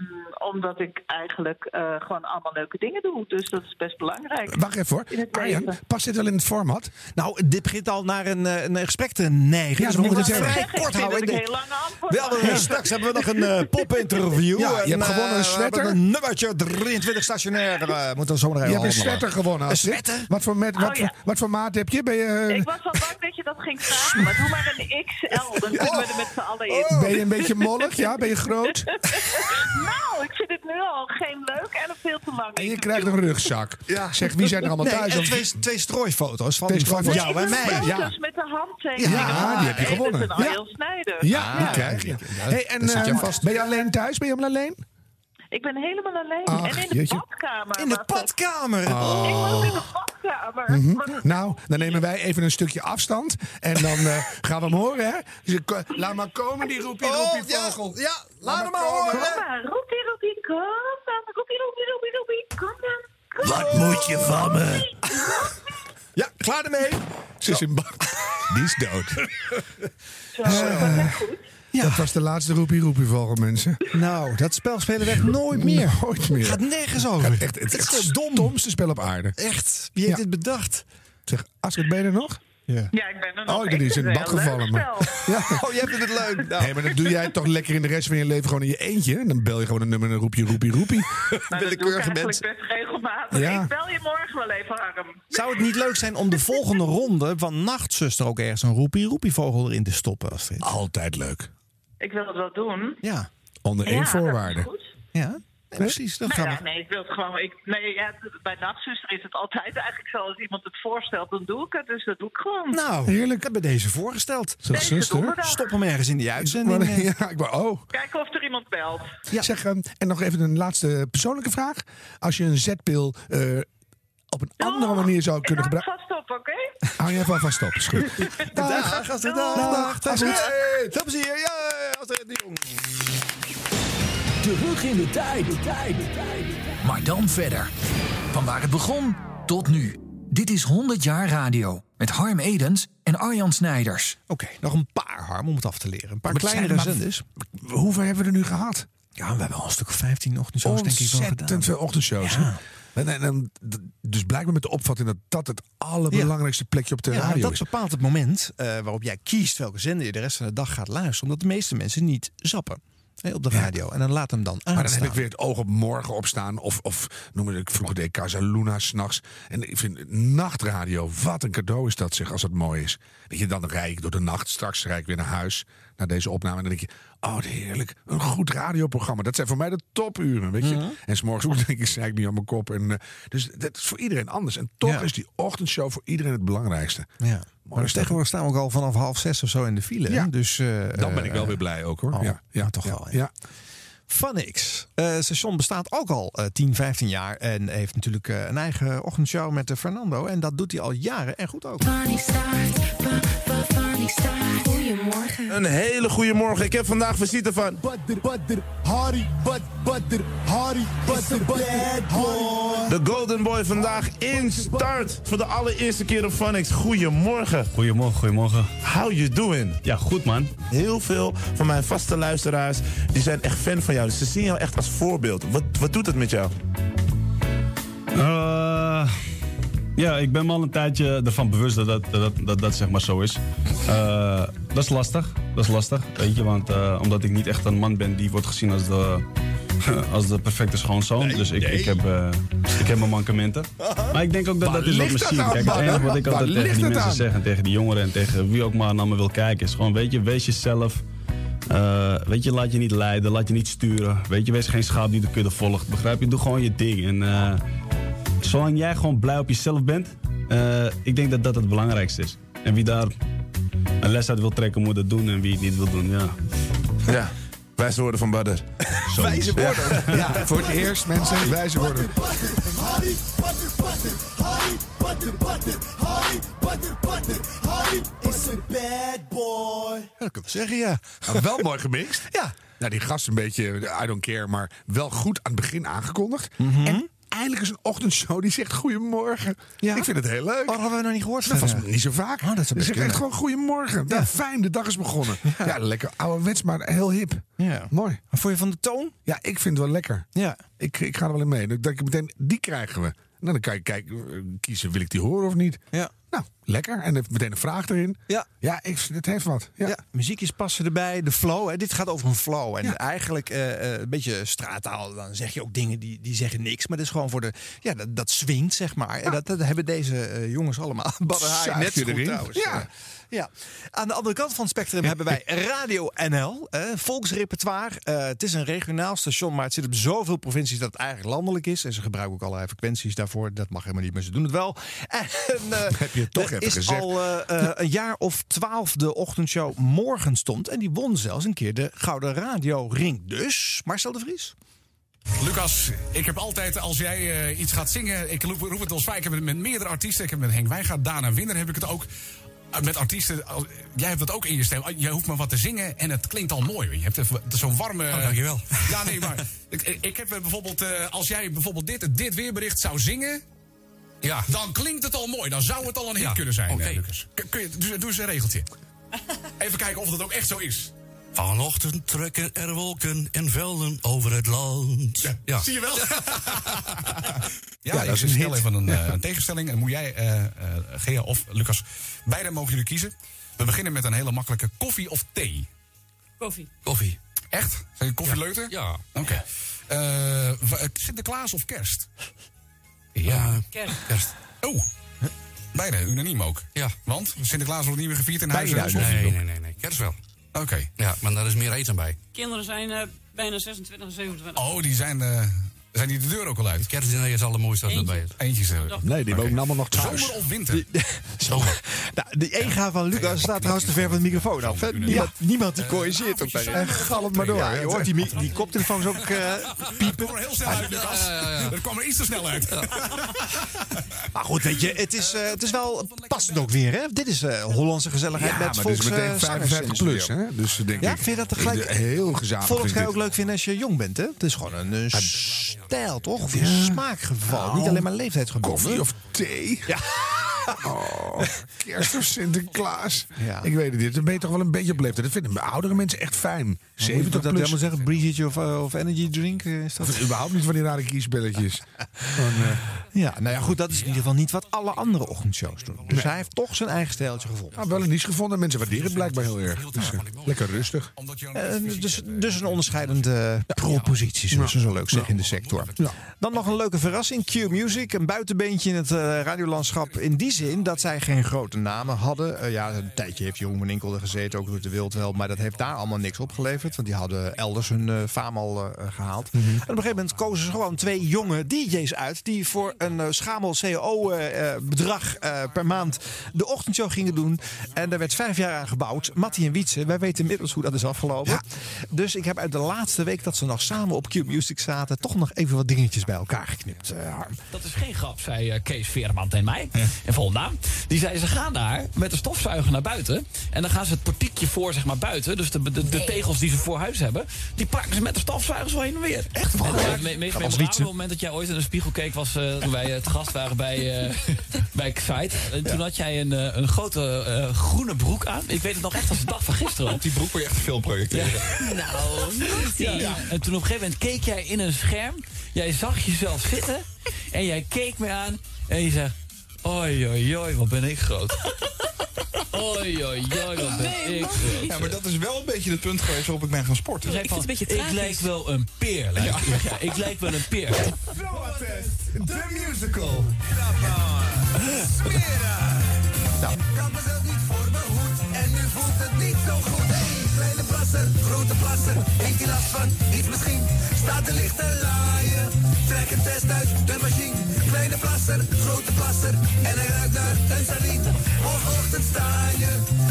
[SPEAKER 29] omdat ik eigenlijk eh, gewoon allemaal leuke dingen doe. Dus dat is best belangrijk.
[SPEAKER 6] Wacht even hoor.
[SPEAKER 29] In het
[SPEAKER 6] Arjan,
[SPEAKER 29] leven.
[SPEAKER 6] past dit wel in het format? Nou, dit begint al naar een, eh, een gesprek te neigen. dus
[SPEAKER 29] Ja, dat
[SPEAKER 6] we moeten het
[SPEAKER 29] wou ik
[SPEAKER 6] vrij
[SPEAKER 29] zeggen.
[SPEAKER 6] kort
[SPEAKER 29] Ik
[SPEAKER 6] houden.
[SPEAKER 29] vind dat
[SPEAKER 6] Ik
[SPEAKER 29] ik
[SPEAKER 6] denk-
[SPEAKER 29] heel lang antwoord
[SPEAKER 6] Wel, eh,
[SPEAKER 29] had.
[SPEAKER 6] straks hebben we nog een eh, pop-interview.
[SPEAKER 5] Ja, je
[SPEAKER 6] En,
[SPEAKER 5] hebt
[SPEAKER 6] eh,
[SPEAKER 5] gewonnen een
[SPEAKER 6] we
[SPEAKER 5] sweater.
[SPEAKER 6] hebben Een nummertje 23 stationair. eh, moeten we zo nog even
[SPEAKER 5] Je hebt een
[SPEAKER 6] allemaal-
[SPEAKER 5] sweater gewonnen.
[SPEAKER 6] Een
[SPEAKER 5] Astrid.
[SPEAKER 6] sweater?
[SPEAKER 5] Wat voor, met,
[SPEAKER 29] Oh,
[SPEAKER 5] wat,
[SPEAKER 29] ja.
[SPEAKER 5] voor, wat voor maat heb je? Ben je,
[SPEAKER 29] Ik was al bang dat je dat ging vragen, maar doe maar een XL. Dan kunnen we er met z'n allen in.
[SPEAKER 5] ben je een beetje mollig? Ja, ben je groot?
[SPEAKER 29] Nou, ik vind het nu al geen leuk en een veel te lang.
[SPEAKER 5] En je krijgt een rugzak. Zeg, wie zijn er allemaal
[SPEAKER 6] Nee,
[SPEAKER 5] thuis?
[SPEAKER 6] en
[SPEAKER 5] Of-
[SPEAKER 6] twee, twee strooifoto's van,
[SPEAKER 5] Twee
[SPEAKER 6] van
[SPEAKER 5] strooifoto's.
[SPEAKER 6] jou en mij.
[SPEAKER 29] Dus met de handtekeningen.
[SPEAKER 6] Ja,
[SPEAKER 29] van
[SPEAKER 6] die heb je
[SPEAKER 29] Evert
[SPEAKER 6] gewonnen.
[SPEAKER 29] En Arjan
[SPEAKER 6] Ja.
[SPEAKER 29] Snijder.
[SPEAKER 6] Ah,
[SPEAKER 5] Ja, die krijg je. Hey, en
[SPEAKER 6] daar zit je
[SPEAKER 5] eh,
[SPEAKER 6] vast.
[SPEAKER 5] ben je alleen thuis? Ben je helemaal alleen?
[SPEAKER 29] Ik ben helemaal alleen.
[SPEAKER 5] Ach,
[SPEAKER 29] en in de
[SPEAKER 5] jeetje.
[SPEAKER 29] badkamer.
[SPEAKER 6] In de badkamer.
[SPEAKER 29] Ik was in
[SPEAKER 5] Oh.
[SPEAKER 29] de badkamer.
[SPEAKER 5] Mhm. Nou, dan nemen wij even een stukje afstand. En dan eh, gaan we hem horen, hè? Dus ik, eh, laat maar komen, die roepie, roepie, vogel.
[SPEAKER 6] Oh, Ja, laat hem maar
[SPEAKER 5] komen.
[SPEAKER 29] Kom maar, roepie, roepie, kom dan. Roepie, roepie, roepie, roepie, kom dan. Kom.
[SPEAKER 6] Wat moet je van me? Ja, klaar ermee.
[SPEAKER 5] Ze is in bad.
[SPEAKER 6] Die is dood.
[SPEAKER 29] Zo, dat
[SPEAKER 6] Eh,
[SPEAKER 29] is goed.
[SPEAKER 5] Dat was de laatste roepie, roepie, vogel, mensen.
[SPEAKER 6] Nou, dat spel spelen we echt nooit meer.
[SPEAKER 5] Nooit meer.
[SPEAKER 6] Gaat nergens over.
[SPEAKER 5] Gaat echt, het is het domste spel op aarde.
[SPEAKER 6] Echt, wie heeft dit bedacht?
[SPEAKER 5] Zeg, Astrid, ben je er nog? Ja.
[SPEAKER 29] Ja, ik ben er nog.
[SPEAKER 5] Oh,
[SPEAKER 29] Ik
[SPEAKER 5] dat is
[SPEAKER 29] vind
[SPEAKER 5] in
[SPEAKER 29] het
[SPEAKER 5] bad
[SPEAKER 29] wel een leuk
[SPEAKER 5] gevallen, maar-
[SPEAKER 29] spel.
[SPEAKER 6] Oh, jij vindt het leuk. Nou,
[SPEAKER 5] Nee, maar dat doe jij toch lekker in de rest van je leven gewoon in je eentje. En dan bel je gewoon een nummer en dan roep je roepie, roepie.
[SPEAKER 29] Nou, dat doe ik
[SPEAKER 6] willekeurige
[SPEAKER 29] eigenlijk
[SPEAKER 6] mensen.
[SPEAKER 29] best regelmatig.
[SPEAKER 6] Ja.
[SPEAKER 29] Ik bel je morgen wel even, Harm.
[SPEAKER 6] Zou het niet leuk zijn om de volgende ronde van Nachtzuster ook ergens een roepie-roepie-vogel erin te stoppen, Astrid?
[SPEAKER 5] Altijd leuk.
[SPEAKER 29] Ik wil het wel doen.
[SPEAKER 6] Ja.
[SPEAKER 5] Onder
[SPEAKER 29] Ja,
[SPEAKER 5] één
[SPEAKER 29] dat is
[SPEAKER 5] voorwaarde.
[SPEAKER 29] goed.
[SPEAKER 6] Ja, nee, precies. Dan
[SPEAKER 29] Nou
[SPEAKER 6] gaan
[SPEAKER 29] ja,
[SPEAKER 6] we.
[SPEAKER 29] nee, ik wil het gewoon. Ik, nee, ja, t- bij nachtzuster is het altijd eigenlijk zo. Als iemand het voorstelt, dan doe ik het. Dus dat doe ik gewoon.
[SPEAKER 6] Nou, heerlijk. Ik heb bij deze voorgesteld.
[SPEAKER 5] Zeg, zuster.
[SPEAKER 29] donderdag.
[SPEAKER 6] Stop hem ergens in die uitzending.
[SPEAKER 5] Maar-
[SPEAKER 6] eh.
[SPEAKER 5] Ja, ik wou, oh.
[SPEAKER 29] Kijken of er iemand belt.
[SPEAKER 5] Zeg, ehm, en nog even een laatste persoonlijke vraag. Als je een zetpil eh, op een andere manier zou kunnen
[SPEAKER 29] Ik hou
[SPEAKER 5] gebruiken...
[SPEAKER 29] het vast op, oké?
[SPEAKER 5] Hou je even vast op, is goed.
[SPEAKER 6] Dag, gasten, dag, dag. dag. Tot
[SPEAKER 5] Astrid.
[SPEAKER 6] ziens. Tot plezier. Ja, Astrid de Jong.
[SPEAKER 14] Terug in de tijd. Maar dan verder. Van waar het begon tot nu. Dit is 100 jaar radio met Harm Edens en Arjan Snijders.
[SPEAKER 6] Oké, nog een paar, Harm, om het af te leren. Een paar
[SPEAKER 5] Maar het
[SPEAKER 6] kleinere
[SPEAKER 5] zijn er maar-
[SPEAKER 6] zenders.
[SPEAKER 5] Hoeveel hebben we er nu gehad?
[SPEAKER 6] Ja, we hebben al een stuk of 15 ochtendshows denk ik wel gedaan.
[SPEAKER 5] Ontzettend veel ochtendshows. hè? En, en, en, d- dus blijkbaar met de opvatting dat dat het allerbelangrijkste plekje op de
[SPEAKER 6] Ja,
[SPEAKER 5] radio
[SPEAKER 6] dat
[SPEAKER 5] is.
[SPEAKER 6] bepaalt het moment eh, waarop jij kiest welke zender je de rest van de dag gaat luisteren. Omdat de meeste mensen niet zappen hè, op de radio. En dan laat hem dan aan.
[SPEAKER 5] Maar dan heb ik weer het oog op morgen opstaan. Of, of noem het, ik vroeger deed Casa Luna s'nachts. En ik vind nachtradio, wat een cadeau is dat zeg, als dat mooi is. Weet je, dan rijd ik door de nacht, straks rijd ik weer naar huis. Naar deze opname. En dan denk je, oh wat heerlijk, een goed radioprogramma. Dat zijn voor mij de topuren, weet je. En s'morgens ook denk ik, zei ik niet aan mijn kop. En, eh, dus dat is voor iedereen anders. En toch
[SPEAKER 6] Ja.
[SPEAKER 5] is die ochtendshow voor iedereen het belangrijkste.
[SPEAKER 6] Ja. Maar
[SPEAKER 5] is dat.
[SPEAKER 6] tegenwoordig staan we ook al vanaf half zes of zo in de file. hè?
[SPEAKER 5] Ja.
[SPEAKER 6] Dus, eh,
[SPEAKER 5] Dan ben ik
[SPEAKER 6] eh,
[SPEAKER 5] wel weer blij ook hoor.
[SPEAKER 6] oh,
[SPEAKER 5] ja, ja,
[SPEAKER 6] nou, toch
[SPEAKER 5] ja,
[SPEAKER 6] wel, ja.
[SPEAKER 5] Ja.
[SPEAKER 6] Funix. Eh station bestaat ook al eh, 10, 15 jaar. En heeft natuurlijk eh, een eigen ochtendshow met eh, Fernando. En dat doet hij al jaren. En goed ook.
[SPEAKER 18] Funny Start, Funny Start. Goedemorgen.
[SPEAKER 1] Een hele goede morgen. Ik heb vandaag visite van. Badr, Badr, Hari, Bad, Badr, Hari, Badr, Badr, De Golden Boy vandaag in start. Voor de allereerste keer op Funix. Goedemorgen.
[SPEAKER 3] Goedemorgen, goedemorgen.
[SPEAKER 1] How you doing?
[SPEAKER 3] Ja, goed man.
[SPEAKER 1] Heel veel van mijn vaste luisteraars die zijn echt fan van jou. Dus ze zien jou echt als voorbeeld. Wat, wat doet het met jou?
[SPEAKER 3] Eh, ja, ik ben me al een tijdje ervan bewust dat dat, dat, dat, dat zeg maar zo is. Eh, dat is lastig, dat is lastig, weet je, want eh, omdat ik niet echt een man ben die wordt gezien als de, als de perfecte schoonzoon. dus ik, ik, heb, eh, ik heb mijn mankementen. Maar ik denk ook dat
[SPEAKER 1] Waar
[SPEAKER 3] dat is wat
[SPEAKER 1] ligt dat
[SPEAKER 3] misschien.
[SPEAKER 1] aan,
[SPEAKER 3] Kijk, het
[SPEAKER 1] man?
[SPEAKER 3] enige wat ik
[SPEAKER 1] Waar
[SPEAKER 3] altijd tegen
[SPEAKER 1] ligt
[SPEAKER 3] die
[SPEAKER 1] het
[SPEAKER 3] mensen
[SPEAKER 1] aan?
[SPEAKER 3] zeg en tegen die jongeren en tegen wie ook maar naar me wil kijken is gewoon, weet je, wees jezelf. Eh, weet je, laat je niet leiden, laat je niet sturen. Weet je, wees geen schaap die de kudde volgt. Begrijp je? Doe gewoon je ding. En eh, zolang jij gewoon blij op jezelf bent, eh, ik denk dat dat het belangrijkste is. En wie daar een les uit wil trekken, moet dat doen. En wie het niet wil doen, ja.
[SPEAKER 1] Ja, wijze woorden van Badr.
[SPEAKER 3] Wijze
[SPEAKER 1] woorden.
[SPEAKER 5] Ja. voor het eerst mensen wijze worden.
[SPEAKER 18] is een bad boy.
[SPEAKER 6] Ja, dat kan ik wel zeggen, ja.
[SPEAKER 5] Nou, wel mooi gemixt.
[SPEAKER 6] Ja. Mhm.
[SPEAKER 5] Nou, die gast een beetje, I don't care, maar wel goed aan het begin aangekondigd. En eindelijk eens een ochtendshow die zegt goedemorgen. Ik vind het heel leuk. Oh, dat
[SPEAKER 6] hebben we nog niet gehoord.
[SPEAKER 5] Dat was
[SPEAKER 6] verder.
[SPEAKER 5] niet zo vaak. Oh, dat
[SPEAKER 6] best
[SPEAKER 5] is echt
[SPEAKER 6] kunnen.
[SPEAKER 5] gewoon goedemorgen. Ja. fijn, de dag is begonnen. Ja, lekker ouderwets, maar heel hip.
[SPEAKER 6] Ja.
[SPEAKER 5] Mooi.
[SPEAKER 6] Maar vond je van de toon?
[SPEAKER 5] Ja, ik vind het wel lekker.
[SPEAKER 6] Ja.
[SPEAKER 5] Ik, ik ga er wel in mee. Dat ik meteen, die krijgen we. Nou, dan kan je kijken, eh, kiezen, wil ik die horen of niet?
[SPEAKER 6] Ja.
[SPEAKER 5] Nou, lekker. En heeft meteen een vraag erin.
[SPEAKER 6] Ja.
[SPEAKER 5] Ja, ik, vind- het heeft wat.
[SPEAKER 6] Ja. muziekjes passen erbij, de flow. Hè. Dit gaat over een flow. En eigenlijk eh, eh, een beetje straattaal, dan zeg je ook dingen die, die zeggen niks. Maar dat is gewoon voor de. Ja, dat, dat swingt, zeg maar. En dat, dat hebben deze eh, jongens allemaal. Badder Haai,
[SPEAKER 5] Zuig
[SPEAKER 6] net
[SPEAKER 5] je
[SPEAKER 6] zo goed
[SPEAKER 5] erin.
[SPEAKER 6] trouwens.
[SPEAKER 5] Ja.
[SPEAKER 6] ja. Aan de andere kant van het spectrum hebben wij Radio NL, eh, volksrepertoire. Eh, het is een regionaal station, maar het zit op zoveel provincies dat het eigenlijk landelijk is. En ze gebruiken ook allerlei frequenties daarvoor. Dat mag helemaal niet, maar ze doen het wel. En, eh,
[SPEAKER 5] Heb je het toch
[SPEAKER 6] er
[SPEAKER 5] even
[SPEAKER 6] is
[SPEAKER 5] gezegd.
[SPEAKER 6] al eh, eh, een jaar of twaalf de ochtendshow morgen stond. En die won zelfs een keer de Gouden Radio Ring. Dus, Marcel de Vries.
[SPEAKER 13] Lucas, ik heb altijd als jij eh, iets gaat zingen. Ik roep, roep het ons vaak. Ik heb het met meerdere artiesten. Ik heb het met Henk Wijngaard, Dana Winner heb ik het ook. Eh, Met artiesten, als- jij hebt dat ook in je stem. Ah, Jij hoeft maar wat te zingen en het klinkt al mooi. Je hebt even zo'n warme...
[SPEAKER 15] Oh, dankjewel.
[SPEAKER 13] Ja, nee, maar ik, ik- ik heb eh, bijvoorbeeld... eh, als jij bijvoorbeeld dit, dit weerbericht zou zingen... Ja. Dan klinkt het al mooi. Dan zou het al een hit
[SPEAKER 15] Ja.
[SPEAKER 13] kunnen zijn,
[SPEAKER 15] Oké.
[SPEAKER 13] eh, Lucas. Kun- kun je, doe, doe eens een regeltje. Even kijken of dat ook echt zo is.
[SPEAKER 15] Vanochtend trekken er wolken en velden over het land. Ja,
[SPEAKER 13] Zie je wel? Ja,
[SPEAKER 15] Ja,
[SPEAKER 13] ik
[SPEAKER 15] dat is een
[SPEAKER 13] stel
[SPEAKER 15] hit.
[SPEAKER 13] even een, eh,
[SPEAKER 15] Ja.
[SPEAKER 13] een tegenstelling. En moet jij, eh eh, Gea of Lucas, beide mogen jullie kiezen. We beginnen met een hele makkelijke koffie of thee.
[SPEAKER 21] Koffie.
[SPEAKER 13] Koffie. Echt? Zijn jullie koffieleuter?
[SPEAKER 15] Ja.
[SPEAKER 13] Oké. Eh, wa- eh, Sinterklaas of kerst? Ja. Kerst. Oh. Beide, unaniem ook. Ja. Want Sinterklaas wordt niet meer gevierd in huis.
[SPEAKER 15] Bijna
[SPEAKER 13] hè?
[SPEAKER 15] unaniem. Nee, nee, nee, nee. Kerst wel.
[SPEAKER 13] Oké.
[SPEAKER 15] Ja, maar daar is meer eten bij.
[SPEAKER 21] Kinderen zijn eh, bijna 26 en 27.
[SPEAKER 13] Oh, die zijn, eh, zijn die de deur ook al uit?
[SPEAKER 15] Kerstdiner is het allermooiste als
[SPEAKER 21] Eentje.
[SPEAKER 15] erbij is.
[SPEAKER 13] Eentje is er.
[SPEAKER 6] Nee, die wonen allemaal nog thuis.
[SPEAKER 13] Zomer of winter?
[SPEAKER 6] Zomer. nou, die ega van Lucas staat trouwens te ver van de microfoon af. hè. Niemand, niemand
[SPEAKER 5] Eh,
[SPEAKER 6] die corrigeert Eh, ook bij
[SPEAKER 13] En galmt
[SPEAKER 5] maar door,
[SPEAKER 6] Ja,
[SPEAKER 5] hè.
[SPEAKER 6] je hoort die, mi- die koptelefoons ook eh, piepen.
[SPEAKER 13] kwam er heel snel uit, Lucas. Dat kwam er iets te snel uit.
[SPEAKER 6] Maar goed, weet je, het is, eh, het is wel passend ook weer. Hè? Dit is eh, Hollandse gezelligheid met
[SPEAKER 5] maar dit
[SPEAKER 6] volks...
[SPEAKER 5] is meteen
[SPEAKER 6] eh,
[SPEAKER 5] 55 plus,
[SPEAKER 6] zangers.
[SPEAKER 5] hè? Dus denk
[SPEAKER 6] Ja,
[SPEAKER 5] ik,
[SPEAKER 6] vind je dat
[SPEAKER 5] eh,
[SPEAKER 6] tegelijk...
[SPEAKER 5] Heel gezalig.
[SPEAKER 6] Volks
[SPEAKER 5] vind
[SPEAKER 6] ga
[SPEAKER 5] ik Ah,
[SPEAKER 6] je ook leuk vinden als je jong bent, hè? Het is gewoon een eh, stijl, toch? Of een smaakgeval.
[SPEAKER 5] Nou,
[SPEAKER 6] Niet alleen maar leeftijdsgebonden.
[SPEAKER 5] koffie of thee?
[SPEAKER 6] Ja.
[SPEAKER 5] Oh, kerst of Sinterklaas.
[SPEAKER 6] Ja.
[SPEAKER 5] Ik weet het niet. Dan ben je toch wel een beetje op leeftijd. Dat vinden oudere mensen echt fijn. 70
[SPEAKER 6] dat
[SPEAKER 5] plus.
[SPEAKER 6] helemaal zeggen? Brigitte of, eh, of energy drink? eh, Is dat...
[SPEAKER 5] Of überhaupt niet van die rare eh, kiesbelletjes.
[SPEAKER 6] Ja, nou ja, goed, dat is in ieder geval niet wat alle andere ochtendshows doen. Dus hij heeft toch zijn eigen stijltje gevonden.
[SPEAKER 5] Nou, wel een niche gevonden. Mensen waarderen het blijkbaar heel erg. Dus, eh, lekker rustig.
[SPEAKER 6] Eh, dus, dus een onderscheidende propositie, zoals ze zo leuk zeggen in de sector. Dan nog een leuke verrassing. Q Music, een buitenbeentje in het eh, radiolandschap. In die zin dat zij geen grote namen hadden. Eh, ja, een tijdje heeft Jeroen van Inkel er gezeten, ook Ruud de Wild wel. Maar dat heeft daar allemaal niks opgeleverd. Want die hadden elders hun eh faam al eh, gehaald. En op een gegeven moment kozen ze gewoon twee jonge DJ's uit. Die voor een eh, schamel eh, CO-bedrag per maand de ochtendshow gingen doen. En daar werd vijf jaar aan gebouwd. Mattie en Wietse, wij weten inmiddels hoe dat is afgelopen. Dus ik heb uit de laatste week dat ze nog samen op Q-Music zaten... toch nog even wat dingetjes bij elkaar geknipt, eh, Harm.
[SPEAKER 14] Dat is geen grap, zei eh, Kees Veerman tegen mij. En Volendam. Die zei, ze gaan daar met een stofzuiger naar buiten. En dan gaan ze het portiekje voor, zeg maar, buiten. Dus de, de, de tegels die ze voor huis hebben... die pakken ze met de stofzuigers wel heen en weer. Echt waar? Het me- meest memorabele moment dat jij ooit in de spiegel keek... was eh, toen wij het gast waren bij, eh bij Xite. En toen had jij een, eh, een grote eh, groene broek aan. Ik weet het nog echt als de dag van gisteren. Op die broek word je echt veel projecteren.
[SPEAKER 21] Nou, niet
[SPEAKER 14] Ja, ja. En toen op een gegeven moment keek jij in een scherm. Jij zag jezelf zitten. En jij keek me aan. En je zegt... Oi, oi, oi, wat ben ik groot. Oi, oi, oi, wat ben ik groot.
[SPEAKER 15] Ja, maar dat is wel een beetje het punt geweest waarop ik ben gaan sporten.
[SPEAKER 14] Toen zei ik van, ik lijk wel een peer. lijk ik. Ja, ik lijk wel een peer.
[SPEAKER 15] De musical.
[SPEAKER 6] Nou.
[SPEAKER 15] Ik kan mezelf niet voor mijn hoed en nu voelt het niet zo goed. Hey, kleine plasser, grote plasser, heeft die last van iets misschien? Staat de licht te laaien, trek het test uit de machine. Kleine plasser, grote plasser en hij ruikt naar een saline. Morgenochtend sta je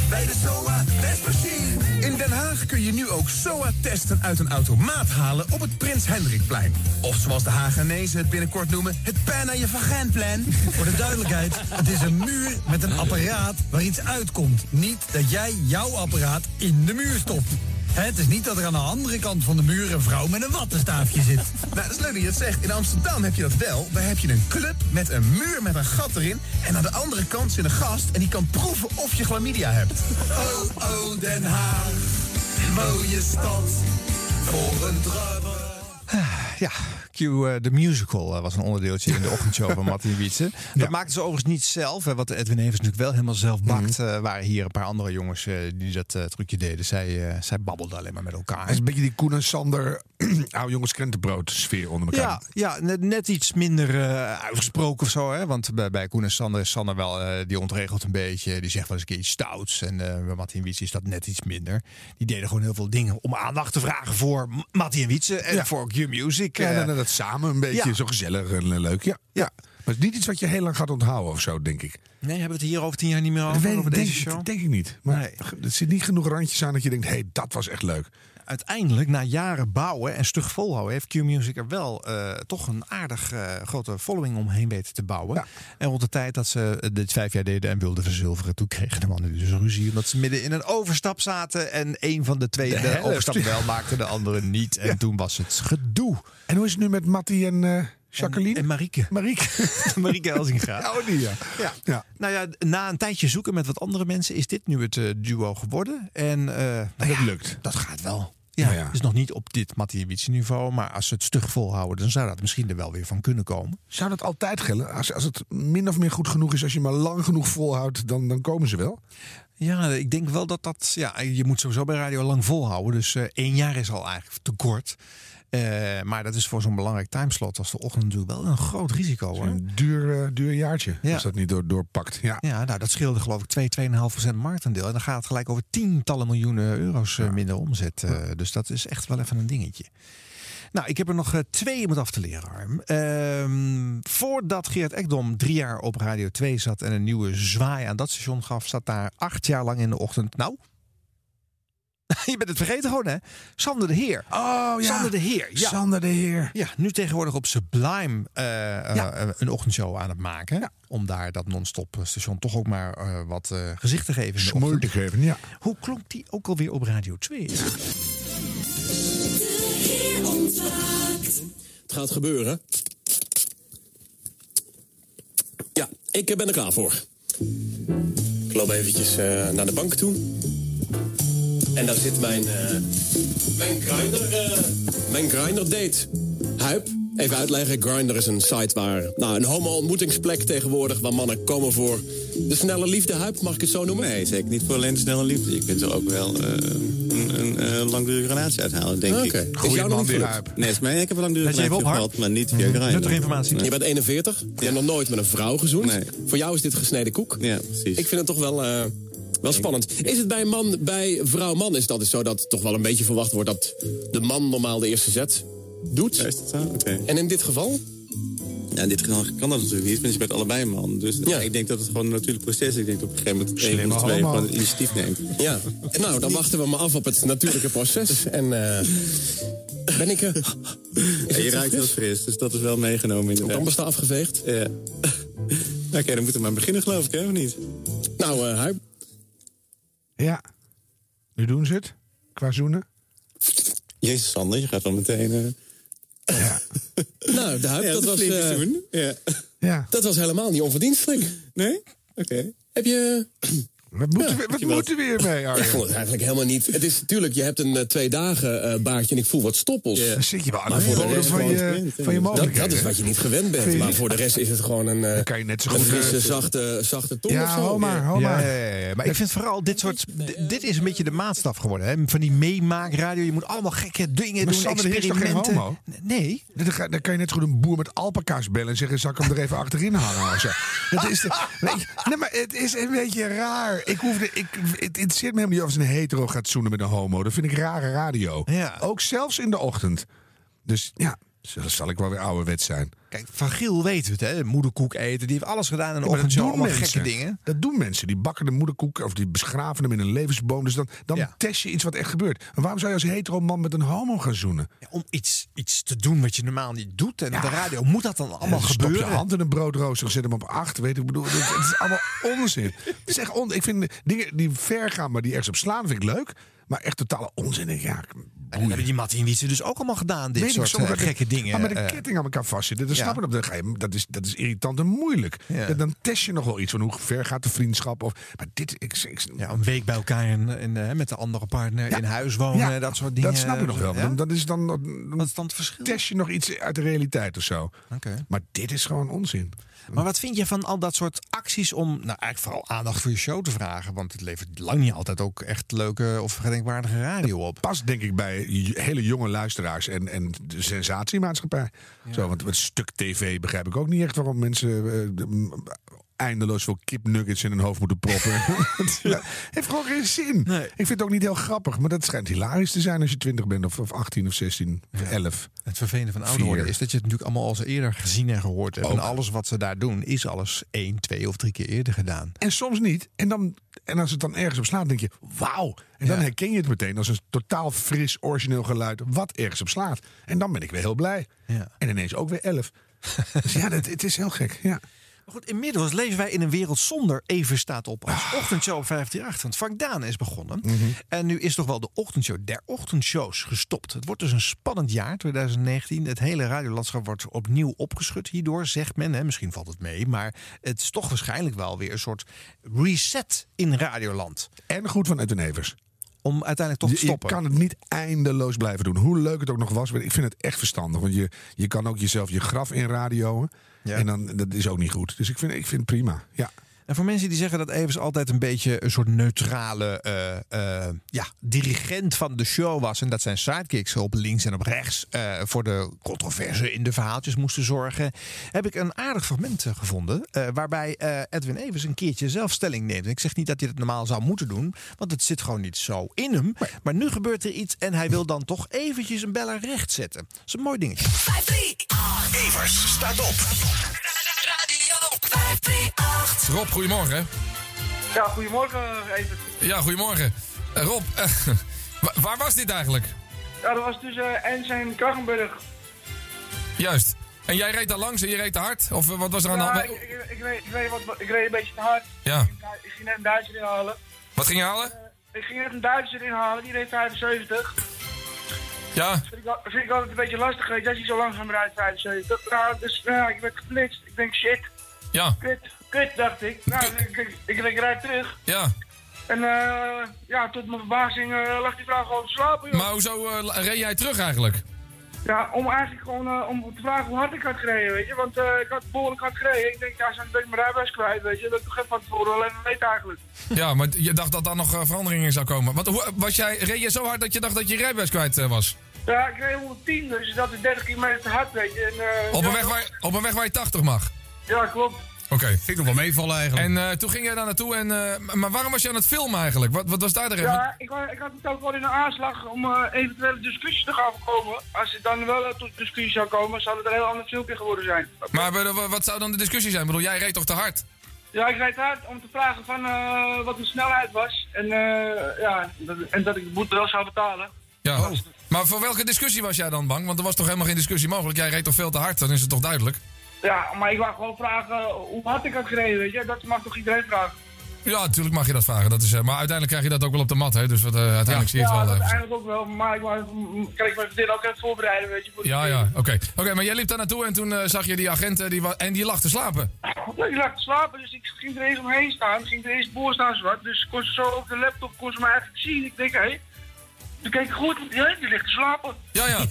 [SPEAKER 15] bij de SOA testmachine.
[SPEAKER 12] In Den Haag kun je nu ook SOA-testen uit een automaat halen op het Prins Hendrikplein. Of zoals de Hagenezen het binnenkort noemen, het pijn aan je vagijnplein.
[SPEAKER 28] Voor de duidelijkheid, het is een muur met een apparaat waar iets uitkomt. Niet dat jij jouw apparaat in de muur stopt.
[SPEAKER 40] Hè, het is niet dat er aan de andere kant van de muur een vrouw met een wattenstaafje zit.
[SPEAKER 41] Nou, dat is leuk dat je dat zegt. In Amsterdam heb je dat wel. Daar heb je een club met een muur met een gat erin. En aan de andere kant zit een gast en die kan proeven of je chlamydia hebt.
[SPEAKER 18] Oh, oh, Den Haag, mooie stad, voor een drummer.
[SPEAKER 6] Ah, Ja, Q eh, The Musical eh, was een onderdeeltje in de ochtendshow van Martin Wietse. Dat maakten ze overigens niet zelf. hè, wat Edwin Evers natuurlijk wel helemaal zelf bakt. Eh, waren hier een paar andere jongens eh, die dat eh, trucje deden. Zij, eh, zij babbelden alleen maar met elkaar.
[SPEAKER 5] Het is een beetje die Koen en Sander, oude jongens krentenbrood sfeer onder elkaar.
[SPEAKER 6] Ja, ja net, net iets minder eh, uitgesproken of zo. Hè? Want bij, bij Koen en Sander is Sander wel, eh, die ontregelt een beetje. Die zegt wel eens een keer iets stouts. En eh, bij Mattie en Wietse is dat net iets minder. Die deden gewoon heel veel dingen om aandacht te vragen voor M- Mattie en Wietse. En voor Q Music.
[SPEAKER 5] Ja,
[SPEAKER 6] eh.
[SPEAKER 5] dan- dan dat samen een beetje
[SPEAKER 6] Ja.
[SPEAKER 5] zo gezellig en eh, leuk. Ja, ja. Maar het is niet iets wat je heel lang gaat onthouden of zo, denk ik.
[SPEAKER 6] Nee, hebben we het hier over tien jaar niet meer over,
[SPEAKER 5] Dat weet ik-
[SPEAKER 6] over
[SPEAKER 5] denk,
[SPEAKER 6] deze show?
[SPEAKER 5] denk ik niet. Maar er zit niet genoeg randjes aan dat je denkt, hé, hey, dat was echt leuk.
[SPEAKER 6] Uiteindelijk, na jaren bouwen en stug volhouden, heeft Q-Music er wel eh, toch een aardig eh, grote following omheen weten te bouwen. En rond de tijd dat ze eh, dit vijf jaar deden en wilden verzilveren, toen kregen de mannen dus ruzie. Omdat ze midden in een overstap zaten en een van de twee
[SPEAKER 5] De
[SPEAKER 6] de,
[SPEAKER 5] helft.
[SPEAKER 6] overstap wel maakte, de andere niet. En toen was het gedoe.
[SPEAKER 5] En hoe is het nu met Mattie en eh, Jacqueline?
[SPEAKER 6] En, Marieke.
[SPEAKER 5] Marieke.
[SPEAKER 6] Marieke Elsinga.
[SPEAKER 5] Ja, oh, die, ja.
[SPEAKER 6] Ja. Nou ja, na een tijdje zoeken met wat andere mensen is dit nu het eh, duo geworden. En dat
[SPEAKER 5] lukt.
[SPEAKER 6] Dat gaat wel. Ja,
[SPEAKER 5] Nou ja.
[SPEAKER 6] is nog niet op dit Mattiewicz niveau, maar als ze het stug volhouden, dan zou dat misschien er wel weer van kunnen komen.
[SPEAKER 5] Zou dat altijd gelden? Als, als het min of meer goed genoeg is, als je maar lang genoeg volhoudt, dan, dan komen ze wel.
[SPEAKER 6] Ja, ik denk wel dat dat. Ja, je moet sowieso bij radio lang volhouden. Dus eh, één jaar is al eigenlijk te kort. Eh, maar dat is voor zo'n belangrijk timeslot als de ochtend natuurlijk wel een groot risico. hoor.
[SPEAKER 5] Een duur, eh, duur jaartje,
[SPEAKER 6] Ja.
[SPEAKER 5] als dat niet door, doorpakt. Ja.
[SPEAKER 6] Ja, nou, dat scheelde geloof ik 2, 2,5% marktaandeel. En dan gaat het gelijk over tientallen miljoenen euro's eh, minder omzet. eh, Dus dat is echt wel even een dingetje. Nou, ik heb er nog eh, twee om het af te leren, Harm. Ehm, voordat Geert Ekdom drie jaar op Radio 2 zat en een nieuwe zwaai aan dat station gaf, zat daar acht jaar lang in de ochtend. Nou, je bent het vergeten gewoon, hè? Sander de Heer.
[SPEAKER 5] Oh ja.
[SPEAKER 6] Sander de Heer. Ja.
[SPEAKER 5] Sander de Heer.
[SPEAKER 6] Ja, nu tegenwoordig op Sublime eh, eh, een ochtendshow aan het maken. Om daar dat non-stop station toch ook maar eh, wat eh, gezicht te geven. in de
[SPEAKER 5] Smoor
[SPEAKER 6] ochtend.
[SPEAKER 5] te geven, ja.
[SPEAKER 6] Hoe klonk die ook alweer op Radio 2?
[SPEAKER 2] Het gaat gebeuren. Ja, ik eh, ben er klaar voor. Ik loop eventjes eh, naar de bank toe. En daar zit mijn, eh mijn grinder, eh, mijn grinder date. Huip, even uitleggen. Grinder is een site waar, nou, een homo-ontmoetingsplek tegenwoordig... waar mannen komen voor de snelle liefde. Huip, mag ik het zo noemen?
[SPEAKER 8] Nee, zeker niet voor alleen de snelle liefde. Je kunt er ook wel eh, een, een eh, langdurige relatie uithalen, denk
[SPEAKER 2] Ah,
[SPEAKER 8] ik.
[SPEAKER 2] oké. Is Goeie jou nog man niet weer, gelukt? Huip.
[SPEAKER 8] Nee, is mij, ik heb een
[SPEAKER 2] Let
[SPEAKER 8] langdurige
[SPEAKER 2] je even
[SPEAKER 8] relatie
[SPEAKER 2] op, Harm.
[SPEAKER 8] gehad, maar niet via Grindr.
[SPEAKER 2] Je
[SPEAKER 8] Nee.
[SPEAKER 2] bent 41, je hebt nog nooit met een vrouw gezoend. Voor jou is dit gesneden koek.
[SPEAKER 8] Ja, precies.
[SPEAKER 2] Ik vind het toch wel, eh, wel spannend. Is het bij man, bij vrouw-man, is dat dus zo dat toch wel een beetje verwacht wordt dat de man normaal de eerste zet doet?
[SPEAKER 8] Ja, is dat zo? Oké.
[SPEAKER 2] En in dit geval?
[SPEAKER 8] Ja, in dit geval kan dat natuurlijk niet, want je bent allebei man. Dus ja. ik denk dat het gewoon een natuurlijk proces is. Ik denk dat op een gegeven moment
[SPEAKER 2] Slimme
[SPEAKER 8] een van de twee
[SPEAKER 2] allemaal.
[SPEAKER 8] gewoon het initiatief neemt.
[SPEAKER 2] Ja. Nou, dan wachten we maar af op het natuurlijke proces. En eh, ben ik... eh, is het
[SPEAKER 8] Ja, je
[SPEAKER 2] zo
[SPEAKER 8] ruikt heel
[SPEAKER 2] fris?
[SPEAKER 8] fris, dus dat is wel meegenomen inderdaad.
[SPEAKER 2] Dan bestaat afgeveegd.
[SPEAKER 8] Ja. Nou, Oké, dan moeten we maar beginnen geloof ik, hè, of niet?
[SPEAKER 2] Nou, eh Huip.
[SPEAKER 5] Ja. Nu doen ze het. Qua zoenen.
[SPEAKER 8] Jezus, Sander, je gaat wel meteen... eh,
[SPEAKER 2] Nou, de Huip,
[SPEAKER 8] Ja,
[SPEAKER 2] dat
[SPEAKER 8] dat
[SPEAKER 2] was...
[SPEAKER 8] klinkt
[SPEAKER 2] eh,
[SPEAKER 8] zoen.
[SPEAKER 2] Dat was helemaal niet onverdienstelijk.
[SPEAKER 8] Nee? Oké.
[SPEAKER 2] Heb je...
[SPEAKER 5] Wat moeten, we, wat moeten we hiermee,
[SPEAKER 2] Ja,
[SPEAKER 5] Arjen?
[SPEAKER 2] ik vond het eigenlijk helemaal niet. Het is natuurlijk, je hebt een eh, twee dagen eh, baardje en ik voel wat stoppels.
[SPEAKER 5] Dan zit je wel aan
[SPEAKER 2] Maar
[SPEAKER 5] de
[SPEAKER 2] voor de
[SPEAKER 5] bodem
[SPEAKER 2] rest
[SPEAKER 5] van
[SPEAKER 2] gewoon-
[SPEAKER 5] je- van je
[SPEAKER 2] dat,
[SPEAKER 5] mogelijkheden.
[SPEAKER 2] dat is wat je niet gewend
[SPEAKER 5] Vind
[SPEAKER 2] bent.
[SPEAKER 5] je
[SPEAKER 2] Maar
[SPEAKER 5] niet?
[SPEAKER 2] voor de rest is het gewoon een, eh,
[SPEAKER 5] zo
[SPEAKER 2] een
[SPEAKER 5] goed, eh,
[SPEAKER 2] frisse, zachte, zachte tong of
[SPEAKER 6] Ja,
[SPEAKER 2] zo.
[SPEAKER 6] ho maar, ho
[SPEAKER 2] Ja,
[SPEAKER 6] maar.
[SPEAKER 2] ja, ja.
[SPEAKER 6] Maar ik vind vooral dit soort... d- Dit is een beetje de maatstaf geworden. Hè? Van die meemaakradio. Je moet allemaal gekke dingen
[SPEAKER 5] maar
[SPEAKER 6] doen,
[SPEAKER 5] Sander de Heer is toch geen
[SPEAKER 6] experimenten.
[SPEAKER 5] homo?
[SPEAKER 6] Nee.
[SPEAKER 5] Dan, ga- dan kan je net zo goed een boer met alpaca's bellen en zeggen... zal ik hem er even achterin hangen? of zo. Dat is de, weet je, nee, maar het is een beetje raar. Ik hoef de, ik, het interesseert me helemaal niet of ze een hetero gaat zoenen met een homo. Dat vind ik rare radio. Ook zelfs in de ochtend. Dus ja, Zal- Zal ik wel weer ouderwets zijn.
[SPEAKER 6] Kijk, van Giel weten we het, hè? Moederkoek eten. Die heeft alles gedaan en
[SPEAKER 5] Ja,
[SPEAKER 6] de
[SPEAKER 5] maar dat
[SPEAKER 6] ochtend zo
[SPEAKER 5] doen
[SPEAKER 6] allemaal
[SPEAKER 5] mensen.
[SPEAKER 6] gekke dingen.
[SPEAKER 5] Dat doen mensen. Die bakken de moederkoek of die beschraven hem in een levensboom. Dus dan, dan test je iets wat echt gebeurt. En waarom zou je als hetero man met een homo gaan zoenen?
[SPEAKER 6] om iets, iets te doen wat je normaal niet doet. En op de radio moet dat dan allemaal
[SPEAKER 5] dus Stop
[SPEAKER 6] gebeuren.
[SPEAKER 5] je hand in een broodrooster, zet hem op acht. Weet ik, ik bedoel, het, het is allemaal onzin. Het is echt on, ik vind dingen die ver gaan, maar die ergens op slaan, vind ik leuk. Maar echt totale onzin. Ik, Ja,
[SPEAKER 6] En dan hebben die Martin Wietse dus ook allemaal gedaan. Dit
[SPEAKER 5] Weet ik,
[SPEAKER 6] soort
[SPEAKER 5] sommige
[SPEAKER 6] eh, gekke
[SPEAKER 5] dingen-
[SPEAKER 6] dingen.
[SPEAKER 5] Maar met een
[SPEAKER 6] eh,
[SPEAKER 5] ketting aan elkaar vastzitten, dat
[SPEAKER 6] ja.
[SPEAKER 5] snap ik op. Dan ga je- Dat is, dat is irritant en moeilijk.
[SPEAKER 6] Ja.
[SPEAKER 5] Dan- Dan test je nog wel iets van hoe ver gaat de vriendschap. Of, maar dit, ik, ik,
[SPEAKER 6] ja, een week bij elkaar en, en, eh, met de andere partner in huis wonen.
[SPEAKER 5] Ja,
[SPEAKER 6] dat soort dingen. eh,
[SPEAKER 5] Dat snap ik nog wel.
[SPEAKER 6] Ja?
[SPEAKER 5] Dan, dan is dan, dan,
[SPEAKER 6] Wat is dan het verschil?
[SPEAKER 5] test je nog iets uit de realiteit of zo.
[SPEAKER 6] Oké.
[SPEAKER 5] Maar dit is gewoon onzin.
[SPEAKER 6] Maar wat vind je van al dat soort acties om nou eigenlijk vooral aandacht voor je show te vragen? Want het levert lang niet altijd ook echt leuke of gedenkwaardige radio op.
[SPEAKER 5] Past denk ik bij j- hele jonge luisteraars en, en de sensatiemaatschappij. Zo, want het stuk tv begrijp ik ook niet echt waarom mensen eh, de- m- eindeloos veel kipnuggets in hun hoofd moeten proppen. Het heeft gewoon geen zin. Ik vind het ook niet heel grappig, maar dat schijnt hilarisch te zijn als je 20 bent of, of 18 of 16 of 11.
[SPEAKER 6] Het vervelende van ouder
[SPEAKER 5] Vier.
[SPEAKER 6] worden is dat je het natuurlijk allemaal al zo eerder gezien en gehoord hebt. En alles wat ze daar doen is alles één, twee of drie keer eerder gedaan.
[SPEAKER 5] En soms niet. En, dan, en als het dan ergens op slaat, denk je, wauw. En dan herken je het meteen als een totaal fris, origineel geluid. Wat ergens op slaat. En dan ben ik weer heel blij. En ineens ook weer elf. dus ja, dat, het is heel gek. Ja.
[SPEAKER 6] Maar goed, inmiddels leven wij in een wereld zonder even staat op als ochtendshow op 538. Want Frank Daan is begonnen. En nu is toch wel de ochtendshow der ochtendshows gestopt. Het wordt dus een spannend jaar, 2019. Het hele radiolandschap wordt opnieuw opgeschud hierdoor, zegt men. Hè. Misschien valt het mee, maar het is toch waarschijnlijk wel weer een soort reset in radioland.
[SPEAKER 5] En goed van Ed en Evers.
[SPEAKER 6] Om uiteindelijk toch te
[SPEAKER 5] Je- je,
[SPEAKER 6] stoppen.
[SPEAKER 5] kan het niet eindeloos blijven doen. Hoe leuk het ook nog was. Ik vind het echt verstandig. Want je, je kan ook jezelf je graf in radioen. En dan, dat is ook niet goed. Dus ik vind, ik vind het prima. Ja.
[SPEAKER 6] En voor mensen die zeggen dat Evers altijd een beetje een soort neutrale eh, eh, ja, dirigent van de show was. En dat zijn sidekicks op links en op rechts eh, voor de controverse in de verhaaltjes moesten zorgen. Heb ik een aardig fragment eh, gevonden. eh, waarbij eh, Edwin Evers een keertje zelf stelling neemt. En ik zeg niet dat hij dat normaal zou moeten doen. Want het zit gewoon niet zo in hem. Maar nu gebeurt er iets en hij wil dan toch eventjes een beller recht zetten. Dat is een mooi dingetje.
[SPEAKER 15] Evers staat op.
[SPEAKER 42] Radio 538.
[SPEAKER 7] Rob, goedemorgen.
[SPEAKER 16] Ja, goedemorgen Eh, even.
[SPEAKER 7] Ja, goedemorgen. Eh, Rob, eh, wa- waar was dit eigenlijk?
[SPEAKER 16] Ja, dat was tussen Ens en Krachenburg.
[SPEAKER 7] Juist. En jij reed daar langs en je reed te hard? Of eh, wat was er aan de
[SPEAKER 16] Ja, ik,
[SPEAKER 7] hand?
[SPEAKER 16] ik, ik, reed, ik, reed wat, ik reed een beetje te hard.
[SPEAKER 7] Ja.
[SPEAKER 16] Ik ging net een Duitser inhalen. Eh,
[SPEAKER 7] Wat ging je halen?
[SPEAKER 16] Ik ging net een Duitser inhalen, die reed 75.
[SPEAKER 7] Ja.
[SPEAKER 16] Vind ik, al- vind ik altijd een beetje lastig geweest als hij zo langzaam rijdt 75. Nou, dus nou, ja, ik werd geflitst. Ik denk shit.
[SPEAKER 7] Ja.
[SPEAKER 16] Kut, kut dacht ik. Nou, ik, ik, ik, ik rijd terug.
[SPEAKER 7] Ja.
[SPEAKER 16] En eh, ja, tot mijn verbazing eh, lag die vrouw gewoon te slapen, joh.
[SPEAKER 7] Maar hoezo eh, la- reed jij terug eigenlijk?
[SPEAKER 16] Ja, om eigenlijk gewoon eh, om te vragen hoe hard ik had gereden, weet je. Want eh, ik had behoorlijk hard gereden. Ik denk, ja, zijn ben ik mijn rijbewijs kwijt, weet je. Dat ik toch even van tevoren wel even weet eigenlijk.
[SPEAKER 7] Ja, maar je dacht dat daar nog eh, verandering in zou komen. Want hoe, was jij, reed je zo hard dat je dacht dat je rijbewijs kwijt eh, was?
[SPEAKER 16] Ja, ik reed 110, dus dat is 30 kilometer te hard, weet je. En, eh,
[SPEAKER 7] Op
[SPEAKER 16] ja,
[SPEAKER 7] een weg waar, op een weg waar je 80 mag?
[SPEAKER 16] Ja, klopt.
[SPEAKER 7] Oké. Ging nog wel meevallen eigenlijk. En eh, toen ging jij daar naartoe en... eh, maar waarom was je aan het filmen eigenlijk? Wat, wat was daar de reden?
[SPEAKER 16] Ja, ik, wa- ik had het ook wel in een aanslag om eh, eventuele discussies te gaan voorkomen. Als het dan wel eh, tot discussie zou komen, zou het een heel ander filmpje geworden zijn.
[SPEAKER 7] Maar eh, wa- wat zou dan de discussie zijn? Ik bedoel, jij reed toch te hard?
[SPEAKER 16] Ja, ik rijd hard om te vragen van eh, wat mijn snelheid was. En, eh, ja, dat, en dat ik de boete wel zou betalen.
[SPEAKER 7] Ja. Oh. Maar voor welke discussie was jij dan bang? Want er was toch helemaal geen discussie mogelijk? Jij reed toch veel te hard? Dan is het toch duidelijk?
[SPEAKER 16] Ja, maar ik wou gewoon vragen hoe hard ik had gereden, weet je. Dat mag toch iedereen vragen.
[SPEAKER 7] Ja, natuurlijk mag je dat vragen. Dat is, eh, maar uiteindelijk krijg je dat ook wel op de mat, hè? Dus wat, eh, uiteindelijk zie je het
[SPEAKER 16] ja,
[SPEAKER 7] wel.
[SPEAKER 16] dat
[SPEAKER 7] eh,
[SPEAKER 16] eigenlijk ook wel. Maar ik wou even, kan ik mijn vriendin ook even voorbereiden, weet je. voor de
[SPEAKER 7] Ja,
[SPEAKER 16] keer.
[SPEAKER 7] ja, oké. Oké, maar jij liep daar naartoe en toen eh, zag je die agenten die wa- en die lag te slapen.
[SPEAKER 16] Ja, ik lag te slapen, dus ik ging er eens omheen staan. Ik ging er eerst boor staan zwart. Dus kon ze zo op de laptop kon ze me eigenlijk zien. Ik denk, hé. Toen keek ik goed, hé, die ligt te slapen.
[SPEAKER 7] Ja, ja.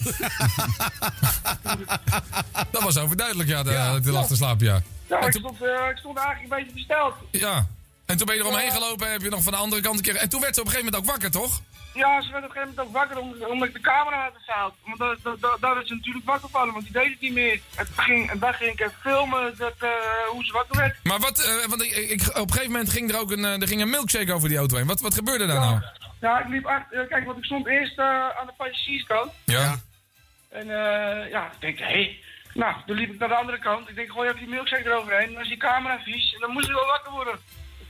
[SPEAKER 7] Dat was overduidelijk, ja, de, die lag te slapen, ja.
[SPEAKER 16] Ja,
[SPEAKER 7] en,
[SPEAKER 16] ik
[SPEAKER 7] toen,
[SPEAKER 16] stond, eh, ik stond eigenlijk een beetje versteld.
[SPEAKER 7] ja. en toen ben je er omheen gelopen en heb je nog van de andere kant een keer... En toen werd ze op een gegeven moment ook wakker, toch?
[SPEAKER 16] Ja, ze werd op een gegeven moment ook wakker om- omdat ik de camera had gehaald. Want daar, daar- daar, daar werd ze natuurlijk wakker van, want die deed het niet meer. En, toen ging, en daar ging ik even filmen dat, eh, hoe ze wakker werd.
[SPEAKER 7] Maar wat, eh, want ik, ik, op een gegeven moment ging er ook een, eh, er ging een milkshake over die auto heen. Wat, wat gebeurde daar nou?
[SPEAKER 16] Ja, ik liep achter. eh, kijk, want ik stond eerst eh, aan de passagierskant.
[SPEAKER 7] Ja.
[SPEAKER 16] En eh, ja, ik denk, hé. Nou, toen liep ik naar de andere kant. Ik denk, gooi even die milkshake eroverheen. Dan is die camera vies. En dan moest ik wel wakker worden.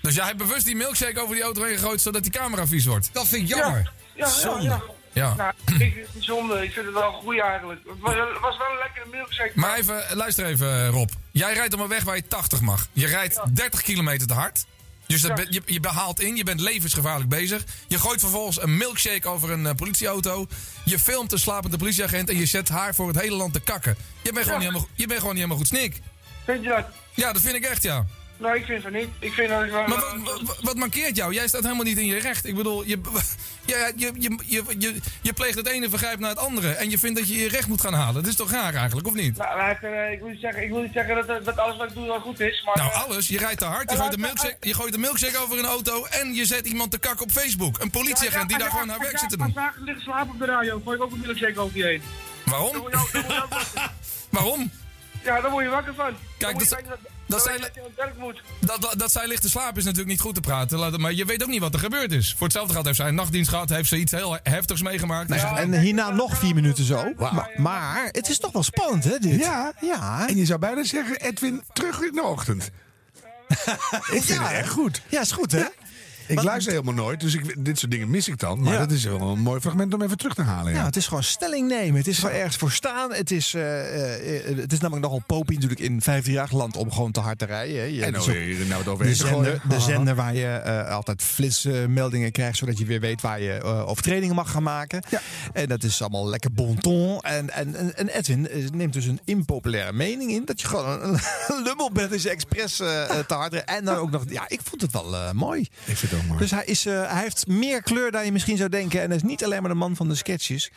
[SPEAKER 7] Dus jij hebt bewust die milkshake over die auto heen gegooid zodat die camera vies wordt? Dat vind ik
[SPEAKER 16] jammer. Ja, ja, ja.
[SPEAKER 7] Ja.
[SPEAKER 16] Nou, ik vind het niet zonde. Ik vind het wel goed eigenlijk. Het was, het was wel een lekkere milkshake.
[SPEAKER 7] Maar even, luister even eh, Rob. Jij rijdt op een weg waar je 80 mag. Je rijdt 30 kilometer te hard. Dus dat ben- je, je behaalt in, je bent levensgevaarlijk bezig. Je gooit vervolgens een milkshake over een eh, politieauto. Je filmt een slapende politieagent en je zet haar voor het hele land te kakken. Je bent gewoon,
[SPEAKER 16] Ja.
[SPEAKER 7] niet, helemaal, je bent gewoon niet helemaal goed snik.
[SPEAKER 16] Vind je dat?
[SPEAKER 7] Ja, dat vind ik echt, ja.
[SPEAKER 16] Nou, ik vind van niet. Ik vind dat ik wel...
[SPEAKER 7] Maar wat, wat, wat mankeert jou? Jij staat helemaal niet in je recht. Ik bedoel, je, ja, je, je, je, je, je pleegt het ene vergrijp naar het andere. En je vindt dat je je recht moet gaan halen. Dat is toch raar eigenlijk, of niet?
[SPEAKER 16] Nou, luister, eh, ik wil niet zeggen, ik wil niet zeggen dat, eh, dat alles wat ik doe wel goed is, maar...
[SPEAKER 7] Nou,
[SPEAKER 16] eh,
[SPEAKER 7] alles. Je rijdt te hard, je
[SPEAKER 16] eh,
[SPEAKER 7] gooit, een
[SPEAKER 16] luister,
[SPEAKER 7] milkshake, je gooit een milkshake over een auto... en je zet iemand te kak op Facebook. Een
[SPEAKER 16] Ja, ja,
[SPEAKER 7] politieagent die daar
[SPEAKER 16] ja,
[SPEAKER 7] gewoon haar
[SPEAKER 16] als
[SPEAKER 7] werk
[SPEAKER 16] jij-
[SPEAKER 7] zit te doen.
[SPEAKER 16] Als Zagen liggen slapen op de radio, gooi ik ook een milkshake over je heen.
[SPEAKER 7] Waarom? Waarom?
[SPEAKER 16] Ja, daar word je wakker van.
[SPEAKER 7] Kijk,
[SPEAKER 16] Dan
[SPEAKER 7] dat-
[SPEAKER 16] moet je weten
[SPEAKER 7] dat
[SPEAKER 16] dan
[SPEAKER 7] zijn-
[SPEAKER 16] weet je je aan het werk moet.
[SPEAKER 7] Dat, dat, dat zij ligt te slapen is natuurlijk niet goed te praten. Laat het maar je weet ook niet wat er gebeurd is. Voor hetzelfde geld heeft zij een nachtdienst gehad. Heeft ze iets heel heftigs meegemaakt.
[SPEAKER 6] Nou ja, en hierna nog vier minuten zo. Maar, maar het is toch wel spannend, hè, dit?
[SPEAKER 5] Ja,
[SPEAKER 6] ja.
[SPEAKER 5] En je zou bijna zeggen, Edwin, terug in de ochtend. ik vind het echt goed.
[SPEAKER 6] Ja, is goed, hè?
[SPEAKER 5] Ik luister helemaal nooit, dus ik, dit soort dingen mis ik dan. Maar
[SPEAKER 6] Ja.
[SPEAKER 5] dat is wel een mooi fragment om even terug te halen. Ja.
[SPEAKER 6] Ja, het is gewoon stelling nemen. Het is wel ergens voor staan. Het is, eh, eh, eh, het is namelijk nogal popie natuurlijk in 15 jaar land om gewoon te hard te rijden. Hè. Je-
[SPEAKER 5] En
[SPEAKER 6] dus
[SPEAKER 5] nou
[SPEAKER 6] op-
[SPEAKER 5] weer- nou het over
[SPEAKER 6] de
[SPEAKER 5] eten
[SPEAKER 6] zender,
[SPEAKER 5] gooien.
[SPEAKER 6] de
[SPEAKER 5] Aha.
[SPEAKER 6] zender waar je eh, altijd flitsmeldingen krijgt, zodat je weer weet waar je eh, overtredingen mag gaan maken. En dat is allemaal lekker bon ton. En, en, en- en Edwin eh, neemt dus een impopulaire mening in dat je gewoon een, lummel bent is expres eh, eh, te hard rijdt. En dan ook nog, ja, ik vond het wel eh, mooi.
[SPEAKER 5] Ik vind het ook mooi.
[SPEAKER 6] Dus hij, is, eh, hij heeft meer kleur dan je misschien zou denken. En hij is niet alleen maar de man van de sketches.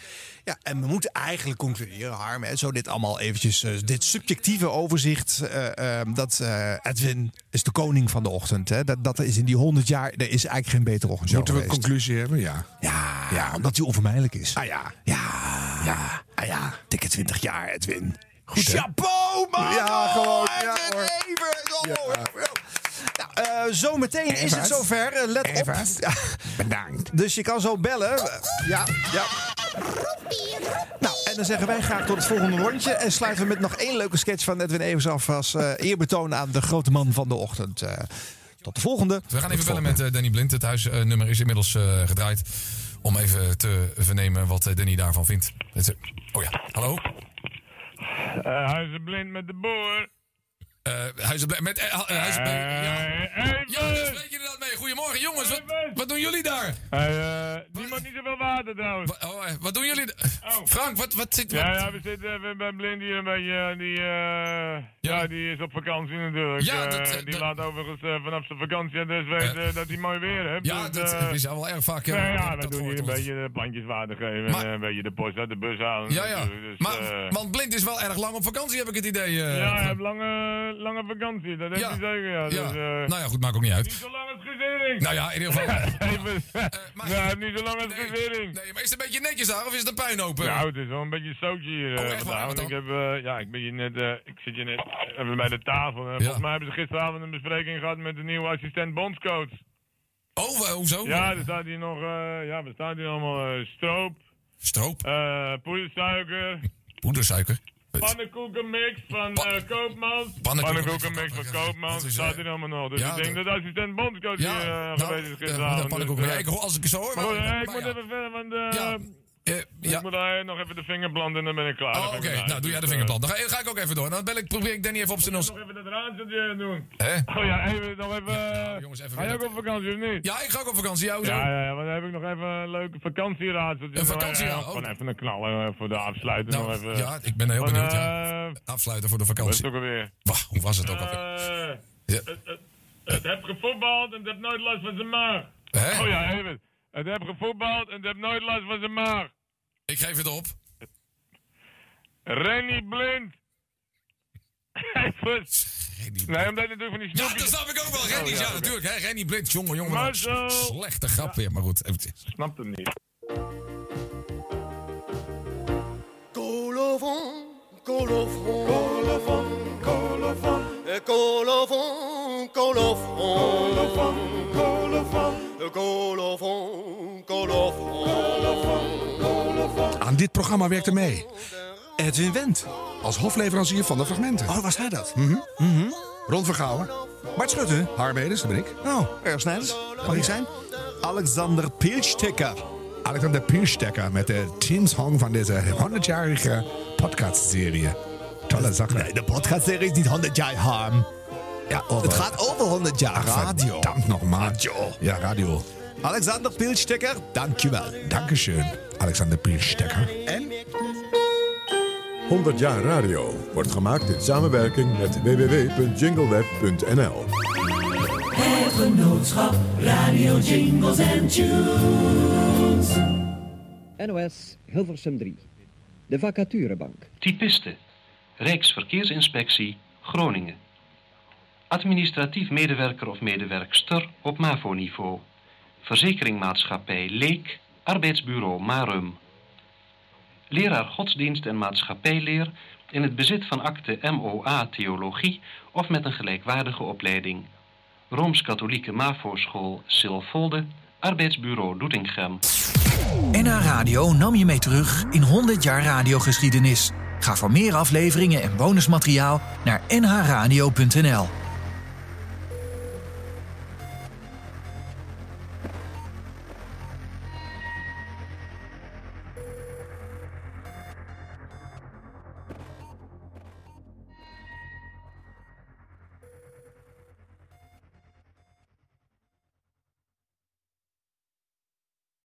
[SPEAKER 6] Ja, en we moeten eigenlijk concluderen, Harm. Hè, zo dit allemaal eventjes, eh, dit subjectieve overzicht. eh, eh, dat eh, Edwin is de koning van de ochtend. Hè. Dat, dat is in die 100 jaar, er is eigenlijk geen betere ochtendshow
[SPEAKER 5] Moeten we een
[SPEAKER 6] geweest.
[SPEAKER 5] conclusie hebben? Ja.
[SPEAKER 6] Ja, omdat hij onvermijdelijk is.
[SPEAKER 5] Ah ja.
[SPEAKER 6] Ja. Ja. Ah ja. Dikke 20 jaar, Edwin.
[SPEAKER 5] Goed, hè?
[SPEAKER 6] Chapeau, man!
[SPEAKER 5] Ja, gewoon.
[SPEAKER 6] Oh,
[SPEAKER 5] Ja,
[SPEAKER 6] Edwin
[SPEAKER 5] hoor.
[SPEAKER 6] Evers! Oh, oh, oh. Nou, eh, zometeen is het
[SPEAKER 5] Evers.
[SPEAKER 6] zover. Eh, Let
[SPEAKER 5] Evers.
[SPEAKER 6] op. Ja.
[SPEAKER 5] Bedankt.
[SPEAKER 6] Dus je kan zo bellen. Eh, Ja, ja. Nou, en dan zeggen wij graag tot het volgende rondje. En sluiten we met nog één leuke sketch van Edwin Evers af. Als eh, eerbetoon aan de grote man van de ochtend. Eh, tot de volgende.
[SPEAKER 7] We gaan
[SPEAKER 6] Tot
[SPEAKER 7] even bellen
[SPEAKER 6] volgende.
[SPEAKER 7] met eh, Danny Blind. Het huisnummer is inmiddels eh, gedraaid. Om even te vernemen wat eh, Danny daarvan vindt. Het is- Oh ja, hallo?
[SPEAKER 9] Eh, blind met de boer.
[SPEAKER 7] Eh huizenble- met, eh, eh, huizenble- ja. Jongens, spreek je er dat mee? Goedemorgen, jongens. Wat, wat doen jullie daar?
[SPEAKER 9] eh, die mag niet zoveel water trouwens. Oh.
[SPEAKER 7] Oh, eh, wat doen jullie? d- Frank, wat, wat zit...
[SPEAKER 9] Ja,
[SPEAKER 7] wat-
[SPEAKER 9] ja, we zitten even bij Blind hier een beetje. eh, Die, eh, ja. die is op vakantie natuurlijk.
[SPEAKER 7] Ja,
[SPEAKER 9] Eh,
[SPEAKER 7] dat, eh,
[SPEAKER 9] die laat overigens eh, vanaf zijn vakantie en dus weten dat hij mooi weer hebt.
[SPEAKER 7] Ja,
[SPEAKER 9] dus,
[SPEAKER 7] dat
[SPEAKER 9] eh,
[SPEAKER 7] is al wel erg vaak.
[SPEAKER 9] nou
[SPEAKER 7] eh,
[SPEAKER 9] ja,
[SPEAKER 7] dat
[SPEAKER 9] dan doe je
[SPEAKER 7] gehoord
[SPEAKER 9] een
[SPEAKER 7] ons.
[SPEAKER 9] beetje de plantjes water geven en eh, een beetje de post uit de bus halen.
[SPEAKER 7] Ja, ja.
[SPEAKER 9] natuurlijk. Dus,
[SPEAKER 7] Maar,
[SPEAKER 9] eh,
[SPEAKER 7] want Blind is wel erg lang op vakantie, heb ik het idee. eh.
[SPEAKER 9] ja, hij heeft lange, lange vakantie, dat heeft
[SPEAKER 7] Ja.
[SPEAKER 9] hij zeker. Ja. Dus,
[SPEAKER 7] Ja.
[SPEAKER 9] eh,
[SPEAKER 7] Nou ja, goed, maakt ook niet
[SPEAKER 9] Niet
[SPEAKER 7] uit.
[SPEAKER 9] zo lang als gezering.
[SPEAKER 7] Nou ja, in ieder geval.
[SPEAKER 9] Even. Ja, niet zo lang als gezering.
[SPEAKER 7] Nee, maar is het een beetje netjes daar of is het een puinhoop? eh?
[SPEAKER 9] Nou, het is wel een beetje zoutje hier
[SPEAKER 7] Oh,
[SPEAKER 9] eh, vandaag. Want ik, heb, eh, ja, ik, ben hier net, eh, ik zit hier net even bij de tafel. En Volgens mij hebben ze gisteravond een bespreking gehad met de nieuwe assistent bondscoach.
[SPEAKER 7] Oh, wa- hoezo?
[SPEAKER 9] Ja, er staat hier nog, eh, ja, wat staat hier allemaal? Eh, stroop. Eh,
[SPEAKER 7] Stroop?
[SPEAKER 9] poedersuiker.
[SPEAKER 7] Poedersuiker?
[SPEAKER 9] Pannenkoekenmix van eh Koopmans.
[SPEAKER 7] Pannenkoeken-
[SPEAKER 9] Pannenkoekenmix van Koopmans. Dat staat hier allemaal nog. Dus
[SPEAKER 7] eh, Ja,
[SPEAKER 9] ik denk
[SPEAKER 7] dat-
[SPEAKER 9] dat de assistent bondscoach
[SPEAKER 7] Ja,
[SPEAKER 9] hier eh,
[SPEAKER 7] nou,
[SPEAKER 9] geweest is
[SPEAKER 7] eh, dat
[SPEAKER 9] gisteravond.
[SPEAKER 7] pannenkoek-
[SPEAKER 9] Dus,
[SPEAKER 7] ja,
[SPEAKER 9] eh,
[SPEAKER 7] ik hoor- als ik het zo hoor,
[SPEAKER 9] Maar
[SPEAKER 7] wel-
[SPEAKER 9] goed, eh, ik
[SPEAKER 7] maar
[SPEAKER 9] moet
[SPEAKER 7] ja.
[SPEAKER 9] even verder, want eh, ik moet daar nog even de vinger planten en dan ben ik klaar.
[SPEAKER 7] Oh, oké. Nou, doe jij de vingerplant. Dan ga, ga ik ook even door. Dan bel ik, probeer ik Danny even op zijn ons.
[SPEAKER 9] Even dat raadje doen.
[SPEAKER 7] Hè?
[SPEAKER 9] Oh ja, even nog even. eh,
[SPEAKER 7] nou, jongens, even
[SPEAKER 9] ga je
[SPEAKER 7] weer
[SPEAKER 9] ook op vakantie of niet?
[SPEAKER 7] Ja, ik ga ook op vakantie. Ja, hoezo?
[SPEAKER 9] Ja, ja, ja, want dan heb ik nog even een leuke vakantieraadsel.
[SPEAKER 7] Een vakantieraad, oh. Nou,
[SPEAKER 9] Ja, Gewoon even een knaller eh, voor de afsluiting nog even.
[SPEAKER 7] ja, ik ben heel
[SPEAKER 9] Van,
[SPEAKER 7] benieuwd,
[SPEAKER 9] eh,
[SPEAKER 7] Afsluiten voor de
[SPEAKER 9] wat is het
[SPEAKER 7] vakantie.
[SPEAKER 9] ook alweer?
[SPEAKER 7] Wacht, hoe was het ook alweer?
[SPEAKER 9] Eh,
[SPEAKER 7] Ja.
[SPEAKER 9] het, het, het heb gevoetbald en het heb nooit last van zijn maag.
[SPEAKER 7] Hè?
[SPEAKER 9] Oh ja, even. Het heb gevoetbald en het heb nooit last van zijn maag.
[SPEAKER 7] Ik geef het op.
[SPEAKER 9] Rennie Blind. Even. Nee, omdat je natuurlijk van die
[SPEAKER 7] Ja,
[SPEAKER 9] snoepjes...
[SPEAKER 7] dat snap ik ook wel. Rennie,
[SPEAKER 9] Oh,
[SPEAKER 7] ja,
[SPEAKER 9] oké.
[SPEAKER 7] natuurlijk. Hè? Rennie Blind, jongen, jongen.
[SPEAKER 9] Maar
[SPEAKER 7] wat een
[SPEAKER 9] zo.
[SPEAKER 7] Slechte grap weer, maar goed. even-
[SPEAKER 9] Snap hem niet.
[SPEAKER 18] Colophon, colophon, colophon, colophon, colophon, colophon, colophon, colophon, colophon, colophon.
[SPEAKER 5] Aan dit programma werkte mee. Edwin Wendt. Als hofleverancier van de fragmenten. Oh, was hij dat? Mhm. Ron Vergouwen. Bart Schutte. Harm Edens, dat ben ik. Oh, Erg Snijders. Mag ik zijn? Alexander Pilstecker. Alexander Pilstecker met de teamsong van deze 100-jarige podcastserie. Tolle zaak. Nee,
[SPEAKER 43] de podcastserie is niet 100 jaar harm.
[SPEAKER 5] Ja,
[SPEAKER 43] Het gaat over 100 jaar radio.
[SPEAKER 5] Verdammt nogmaals. Radio. Ja, radio.
[SPEAKER 43] Alexander Pilstecker, dankjewel.
[SPEAKER 5] Dankeschön, Alexander Pilstecker.
[SPEAKER 43] En?
[SPEAKER 15] 100 jaar radio wordt gemaakt in samenwerking met www.jingleweb.nl.
[SPEAKER 29] Het genootschap Radio Jingles en Tunes.
[SPEAKER 39] NOS Hilversum 3. De vacaturebank.
[SPEAKER 19] Typiste. Rijksverkeersinspectie, Groningen. Administratief medewerker of medewerkster op MAVO-niveau. Verzekeringmaatschappij Leek, arbeidsbureau Marum. Leraar godsdienst en maatschappijleer in het bezit van akte MOA Theologie of met een gelijkwaardige opleiding. Rooms-Katholieke MAVO-school Silvolde, arbeidsbureau Doetinchem.
[SPEAKER 28] NH Radio nam je mee terug in 100 jaar radiogeschiedenis. Ga voor meer afleveringen en bonusmateriaal naar nhradio.nl.